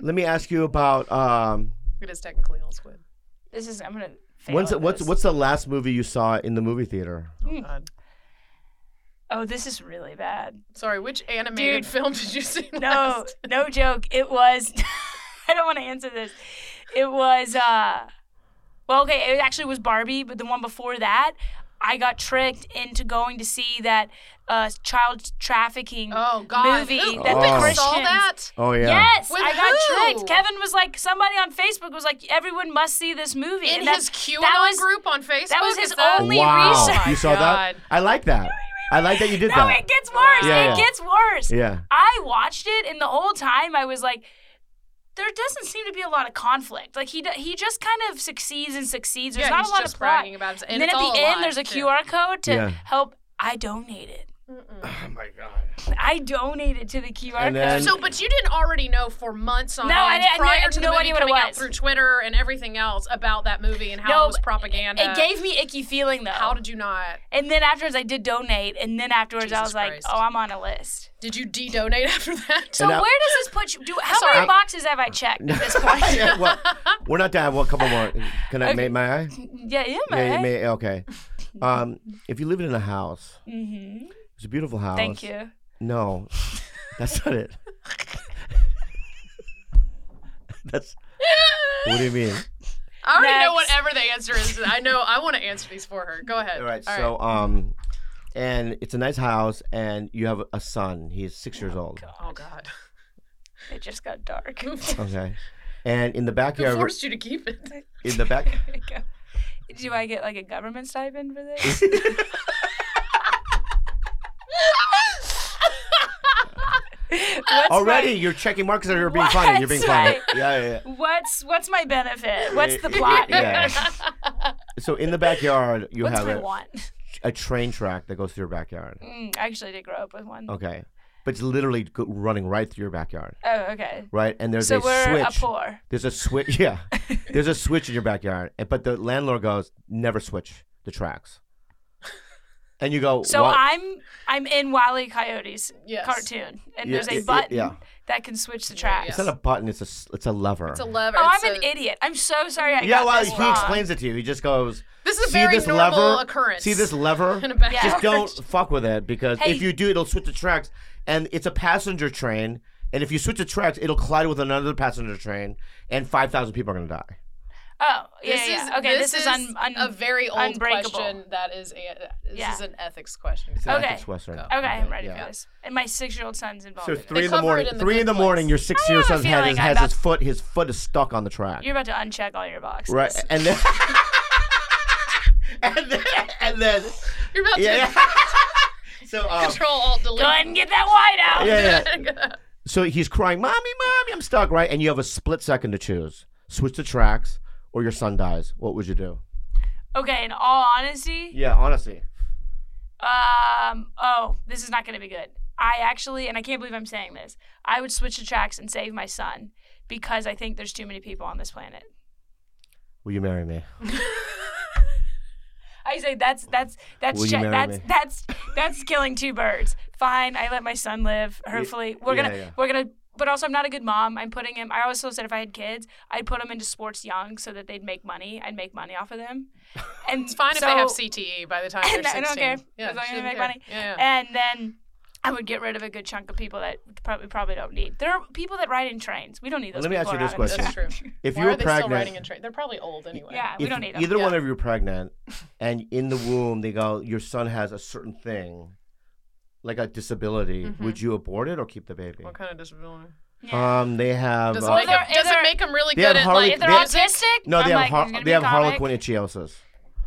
S1: let me ask you about um.
S3: It is technically all squid.
S8: This is I'm gonna. Fail
S1: When's,
S8: at
S1: what's
S8: this.
S1: what's the last movie you saw in the movie theater?
S8: Hmm.
S3: Oh, God.
S8: Oh, this is really bad.
S3: Sorry, which animated
S8: Dude.
S3: film did you see?
S8: No,
S3: last?
S8: Oh, no joke. It was. I don't want to answer this. It was. uh Well, okay. It actually was Barbie, but the one before that, I got tricked into going to see that uh child trafficking.
S3: Oh God.
S8: Movie
S3: Who,
S1: the
S3: who
S8: that
S3: saw
S8: Christians-
S3: that?
S1: Oh yeah.
S8: Yes,
S3: With
S8: I got
S3: who?
S8: tricked. Kevin was like, somebody on Facebook was like, everyone must see this movie.
S3: In
S8: that-
S3: his QAnon
S8: that was-
S3: group on Facebook.
S8: was his
S3: Is that-
S8: only
S1: wow.
S8: reason-
S1: You saw that?
S3: God.
S1: I like that. I like that you did
S8: No,
S1: that.
S8: it
S3: Oh,
S8: gets worse.
S1: Yeah, yeah.
S8: It gets worse.
S1: yeah.
S8: I watched it, and the whole time I was like, there doesn't seem to be a lot of conflict. Like he d- he just kind of succeeds and succeeds. There's
S3: Yeah,
S8: not
S3: he's
S8: a lot
S3: just
S8: of plot.
S3: bragging about it.
S8: And, then at
S3: it's all
S8: the
S3: a
S8: end,
S3: lie,
S8: there's a
S3: too.
S8: QR code to
S1: Yeah. Oh
S8: help. I donated.
S3: Mm-mm.
S8: I donated to the QR
S1: And
S8: code.
S1: then-
S3: So, but you didn't already know for months on
S8: No, I
S3: end,
S8: didn't- I
S3: prior
S8: had
S3: to the
S8: no
S3: movie
S8: idea what it
S3: coming out
S8: was.
S3: through Twitter and everything else about that movie and how
S8: No,
S3: it was propaganda.
S8: it gave me icky feeling though.
S3: How did you not?
S8: and then afterwards, I did donate. And then afterwards, I
S3: Jesus
S8: was like,
S3: Christ.
S8: "Oh, I'm on a list."
S3: Did you de-donate after that?
S8: So
S1: And I-
S8: where does this put you? Do how
S3: Sorry.
S8: many boxes have I checked at this point?
S1: yeah well, we're not done. Well, a couple more. Can I make my eye?
S8: yeah, yeah,
S1: Yeah, you
S8: man.
S1: may- okay. Um, if you live in a house,
S8: hmm
S1: it's a beautiful house.
S8: Thank you.
S1: No, that's not it. that's. What do you mean?
S3: I already know
S8: Next.
S3: whatever the answer is. I know I want to answer these for her. Go ahead.
S1: All right. so, um,
S8: Oh
S1: and it's a nice house, and you have a son. He's six years old.
S3: oh God,
S8: It just got dark.
S1: Okay. And in the backyard,
S3: forced you to keep it.
S1: in the back,
S8: Do I get like a government stipend for this? What's
S1: already you're checking marks that you're being funny. You're being funny.
S8: That's
S1: Yeah, yeah,
S8: My, what's what's my benefit? What's the
S1: Yeah,
S8: plot?
S1: yeah.
S8: here?
S1: So in the backyard, you
S8: What's
S1: have
S8: my
S1: a,
S8: want?
S1: a train track that goes through your backyard.
S8: Mm, I actually did grow up with one.
S1: Okay, but it's literally go- running right through your backyard,
S8: Oh, okay.
S1: right? And there's
S8: so
S1: a
S8: we're
S1: switch.
S8: a poor.
S1: There's a switch. Yeah, there's a switch in your backyard, and- but the landlord goes, "Never switch the tracks." And you go.
S8: So
S1: "Why?"
S8: I'm I'm in Wile E. Coyote's
S3: Yes.
S8: cartoon, and
S1: Yeah,
S8: there's a
S1: it- it-
S8: button
S1: yeah.
S8: that can switch the tracks.
S1: It's not a button. It's a s- it's a lever.
S3: It's a lever.
S8: oh,
S3: It's
S8: I'm an
S3: a-
S8: idiot. I'm so sorry. I
S1: yeah,
S8: got
S1: well,
S8: this
S1: he
S8: wrong.
S1: explains it to you. He just goes.
S3: This is a
S1: see
S3: very
S1: this
S3: normal
S1: lever?
S3: occurrence.
S1: See this lever?
S3: In a backyard.
S1: Just don't fuck with it because
S8: Hey.
S1: if you do, it'll switch the tracks, and it's a passenger train. And if you switch the tracks, it'll collide with another passenger train, and five thousand people are gonna die.
S8: Oh, yeah,
S3: This
S8: yeah.
S3: is
S8: okay, this, is, un, un-
S3: a very old
S8: unbreakable.
S3: question. That is a, this
S8: Yeah.
S3: is an ethics question.
S1: It's an
S8: Okay.
S1: ethics Western.
S8: Okay, I'm ready
S1: yeah.
S8: for this. And my six-year-old son's involved.
S1: So
S8: in it.
S1: three in
S3: cover
S1: the
S3: it
S1: morning.
S3: in the
S1: three in
S3: good
S1: the morning.
S3: place.
S1: Your six-year
S8: have a
S1: son's head
S8: feeling
S1: has,
S8: I'm
S1: has
S8: about-
S1: his foot. His foot is stuck on the track.
S8: You're about to uncheck all your boxes.
S1: right, and then, and then, and then,
S3: You're about
S1: yeah.
S3: to
S1: so um,
S3: control alt delete.
S8: Go ahead and get that white out.
S1: yeah, yeah. So he's crying, "Mommy, mommy, I'm stuck!" Right, and you have a split second to choose: switch the tracks, or your son dies. What would you do?
S8: Okay, in all honesty,
S1: Yeah, honestly.
S8: um, oh, this is not going to be good. I actually, and I can't believe I'm saying this, I would switch the tracks and save my son because I think there's too many people on this planet.
S1: Will you marry me?
S8: I say that's that's that's
S1: Will you
S8: check-
S1: marry
S8: that's
S1: me?
S8: that's that's killing two birds. Fine, I let my son live. Hopefully, we're
S1: yeah,
S8: gonna
S1: yeah.
S8: we're gonna. But also, I'm not a good mom. I'm putting him. I always said if I had kids, I'd put them into sports young so that they'd make money. I'd make money off of them. And
S3: It's fine if
S8: so,
S3: they have CTE by the time they're
S8: And I
S3: 16.
S8: don't care,
S3: Yeah,
S8: as long as
S3: she
S8: they
S3: doesn't
S8: make
S3: care.
S8: money.
S3: Yeah, yeah.
S8: And then I would get rid of a good chunk of people that probably probably don't need. There are people that ride in trains. We don't need those.
S1: Let me
S8: people
S1: ask you this
S8: around us.
S1: question.
S3: That's true.
S1: If
S3: Why
S1: you were
S3: are they
S1: pregnant,
S3: still riding in train? They're probably old anyway.
S8: Yeah, we
S1: if
S8: don't need them.
S1: either one
S3: Yeah.
S1: of you are pregnant, and in the womb they go, your son has a certain thing, like a disability. Would you abort it or keep the baby?
S3: What kind of disability?
S1: Um, they have.
S3: Does
S1: uh,
S3: it make them,
S8: they're-
S3: does it
S8: they're-
S3: make 'em really
S1: they
S3: good
S1: have
S3: at
S1: Harley-
S3: like
S8: If they're
S1: They-
S8: autistic,
S1: no, they have
S8: I'm like,
S1: har-
S8: there's gonna
S1: they
S8: be a
S1: have
S8: comic.
S1: Harlequin ichiosis.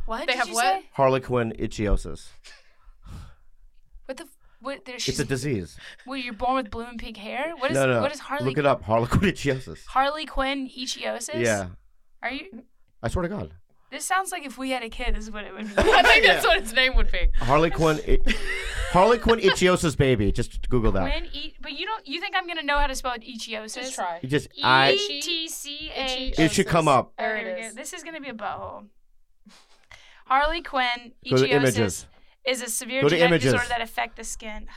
S8: What
S3: They
S8: did
S3: have
S8: you
S3: what?
S8: Say?
S1: Harlequin ichiosis.
S8: What the? f- What, there's,
S1: It's a disease.
S8: Well, you're born with blue and pink hair. What is
S1: no, no.
S8: what is Harley?
S1: Look it up. Harlequin ichiosis.
S8: Harley Quinn ichiosis.
S1: Yeah,
S8: Are you?
S1: I swear to God.
S8: This sounds like if we had a kid, this is what it would be.
S3: I think
S1: Yeah.
S3: that's what its name would be.
S1: Harlequin, it, Harlequin ichiosis baby. Just Google that.
S8: Quinn, e- but you don't. You think I'm gonna know how to spell it, ichiosis?
S3: Just try.
S1: You just I.
S8: E T C A.
S1: It should come up.
S8: Oh, here we go. This is gonna be a butthole. Harley Quinn E
S1: Go to
S8: ichiosis
S1: images.
S8: is a severe
S1: Go to
S8: genetic
S1: images.
S8: disorder that affect the skin.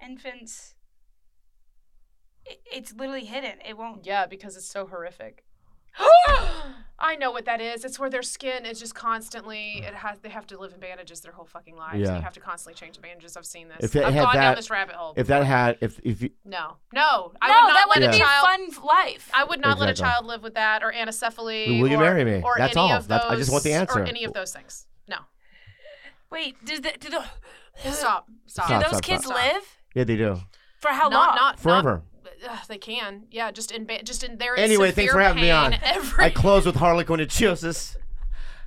S8: Infants. It, it's literally hidden. It won't.
S3: Yeah, because it's so horrific. I know what that is. It's where their skin is just constantly. It has. They have to live in bandages their whole fucking lives.
S1: Mm. Yeah.
S3: You have to constantly change the bandages. I've seen this.
S1: If it
S3: I've
S1: had
S3: gone down
S1: that-
S3: this rabbit hole.
S1: If that had, if if you,
S3: no, no, I
S8: no,
S3: would not
S8: that
S3: let
S8: would
S1: wouldn't
S3: a
S8: be
S1: Yeah.
S3: child.
S8: fun life.
S3: I would not let a
S1: Exactly.
S3: child live with that or anencephaly.
S1: Will you
S3: or,
S1: marry me?
S3: Or
S1: That's
S3: any
S1: all.
S3: Of those,
S1: That's- I just want the answer.
S3: Or any of those things. No,
S8: Wait, do the do the
S3: stop, stop.
S8: do
S1: Stop,
S8: those
S1: stop,
S8: kids
S1: stop.
S8: live
S1: yeah, they do
S8: for how
S3: not,
S8: long?
S3: Not
S1: forever.
S3: Not, ugh, they can. Yeah, just in ba- just in there. Is
S1: Anyway,
S3: severe
S1: thanks for having me
S3: pain
S1: on.
S3: Every-
S1: I close with Harlequin ichiosis.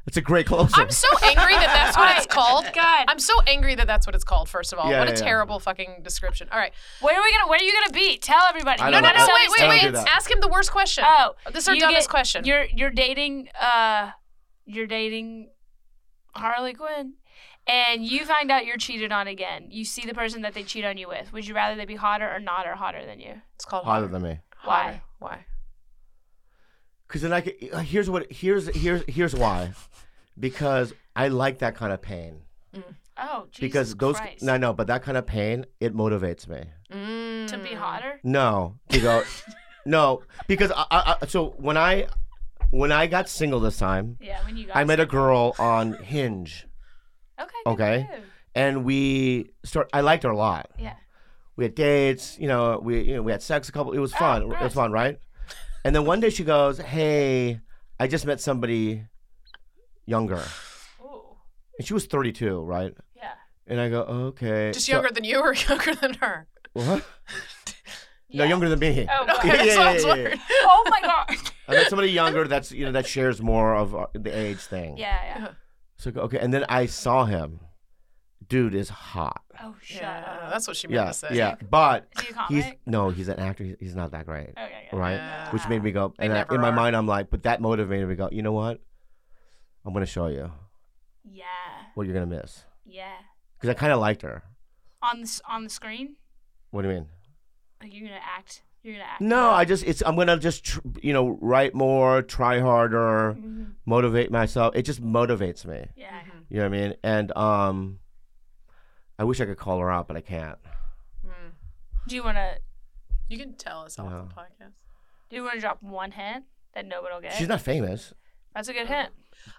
S1: It's a great closing.
S3: I'm so angry that that's what it's called.
S8: God.
S3: I'm so angry that that's what it's called. First of all,
S1: Yeah,
S3: what a
S1: yeah, yeah.
S3: terrible fucking description. All right,
S8: Where are we gonna? Where are you gonna be? Tell everybody.
S1: I
S8: You
S1: don't
S8: don't
S1: know.
S8: know
S1: I-
S3: wait,
S8: what
S1: I
S3: wait,
S1: don't
S3: wait.
S1: do that.
S3: Ask him the worst question.
S8: Oh,
S3: this is our
S8: you
S3: dumbest
S8: get-
S3: question.
S8: You're you're dating uh, you're dating Harley Quinn, and you find out you're cheated on again. You see the person that they cheat on you with. Would you rather they be hotter or not or hotter than you?
S3: it's called
S1: hotter than me.
S8: Why?
S3: Why?
S1: Because then I could, uh, here's what here's here's here's why, because I like that kind of pain.
S8: Oh, Jesus
S1: because those
S8: Christ.
S1: no no, but that kind of pain it motivates me.
S8: to be hotter.
S1: No, to go, no, because I, I, I so when I when I got single this time,
S8: Yeah, when you got
S1: I met a girl on Hinge,
S8: okay. good
S1: okay,
S8: for you.
S1: and we start. I liked her a lot.
S8: Yeah.
S1: we had dates. You know, we you know we had sex a couple. It was fun. it
S8: nice.
S1: was fun, right? And then one day she goes, "Hey, I just met somebody younger,"
S8: Ooh,
S1: and she was 32, right?
S8: yeah.
S1: And I go, "Okay."
S3: Just
S1: So-
S3: younger than you or younger than her?
S1: What? No, younger than me.
S8: Oh,
S1: yeah,
S8: boy.
S1: yeah, yeah,
S3: Sounds
S1: yeah,
S3: weird.
S8: oh my god.
S1: I met somebody younger that's you know that shares more of uh, the age thing.
S8: Yeah, yeah.
S1: So okay, and then I saw him. Dude is hot.
S8: Oh shut
S3: Yeah,
S8: up.
S3: that's what she meant
S1: Yeah,
S3: to say.
S1: yeah. But
S8: Do you
S1: he's Oh.
S8: comment?
S1: no, he's an actor. He's, he's not that great,
S8: Okay. yeah.
S1: right?
S3: Yeah.
S1: Which made me go,
S3: They
S1: and I,
S3: never
S1: in my
S3: are.
S1: mind, I'm like, but that motivated me to go. You know what? I'm gonna show you
S8: Yeah.
S1: what you're gonna miss
S8: Yeah.
S1: because I kind of liked her.
S8: On the s- on the screen,
S1: What do you mean?
S8: like you're gonna act. You're gonna act.
S1: No, I just it's I'm gonna just tr- you know write more, try harder,
S8: Mhm.
S1: motivate myself. It just motivates me.
S8: Yeah.
S3: Mm-hmm.
S1: You know what I mean? And um, I wish I could call her out, but I can't.
S3: Mm.
S8: Do you wanna
S3: You can tell us off
S1: No.
S3: the podcast.
S8: do you wanna drop one hint that no one will get?
S1: She's not famous.
S8: That's a good
S1: Uh-huh.
S8: hint.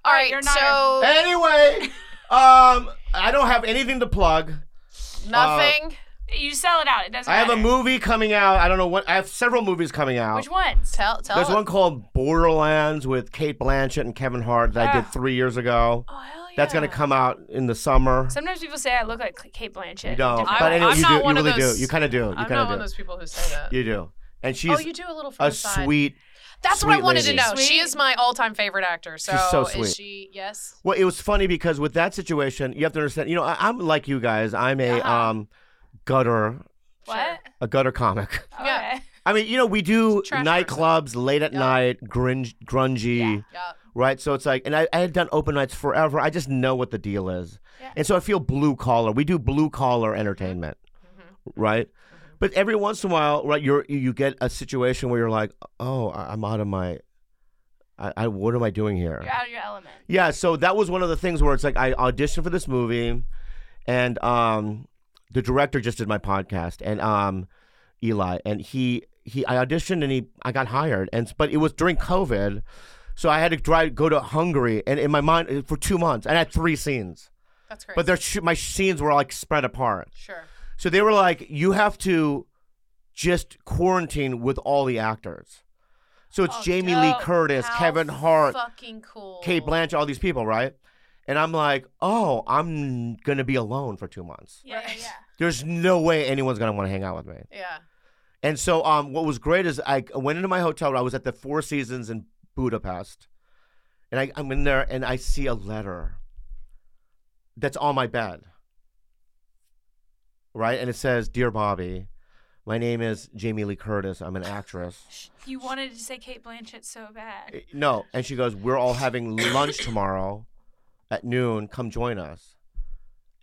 S3: All
S8: right,
S3: right,
S8: you're not
S3: so
S1: Anyway, um, I don't have anything to plug. Uh,
S3: nothing.
S8: You sell it out. It doesn't.
S1: I have a
S8: matter.
S1: movie coming out. I don't know what. I have several movies coming out.
S8: Which ones?
S3: tell tell
S1: There's
S3: us.
S1: one called Borderlands with Kate Blanchett and Kevin Hart that I
S8: Ah.
S1: did three years ago.
S8: Oh hell yeah.
S1: That's gonna come out in the summer.
S8: Sometimes people say I look like Kate Blanchett.
S1: you don't,
S3: I-
S1: but anyway,
S3: I'm
S1: you
S3: not
S1: do.
S3: one
S1: You
S3: of
S1: really
S3: those-
S1: do. You kind of do. You
S3: I'm
S1: kind
S3: not
S1: of
S3: one
S1: do.
S3: of those people who say that.
S1: You do. And she's
S3: oh, you do a little from
S1: a
S3: the side.
S1: sweet.
S3: That's what I
S1: sweet
S3: wanted
S1: lady.
S3: to know. She
S8: Sweet.
S3: is my all-time favorite actor. So,
S1: so
S3: is
S1: sweet.
S3: she? Yes.
S1: Well, it was funny because with that situation, you have to understand. You know, I, I'm like you guys. I'm a
S8: Uh-huh.
S1: um, gutter,
S8: What?
S1: a gutter comic.
S3: Yeah.
S8: Okay.
S1: I mean, you know, we do
S3: Trash
S1: nightclubs late at
S3: Yeah.
S1: night, grunge, grungy,
S3: Yeah.
S1: right? So it's like, and I, I had done open nights forever. I just know what the deal is,
S8: Yeah.
S1: and so I feel blue collar. We do blue
S3: Mm-hmm.
S1: collar entertainment, right? But every once in a while, right, you you get a situation where you're like, oh, I- I'm out of my, I, I what am I doing here?
S8: You're out of your element.
S1: Yeah, so that was one of the things where it's like I auditioned for this movie, and um, the director just did my podcast, and um, Eli, and he he I auditioned and he I got hired, and but it was during COVID, so I had to drive go to Hungary, and in my mind uh, for two months, and I had three scenes,
S3: That's great.
S1: but their sh- my scenes were like spread apart,
S3: sure.
S1: so they were like, you have to just quarantine with all the actors, so it's
S3: Oh,
S1: Jamie
S3: dope.
S1: Lee Curtis,
S3: How
S1: Kevin Hart.
S3: Fucking cool.
S8: Oh.
S1: Kate Blanchett, all these people, right? And I'm like, oh, I'm gonna be alone for two months.
S8: Yeah,
S3: Right.
S8: yeah,
S1: There's no way anyone's gonna want to hang out with me.
S3: Yeah.
S1: And so, um, what was great is I went into my hotel. I was at the Four Seasons in Budapest, and I, I'm in there and I see a letter that's on my bed, right? And it says, "Dear Bobby, my name is Jamie Lee Curtis. I'm an actress."
S8: yeah. You wanted to say Kate Blanchett so bad.
S1: No. And she goes, We're all having lunch tomorrow at noon. Come join us.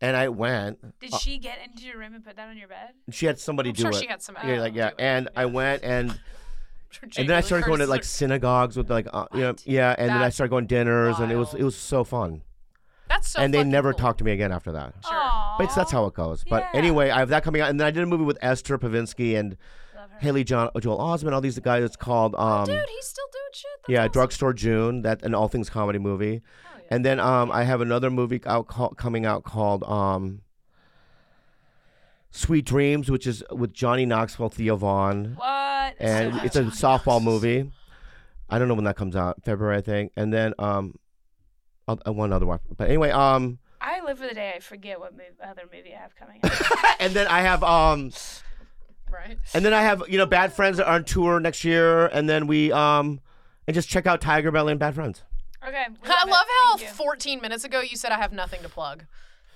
S1: And I went.
S8: Did she get into your room and put that on your bed?
S1: She had somebody
S3: I'm
S1: do
S3: sure
S1: it.
S3: she had somebody
S1: yeah, like
S3: do
S1: yeah.
S3: it.
S1: And I went and
S3: Jamie
S1: and then I
S3: Lee
S1: started going to
S3: Curtis
S1: like
S3: looks-
S1: synagogues with like uh, you know, yeah, and then I
S3: That's
S1: started going dinners and it was
S3: wild.
S1: it was so fun.
S3: That's so.
S1: and they
S3: fucking
S1: never
S3: cool.
S1: talked to me again after that.
S3: Sure.
S1: But it's, that's how it goes. But
S8: Yeah.
S1: anyway, I have that coming out, and then I did a movie with Esther Pavinsky and Haley John Joel Osment, all these guys. It's called um,
S3: Oh, Dude, he's still doing shit. That's
S1: yeah,
S3: awesome. Oh,
S1: Drugstore June, that an all things comedy movie.
S3: yeah.
S1: And then um, I have another movie out call, coming out called um, Sweet Dreams, which is with Johnny Knoxville, Theo Vaughn,
S8: What?
S1: and
S8: So
S1: it's a softball movie. I don't know when that comes out, February I think. And then um, uh, uh, one other one, but anyway, um,
S8: I live for the day I forget what mov other movie I have coming out.
S1: and then I have um,
S3: Right.
S1: and then I have you know Bad Friends are on tour next year, and then we um, and just check out Tiger Belly and Bad Friends.
S8: Okay. we
S3: I
S8: it.
S3: love how
S8: Thank you.
S3: 14 minutes ago you said I have nothing to plug.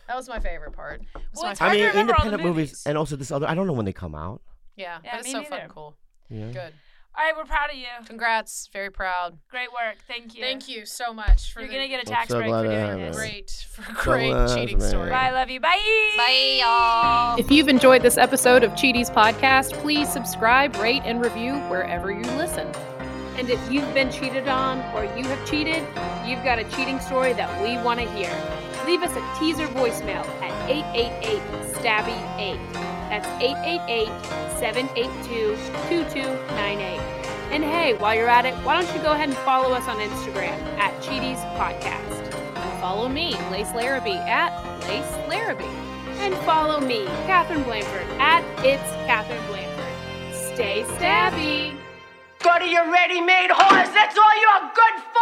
S3: That was my favorite part. That's
S8: Well,
S3: my
S8: it's
S1: I
S8: hard to
S1: mean,
S8: remember all the
S1: independent movies.
S8: movies.
S1: and also this other. I don't know when they come out.
S3: Yeah,
S8: Yeah,
S3: but it's
S8: me
S3: so
S8: neither.
S3: fucking cool.
S1: Yeah.
S3: Good.
S8: All right, we're proud of you.
S3: Congrats. Very proud.
S8: Great work. Thank you.
S3: Thank you so much for
S8: You're
S3: the
S8: gonna get a
S1: I'm
S8: tax
S1: so
S8: break
S1: glad
S8: for
S1: I
S8: doing
S1: have
S8: this.
S1: it.
S3: great for great
S1: Don't laugh,
S3: cheating
S1: man.
S3: story.
S8: Bye. I love you. Bye.
S3: Bye, y'all.
S7: If you've enjoyed this episode of Cheaties Podcast, please subscribe, rate, and review wherever you listen. And if you've been cheated on or you have cheated, you've got a cheating story that we want to hear. Leave us a teaser voicemail at 888 Stabby 8. That's 888 782 2298. And hey, while you're at it, why don't you go ahead and follow us on Instagram at Cheaties Podcast? And follow me, Lace Larrabee, at Lace Larrabee and follow me, Catherine Blanford, at It's Catherine Blanford. Stay stabby.
S10: Go to your ready-made horse. That's all you're good for.